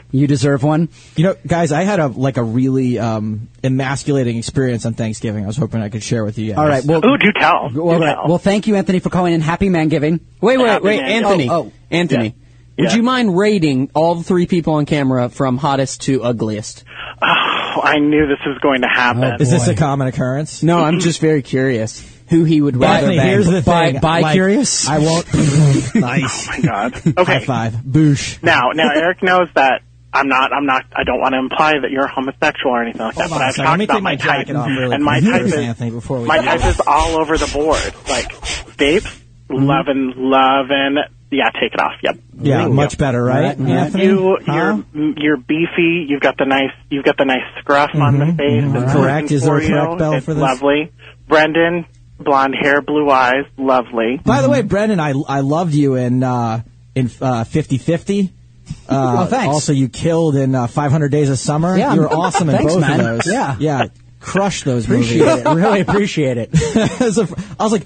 C: You deserve one.
X: You know, guys, I had a like a really um, emasculating experience on Thanksgiving. I was hoping I could share with you guys.
C: All right. Well,
K: tell.
C: Well, right. well, thank you, Anthony, for calling in. Happy man giving.
A: Wait, wait, wait, Anthony.
C: Oh, oh.
A: Anthony. Would you mind rating all the three people on camera from hottest to ugliest?
K: Oh, I knew this was going to happen.
A: Is this
X: Oh, a common occurrence?
A: No, I'm just very curious who he would rather
X: Anthony,
A: bang.
X: here's the
A: Bi-
X: thing.
A: bi-
X: Like,
A: curious?
X: I won't. nice.
K: Oh my god. Okay.
X: High five. Boosh.
K: Now, now Eric knows that I'm not. I'm not. I don't want to imply that you're homosexual or anything like that.
X: Hold on
K: but
X: a
K: I've
X: second.
K: talked
X: Let me
K: about
X: take
K: my
X: my
K: type,
X: jacket off really
K: and my
X: quick
K: type is
X: first, Anthony, before we
K: my
X: go.
K: type is all over the board. Like vapes, loving, loving. Yeah, take it off. Yep.
X: Yeah,
K: Yep.
X: much better, right? Anthony?
K: You,
X: Huh?
K: you're, you're beefy. You've got the nice, you've got the nice scruff on the
X: Mhm,
K: face.
X: mhm.
K: It's
X: Correct.
K: working
X: Is there a
K: for you.
X: correct bell
K: it's
X: for this?
K: Lovely. Brendan, blonde hair, blue eyes, lovely.
X: By the way, Brendan, I I loved you in uh, in uh, 50-50. Uh,
K: Oh, thanks.
X: Also, you killed in uh, 500 Days of Summer.
C: Yeah,
X: you were
C: I'm-
X: awesome in
C: thanks,
X: both
C: man.
X: of those.
C: Yeah.
X: yeah, crushed those
C: Appreciate
X: movies.
C: it. Really appreciate it.
X: As a fr- I was like,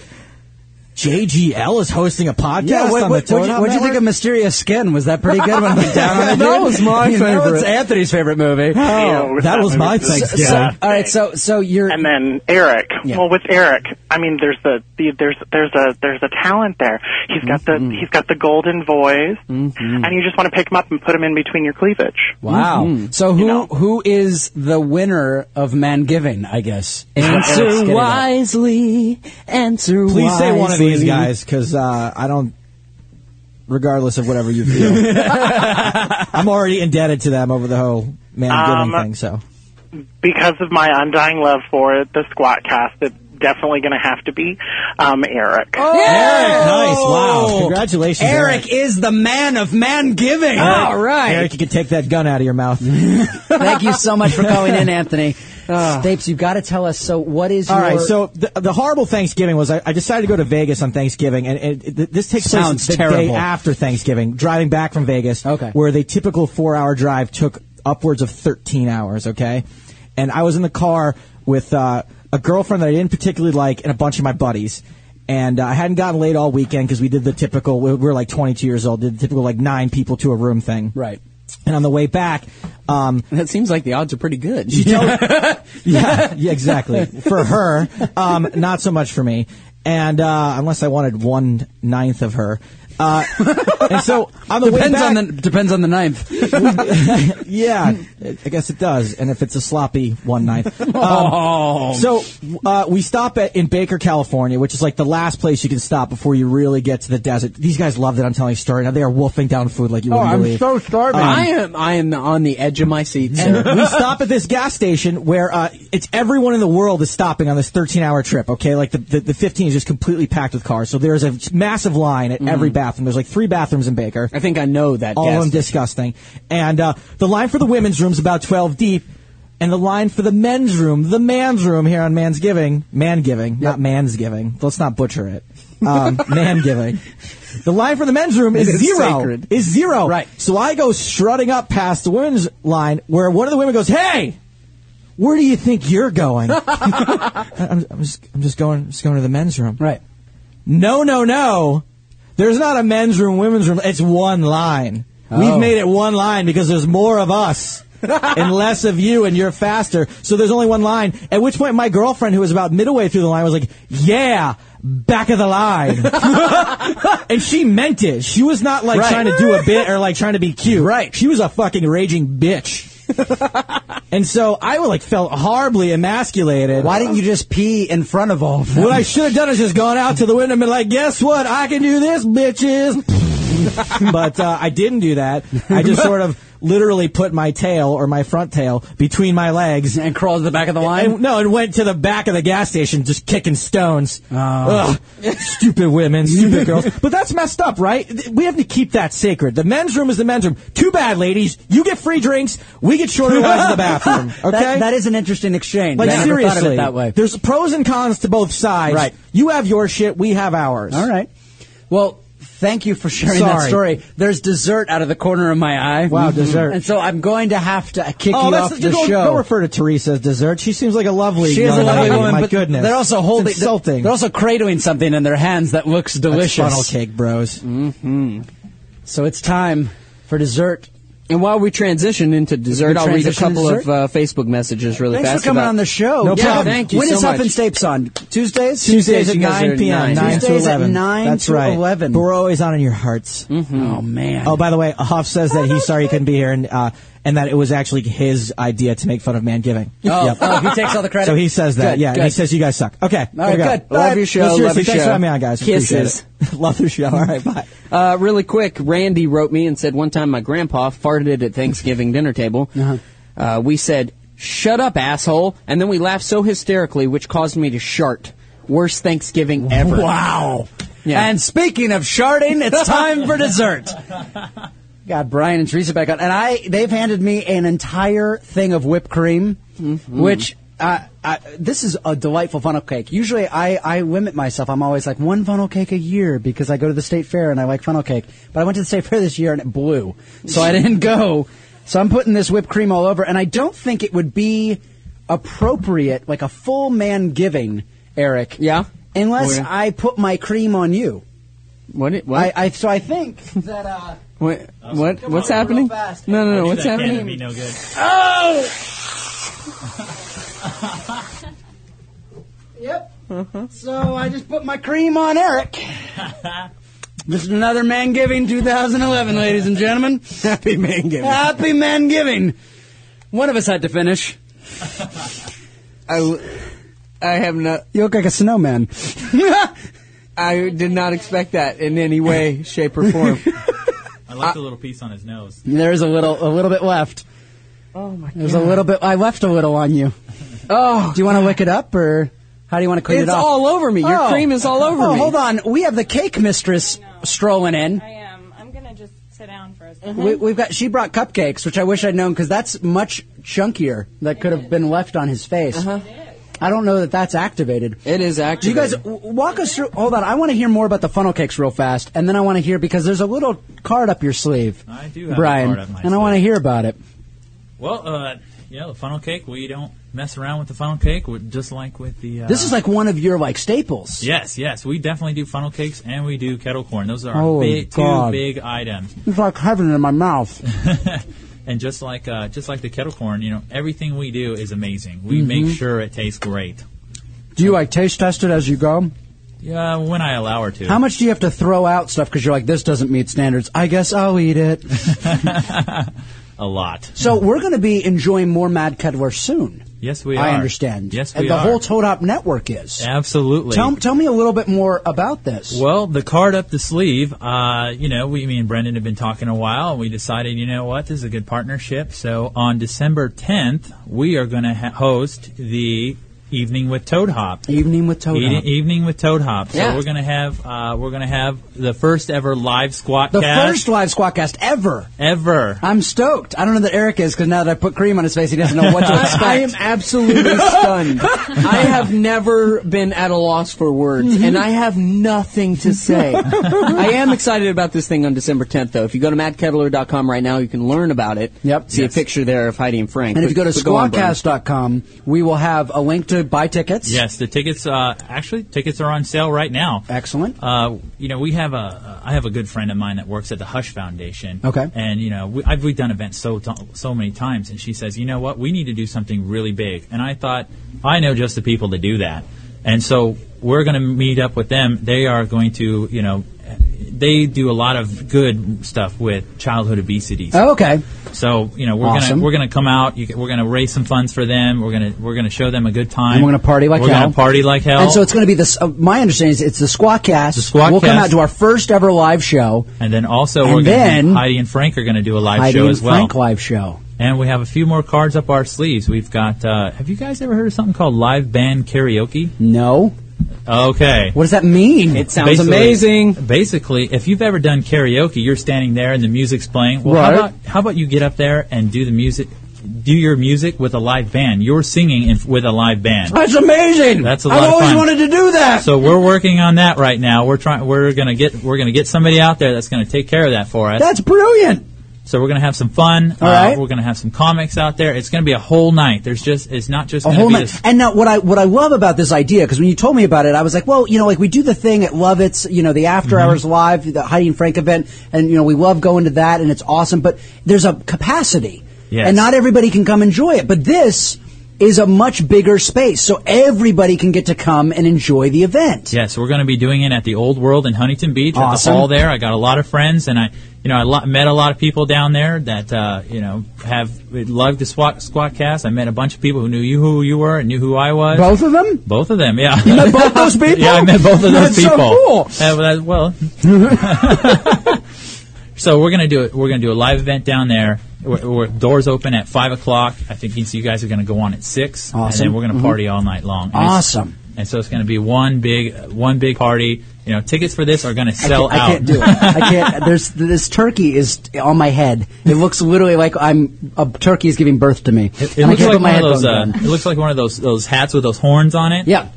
X: JGL is hosting a podcast
C: Yeah, what,
X: on
C: what,
X: the
C: what'd you-
X: Toad
C: what'd you think of Mysterious Skin? Was that pretty good when I went down on it?
X: That
C: dude?
X: was my
C: You know,
X: favorite.
C: it's Anthony's favorite movie.
X: Oh, Ew, that that was my movie's
C: So-
X: Thanksgiving.
C: so-
X: Yeah.
C: all right, so so you're
K: and then Eric. Well, with Eric, I mean, there's the, the there's there's a there's a talent there. He's got
X: Mm-hmm.
K: the he's got the golden voice, and you just want to pick him up and put him in between your cleavage.
C: wow.
X: Mm-hmm.
C: So who who is the winner of man giving? I guess. is what Eric's getting
A: Answer
C: at.
A: wisely. Answer wisely.
X: Please say one of these guys because uh, I don't. Regardless of whatever you feel, I'm already indebted to them over the whole man giving
K: Um,
X: thing. So
K: Because of my undying love for the squat cast, it's definitely going to have to be um, Eric.
X: Eric, nice, wow, congratulations,
C: Eric, is the man of man giving. All right.
X: Eric, you can take that gun out of your mouth.
C: Thank you so much for calling in, Anthony. Stapes, you've got to tell us. So, what is
X: Ah. All
C: your?
X: right, so the, the horrible Thanksgiving was I, I decided to go to Vegas on Thanksgiving, and, and it- th- this takes
C: Sounds
X: place the day
C: terrible.
X: after Thanksgiving. Driving back from Vegas, okay, where the typical four-hour drive took upwards of thirteen hours, okay, and I was in the car with uh, a girlfriend that I didn't particularly like and a bunch of my buddies. And uh, I hadn't gotten laid all weekend because we did the typical. We we were like 22 years old. Did the typical like nine people to a room thing.
C: Right.
X: And on the way back, um,
A: that seems like the odds are pretty good.
X: yeah, yeah, exactly. For her, um, not so much for me. And uh, unless I wanted one ninth of her, uh, and so on the way
C: depends
X: back,
C: on the depends on the ninth.
X: yeah, I guess it does. And if it's a sloppy one ninth, um,
C: Oh.
X: so uh, we stop at in Baker, California, which is like the last place you can stop before you really get to the desert. These guys love that I'm telling a story. Now they are wolfing down food
A: Oh,
X: like you wouldn't believe. Um,
A: I am. I am on the edge of my seat.
X: And
A: sir.
X: we stop at this gas station where uh, it's everyone in the world is stopping on this 13 hour trip, okay? Like the, the, the 15 is just completely packed with cars. So there's a massive line at every bathroom. There's like three bathrooms in Baker. I
A: think Mm-hmm. I know that.
X: All
A: gas
X: of them disgusting. And uh, the line for the women's room is about 12 deep. And the line for the men's room, the man's room here on Man's Giving, Man Giving, not Man's Giving. Let's not butcher it. Um, man Giving. The line for the men's room
A: It
X: is,
A: is
X: zero.
A: sacred.
X: Is zero. Right. So I go strutting up past the women's line where one of the women goes, "Hey, where do you think you're going?" I- I'm, I'm just, I'm just going, just going to the men's room.
C: Right.
X: No, no, no. There's not a men's room, women's room. It's one line.
B: Oh.
X: We've made it one line because there's more of us and less of you, and you're faster. So there's only one line. At which point, my girlfriend, who was about midway through the line, was like, "Yeah." Back of the line, and she meant it. She was not like
B: Right.
X: trying to do a bit or like trying to be cute. Right. She was a fucking raging bitch. and so I like felt horribly emasculated. Why
C: didn't you just pee in front of all? Of
X: What I should have done is just gone out to the window and been like, "Guess what? I can do this, bitches." but uh, I didn't do that. I just sort of literally put my tail or my front tail between my legs
C: and crawled to the back of the line.
X: no, and went to the back of the gas station just kicking stones.
C: Oh.
X: Ugh, stupid women, stupid girls. But that's messed up, right? Th- We have to keep that sacred. The men's room is the men's room. Too bad, ladies. You get free drinks. We get shorter lines in the bathroom. Okay,
C: That- that is an interesting exchange.
X: Like
C: I never
X: seriously,
C: thought of it that way.
X: There's pros and cons to both sides.
C: Right.
X: You have your shit. We have ours.
C: All right. Well, thank you for sharing that
X: Sorry.
C: story. There's dessert out of the corner of my eye. Mm-hmm.
X: Wow, dessert.
C: And so I'm going to have to kick
X: oh,
C: you
X: that's
C: off the
X: don't,
C: show.
X: don't refer to Teresa as dessert. She seems like a lovely.
C: She is a
X: young
C: lovely
X: lady,
C: woman,
X: My
C: but
X: goodness,
C: they're also holding
X: It's insulting.
C: They're also cradling something in their hands that looks delicious.
X: funnel cake, bros.
C: hmm So it's time for dessert.
A: And while we transition into
C: We
A: dessert, I'll read a
C: transition to
A: couple of
C: dessert?
A: uh, Facebook messages really
C: Thanks for
A: fast.
C: coming
A: about-
C: on the show.
A: No
C: Yeah,
A: problem.
C: thank you
A: When
C: so
A: is
C: much.
A: Huff and
C: Stapes on? Tuesdays?
X: Tuesdays at
C: You guys are
X: 9 p.m. 9,
C: Tuesdays
X: to 11.
C: At 9
X: That's
C: to
X: right.
C: 11.
X: But we're always on in your hearts.
C: Oh, man.
X: Oh, by the way, Hoff says that he's sorry he couldn't be here and uh, and that it was actually his idea to make fun of man giving.
C: Oh, oh, he takes all the credit?
X: So he says that.
C: Good,
X: yeah, and he
C: good.
X: says you guys suck. Okay.
C: All right,
X: there we
C: good.
X: go.
C: Love
X: But-
C: your show,
X: but seriously,
A: love your
X: Thanks for
A: show.
X: having me on, guys.
A: Kisses.
X: Appreciate it. love the show. All right, bye.
A: Uh, really quick, Randy wrote me and said one time my grandpa farted at Thanksgiving dinner table.
C: Uh-huh.
A: uh we said, "Shut up, asshole!" and then we laughed so hysterically, which caused me to shart. Worst Thanksgiving ever.
C: Wow.
A: Yeah.
C: And speaking of sharding, it's time for dessert. Got Brian and Teresa back on, and I they've handed me an entire thing of whipped cream,
A: Mm-hmm.
C: which. Uh, I, this is a delightful funnel cake. Usually, I, I limit myself. I'm always like one funnel cake a year because I go to the state fair and I like funnel cake. But I went to the state fair this year and it blew, so I didn't go. So I'm putting this whipped cream all over, and I don't think it would be appropriate, like a full man giving, Eric. Yeah. Unless
A: Oh, yeah.
C: I put my cream on you.
A: What? it- what?
C: I, I so I think that. Uh,
A: What? What?
C: Come
A: What's
C: on, real
A: happening?
C: fast.
A: No, no, no.
C: Don't do
A: What's
C: that,
A: happening?
C: Ken, it'd be
U: no good.
B: Oh!
C: Yep. So I just put my cream on Eric. This is another Man Giving 2011, ladies and gentlemen. Happy Man Giving. Happy Man Giving. One of us had to finish.
A: I, I have not.
C: You look like a snowman.
A: I did not expect that in any way, shape, or form.
U: I
J: Uh,
U: left a little piece on his nose.
C: There's a little, a little bit left.
A: oh my
C: There's a little bit. I left a little on you. Oh. Do you want to lick it up or how do you want to clean
A: It's
C: it off?
A: all over me. Your cream is all over
C: oh,
A: me.
C: Hold on. We have the cake mistress strolling in.
H: Sit down for a
C: We, we've got. She brought cupcakes, which I wish I'd known because that's much chunkier. That could have been left on his face. I don't know that that's activated.
A: Uh-huh. It is
C: You guys,
A: activated.
C: w- walk us through. Hold on, I want to hear more about the funnel cakes real fast, and then I want to hear because there's a little card up your sleeve,
U: I do have a
C: Brian,
U: card up my
C: and I want to hear about it.
U: Well, uh, you know, the funnel cake. We don't mess around with the funnel cake. we just like with the. Uh,
C: This is like one of your like staples.
U: Yes, yes, we definitely do funnel cakes and we do kettle corn. Those are our
C: Oh,
U: big,
C: God.
U: two big items.
C: It's like heaven in my mouth.
U: And just like uh, just like the kettle corn, you know, everything we do is amazing. We make
C: Mhm.
U: sure it tastes great.
C: Do you like taste test it as you go?
U: Yeah, when I allow her to.
C: How much do you have to throw out stuff because you're like this doesn't meet standards? I guess I'll eat it.
U: A lot.
C: so we're going to be enjoying more Mad Cuddler soon.
U: Yes, we are.
C: I understand.
U: Yes,
C: and
U: we
C: the
U: are.
C: whole Toad Hop network is.
U: Absolutely.
C: Tell, tell me a little bit more about this.
U: Well, the card up the sleeve, uh, you know, we, me and Brendan have been talking a while, and we decided, you know what, this is a good partnership. So on December 10th, we are going to ha- host the Evening with Toad Hop.
C: Evening with Toad
U: Eat-
C: Hop.
U: Evening with Toad Hop. So
C: Yeah.
U: we're gonna have uh, we're gonna have the first ever live squat
C: The
U: cast
C: first live squadcast ever.
U: ever.
C: I'm stoked. I don't know that Eric is because now that I put cream on his face, he doesn't know what to
A: I-
C: expect.
A: I am absolutely stunned. I have never been at a loss for words, and I have nothing to say. I am excited about this thing on December 10th, though. If you go to mattkettler.com right now, you can learn about it. Yep. See a picture there of Heidi and Frank.
C: And if you go to
A: But- but on, Brian.
C: squadcast.com, we will have a link to buy tickets.
U: Yes, the tickets. Uh, actually, tickets are on sale right now.
C: Excellent.
U: Uh, you know, we have a. I have a good friend of mine that works at the Hush Foundation.
C: Okay.
U: And you know, we, I've, we've done events so to- so many times, and she says, you know what, we need to do something really big. And I thought, I know just the people to do that. And so we're going to meet up with them. They are going to, you know, they do a lot of good stuff with childhood obesity.
C: Oh, okay.
U: So you know we're
C: Awesome.
U: gonna we're gonna come out. You, ca- we're gonna raise some funds for them. We're gonna we're gonna show them a good time.
C: And we're gonna party like
U: we're
C: hell.
U: Gonna party like hell.
C: And so it's going to be this. Uh, my understanding is it's the Squat Cast. The
U: Squawk
C: We'll come
U: Cast.
C: out to our first ever live show.
U: And then also
C: And
U: we're gonna
C: then-
U: do, Heidi and Frank are gonna do a live
C: Heidi
U: show
C: and
U: as well.
C: Frank live show.
U: And we have a few more cards up our sleeves. We've got. Uh, have you guys ever heard of something called live band karaoke?
C: No.
U: Okay.
C: What does that mean? It
U: Basically- Basically, if you've ever done karaoke, you're standing there and the music's playing. Well,
C: Right.
U: how about how about you get up there and do the music, do your music with a live band? You're singing in, with a live band.
C: That's amazing.
U: That's a
C: I've
U: lot of
C: always
U: fun.
C: wanted to do that.
U: So we're working on that right now. We're trying. We're gonna get. We're gonna get somebody out there that's gonna take care of that for us.
C: That's brilliant.
U: so we're gonna have some fun.
C: All
U: uh,
C: right.
U: We're gonna have some comics out there. It's gonna be a whole night. There's just. It's not just
C: A
U: gonna
C: whole
U: be
C: night.
U: this
C: And now, what I what I love about this idea, because when you told me about it, I was like, well, you know, like we do the thing at Love It's, you know, the after
U: Mhm.
C: hours live, the Heidi and Frank event, and you know, we love going to that, and it's awesome. But there's a capacity,
B: Yes.
C: and not everybody can come enjoy it. But this is a much bigger space, so everybody can get to come and enjoy the event.
U: Yes, we're going to be doing it at the Old World in Huntington Beach
C: Awesome.
U: at the hall there. I got a lot of friends, and I, you know, I lo- met a lot of people down there that uh, you know have loved the squat squat cast. I met a bunch of people who knew you who you were and knew who I was.
C: Both of them.
U: Both of them, yeah.
C: You met both those people?
U: yeah, I met both of those
C: That's so
U: people.
C: cool.
U: Yeah, well, that- well, so we're gonna do it. We're gonna do a live event down there. We're, we're, doors open at five o'clock. I think you, so you guys are gonna go on at six, and
C: Awesome.
U: then we're gonna
C: Mhm.
U: party all night long. And it's-
C: Awesome.
U: And so it's gonna be one big, one big party. You know, tickets for this are gonna
C: I
U: sell
C: can't-
U: out.
C: I can't do it. I can't. There's this turkey is on my head. It looks literally like I'm a turkey is giving birth to me.
U: It,
C: And
U: it
C: I
U: looks
C: can't
U: like
C: put
U: one of
C: my
U: those. Uh,
C: headphones
U: it looks like one of those those hats with those horns on it.
C: Yeah.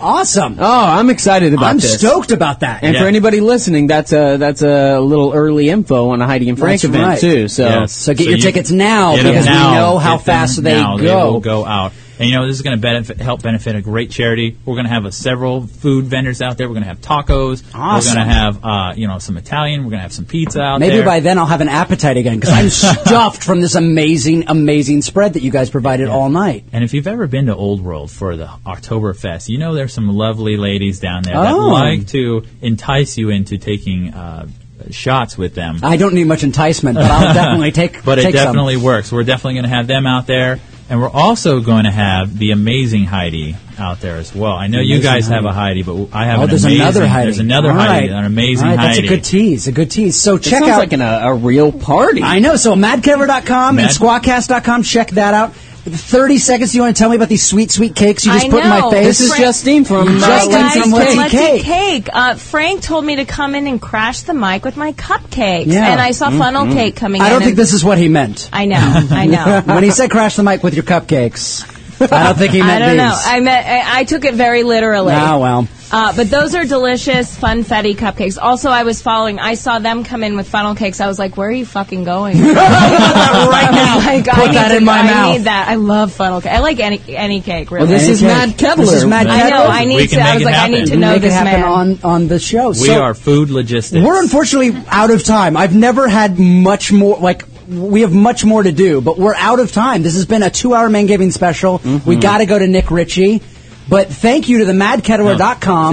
C: awesome.
A: Oh, I'm excited about
C: I'm
A: this.
C: stoked about that.
A: And for anybody listening, that's a that's a little early info on a Heidi and Frank
C: That's
A: event
C: right.
A: too. So
U: Yes.
C: So get your
U: you-
C: tickets now,
U: get 'em
C: Oh, because we
U: now.
C: know how
U: Get them
C: fast they
U: now.
C: go.
U: will go out. And you know this is going to benefit, help benefit a great charity. We're going to have a, several food vendors out there. We're going to have tacos.
C: Awesome.
U: We're going to have uh, you know some Italian. We're going to have some pizza out
C: Maybe
U: there.
C: by then I'll have an appetite again because I'm stuffed from this amazing, amazing spread that you guys provided all night.
U: and if you've ever been to Old World for the Oktoberfest, you know there's some lovely ladies down there that
C: Oh.
U: like to entice you into taking uh, shots with them.
C: I don't need much enticement, but I'll definitely take.
U: But
C: take
U: it definitely works. We're definitely going to have them out there, and we're also going to have the amazing Heidi out there as well. I know you
C: Amazing
U: guys
C: Heidi.
U: have a Heidi, but I have
C: Some. Oh,
U: an
C: there's
U: amazing,
C: another Heidi.
U: There's another
C: All
U: Heidi,
C: right.
U: an amazing
C: All right,
U: Heidi.
C: That's a good tease. A good tease. So check
A: sounds
C: out
A: like an, a, a real party.
C: I know. So madcover.com and
A: Mad-
C: squawkcast.com. Check that out. 30 seconds. You want to tell me about these sweet, sweet cakes you just
P: I
C: put in my
P: know.
C: face?
P: This is Fra- Justine Hi,
A: from,
C: Justine
P: guys,
C: from
P: from
C: Let's Eat
P: Let's
C: Cake.
P: Eat Cake. Uh, Frank told me to come in and crash the mic with my cupcakes,
C: Yeah. Mm-hmm.
P: and I saw funnel
A: Mm-hmm.
P: cake coming.
C: I
P: in
C: don't think
P: and-
C: this is what he meant.
P: I know. I know.
C: when he said crash the mic with your cupcakes, I don't think he
P: I
C: meant
P: don't
C: these.
P: know. I meant I, I took it very literally.
C: Ah, well.
P: Uh, but those are delicious funfetti cupcakes. Also, I was following. I saw them come in with funnel cakes. I was like, "Where are you fucking going?" right now, like,
C: Put
P: I need
C: that
P: to-
C: in my
P: I
C: mouth.
P: need that. I love funnel cake. I like any any cake. Really.
C: Well, this Any is cake. Mad Kettler. This is Mad
P: I know.
C: Kettler.
P: I
C: We
P: need
C: can
P: to. I
C: make
P: was
C: it
P: like, I need to
C: happen.
P: know
C: Make it
P: this
C: happen
P: man.
C: on on the show.
U: We
C: So-
U: are food logistics.
C: We're unfortunately out of time. I've never had much more, like, we have much more to do, but we're out of time. This has been a two hour man giving special.
A: Mm-hmm.
C: We got to go to Nick Ritchie. But thank you to the madkettler.com.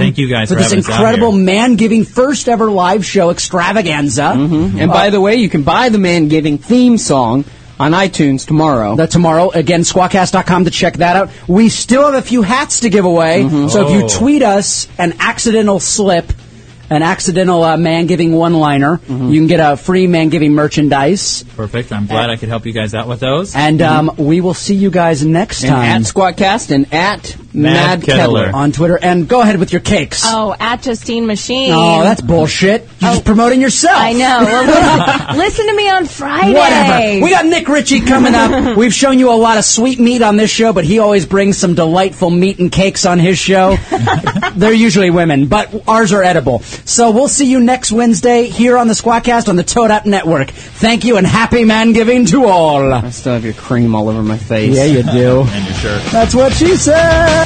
U: No, thank you guys
C: for
U: for
C: this
U: having us out
C: incredible man giving first ever live show extravaganza.
A: Mm-hmm.
C: Uh,
A: And by the way, you can buy the Man Giving theme song on iTunes tomorrow.
C: That's tomorrow. Again, squawkcast.com to check that out. We still have a few hats to give away. So if you
A: Oh.
C: tweet us an accidental slip, an accidental uh, man giving one liner, you can get a free man giving merchandise.
U: Perfect. I'm
C: Eh.
U: glad I could help you guys out with those.
C: And um, we will see you guys next
U: And
C: time.
U: at
A: Squadcast and at
U: Mad Mad Kettler. Kettler.
C: on Twitter. And go ahead with your cakes.
P: Oh, at Justine Machine.
C: Oh, that's bullshit. You're just promoting yourself.
P: I know. Well, listen, listen to me on Friday.
C: Whatever. We got Nick Ritchie coming up. We've shown you a lot of sweet meat on this show, but he always brings some delightful meat and cakes on his show. They're usually women, but ours are edible. So we'll see you next Wednesday here on the Squadcast on the Toad Up Network. Thank you and happy man giving to all. I
A: still have your cream all over my face.
C: Yeah, you do.
U: and your shirt.
C: That's what she said.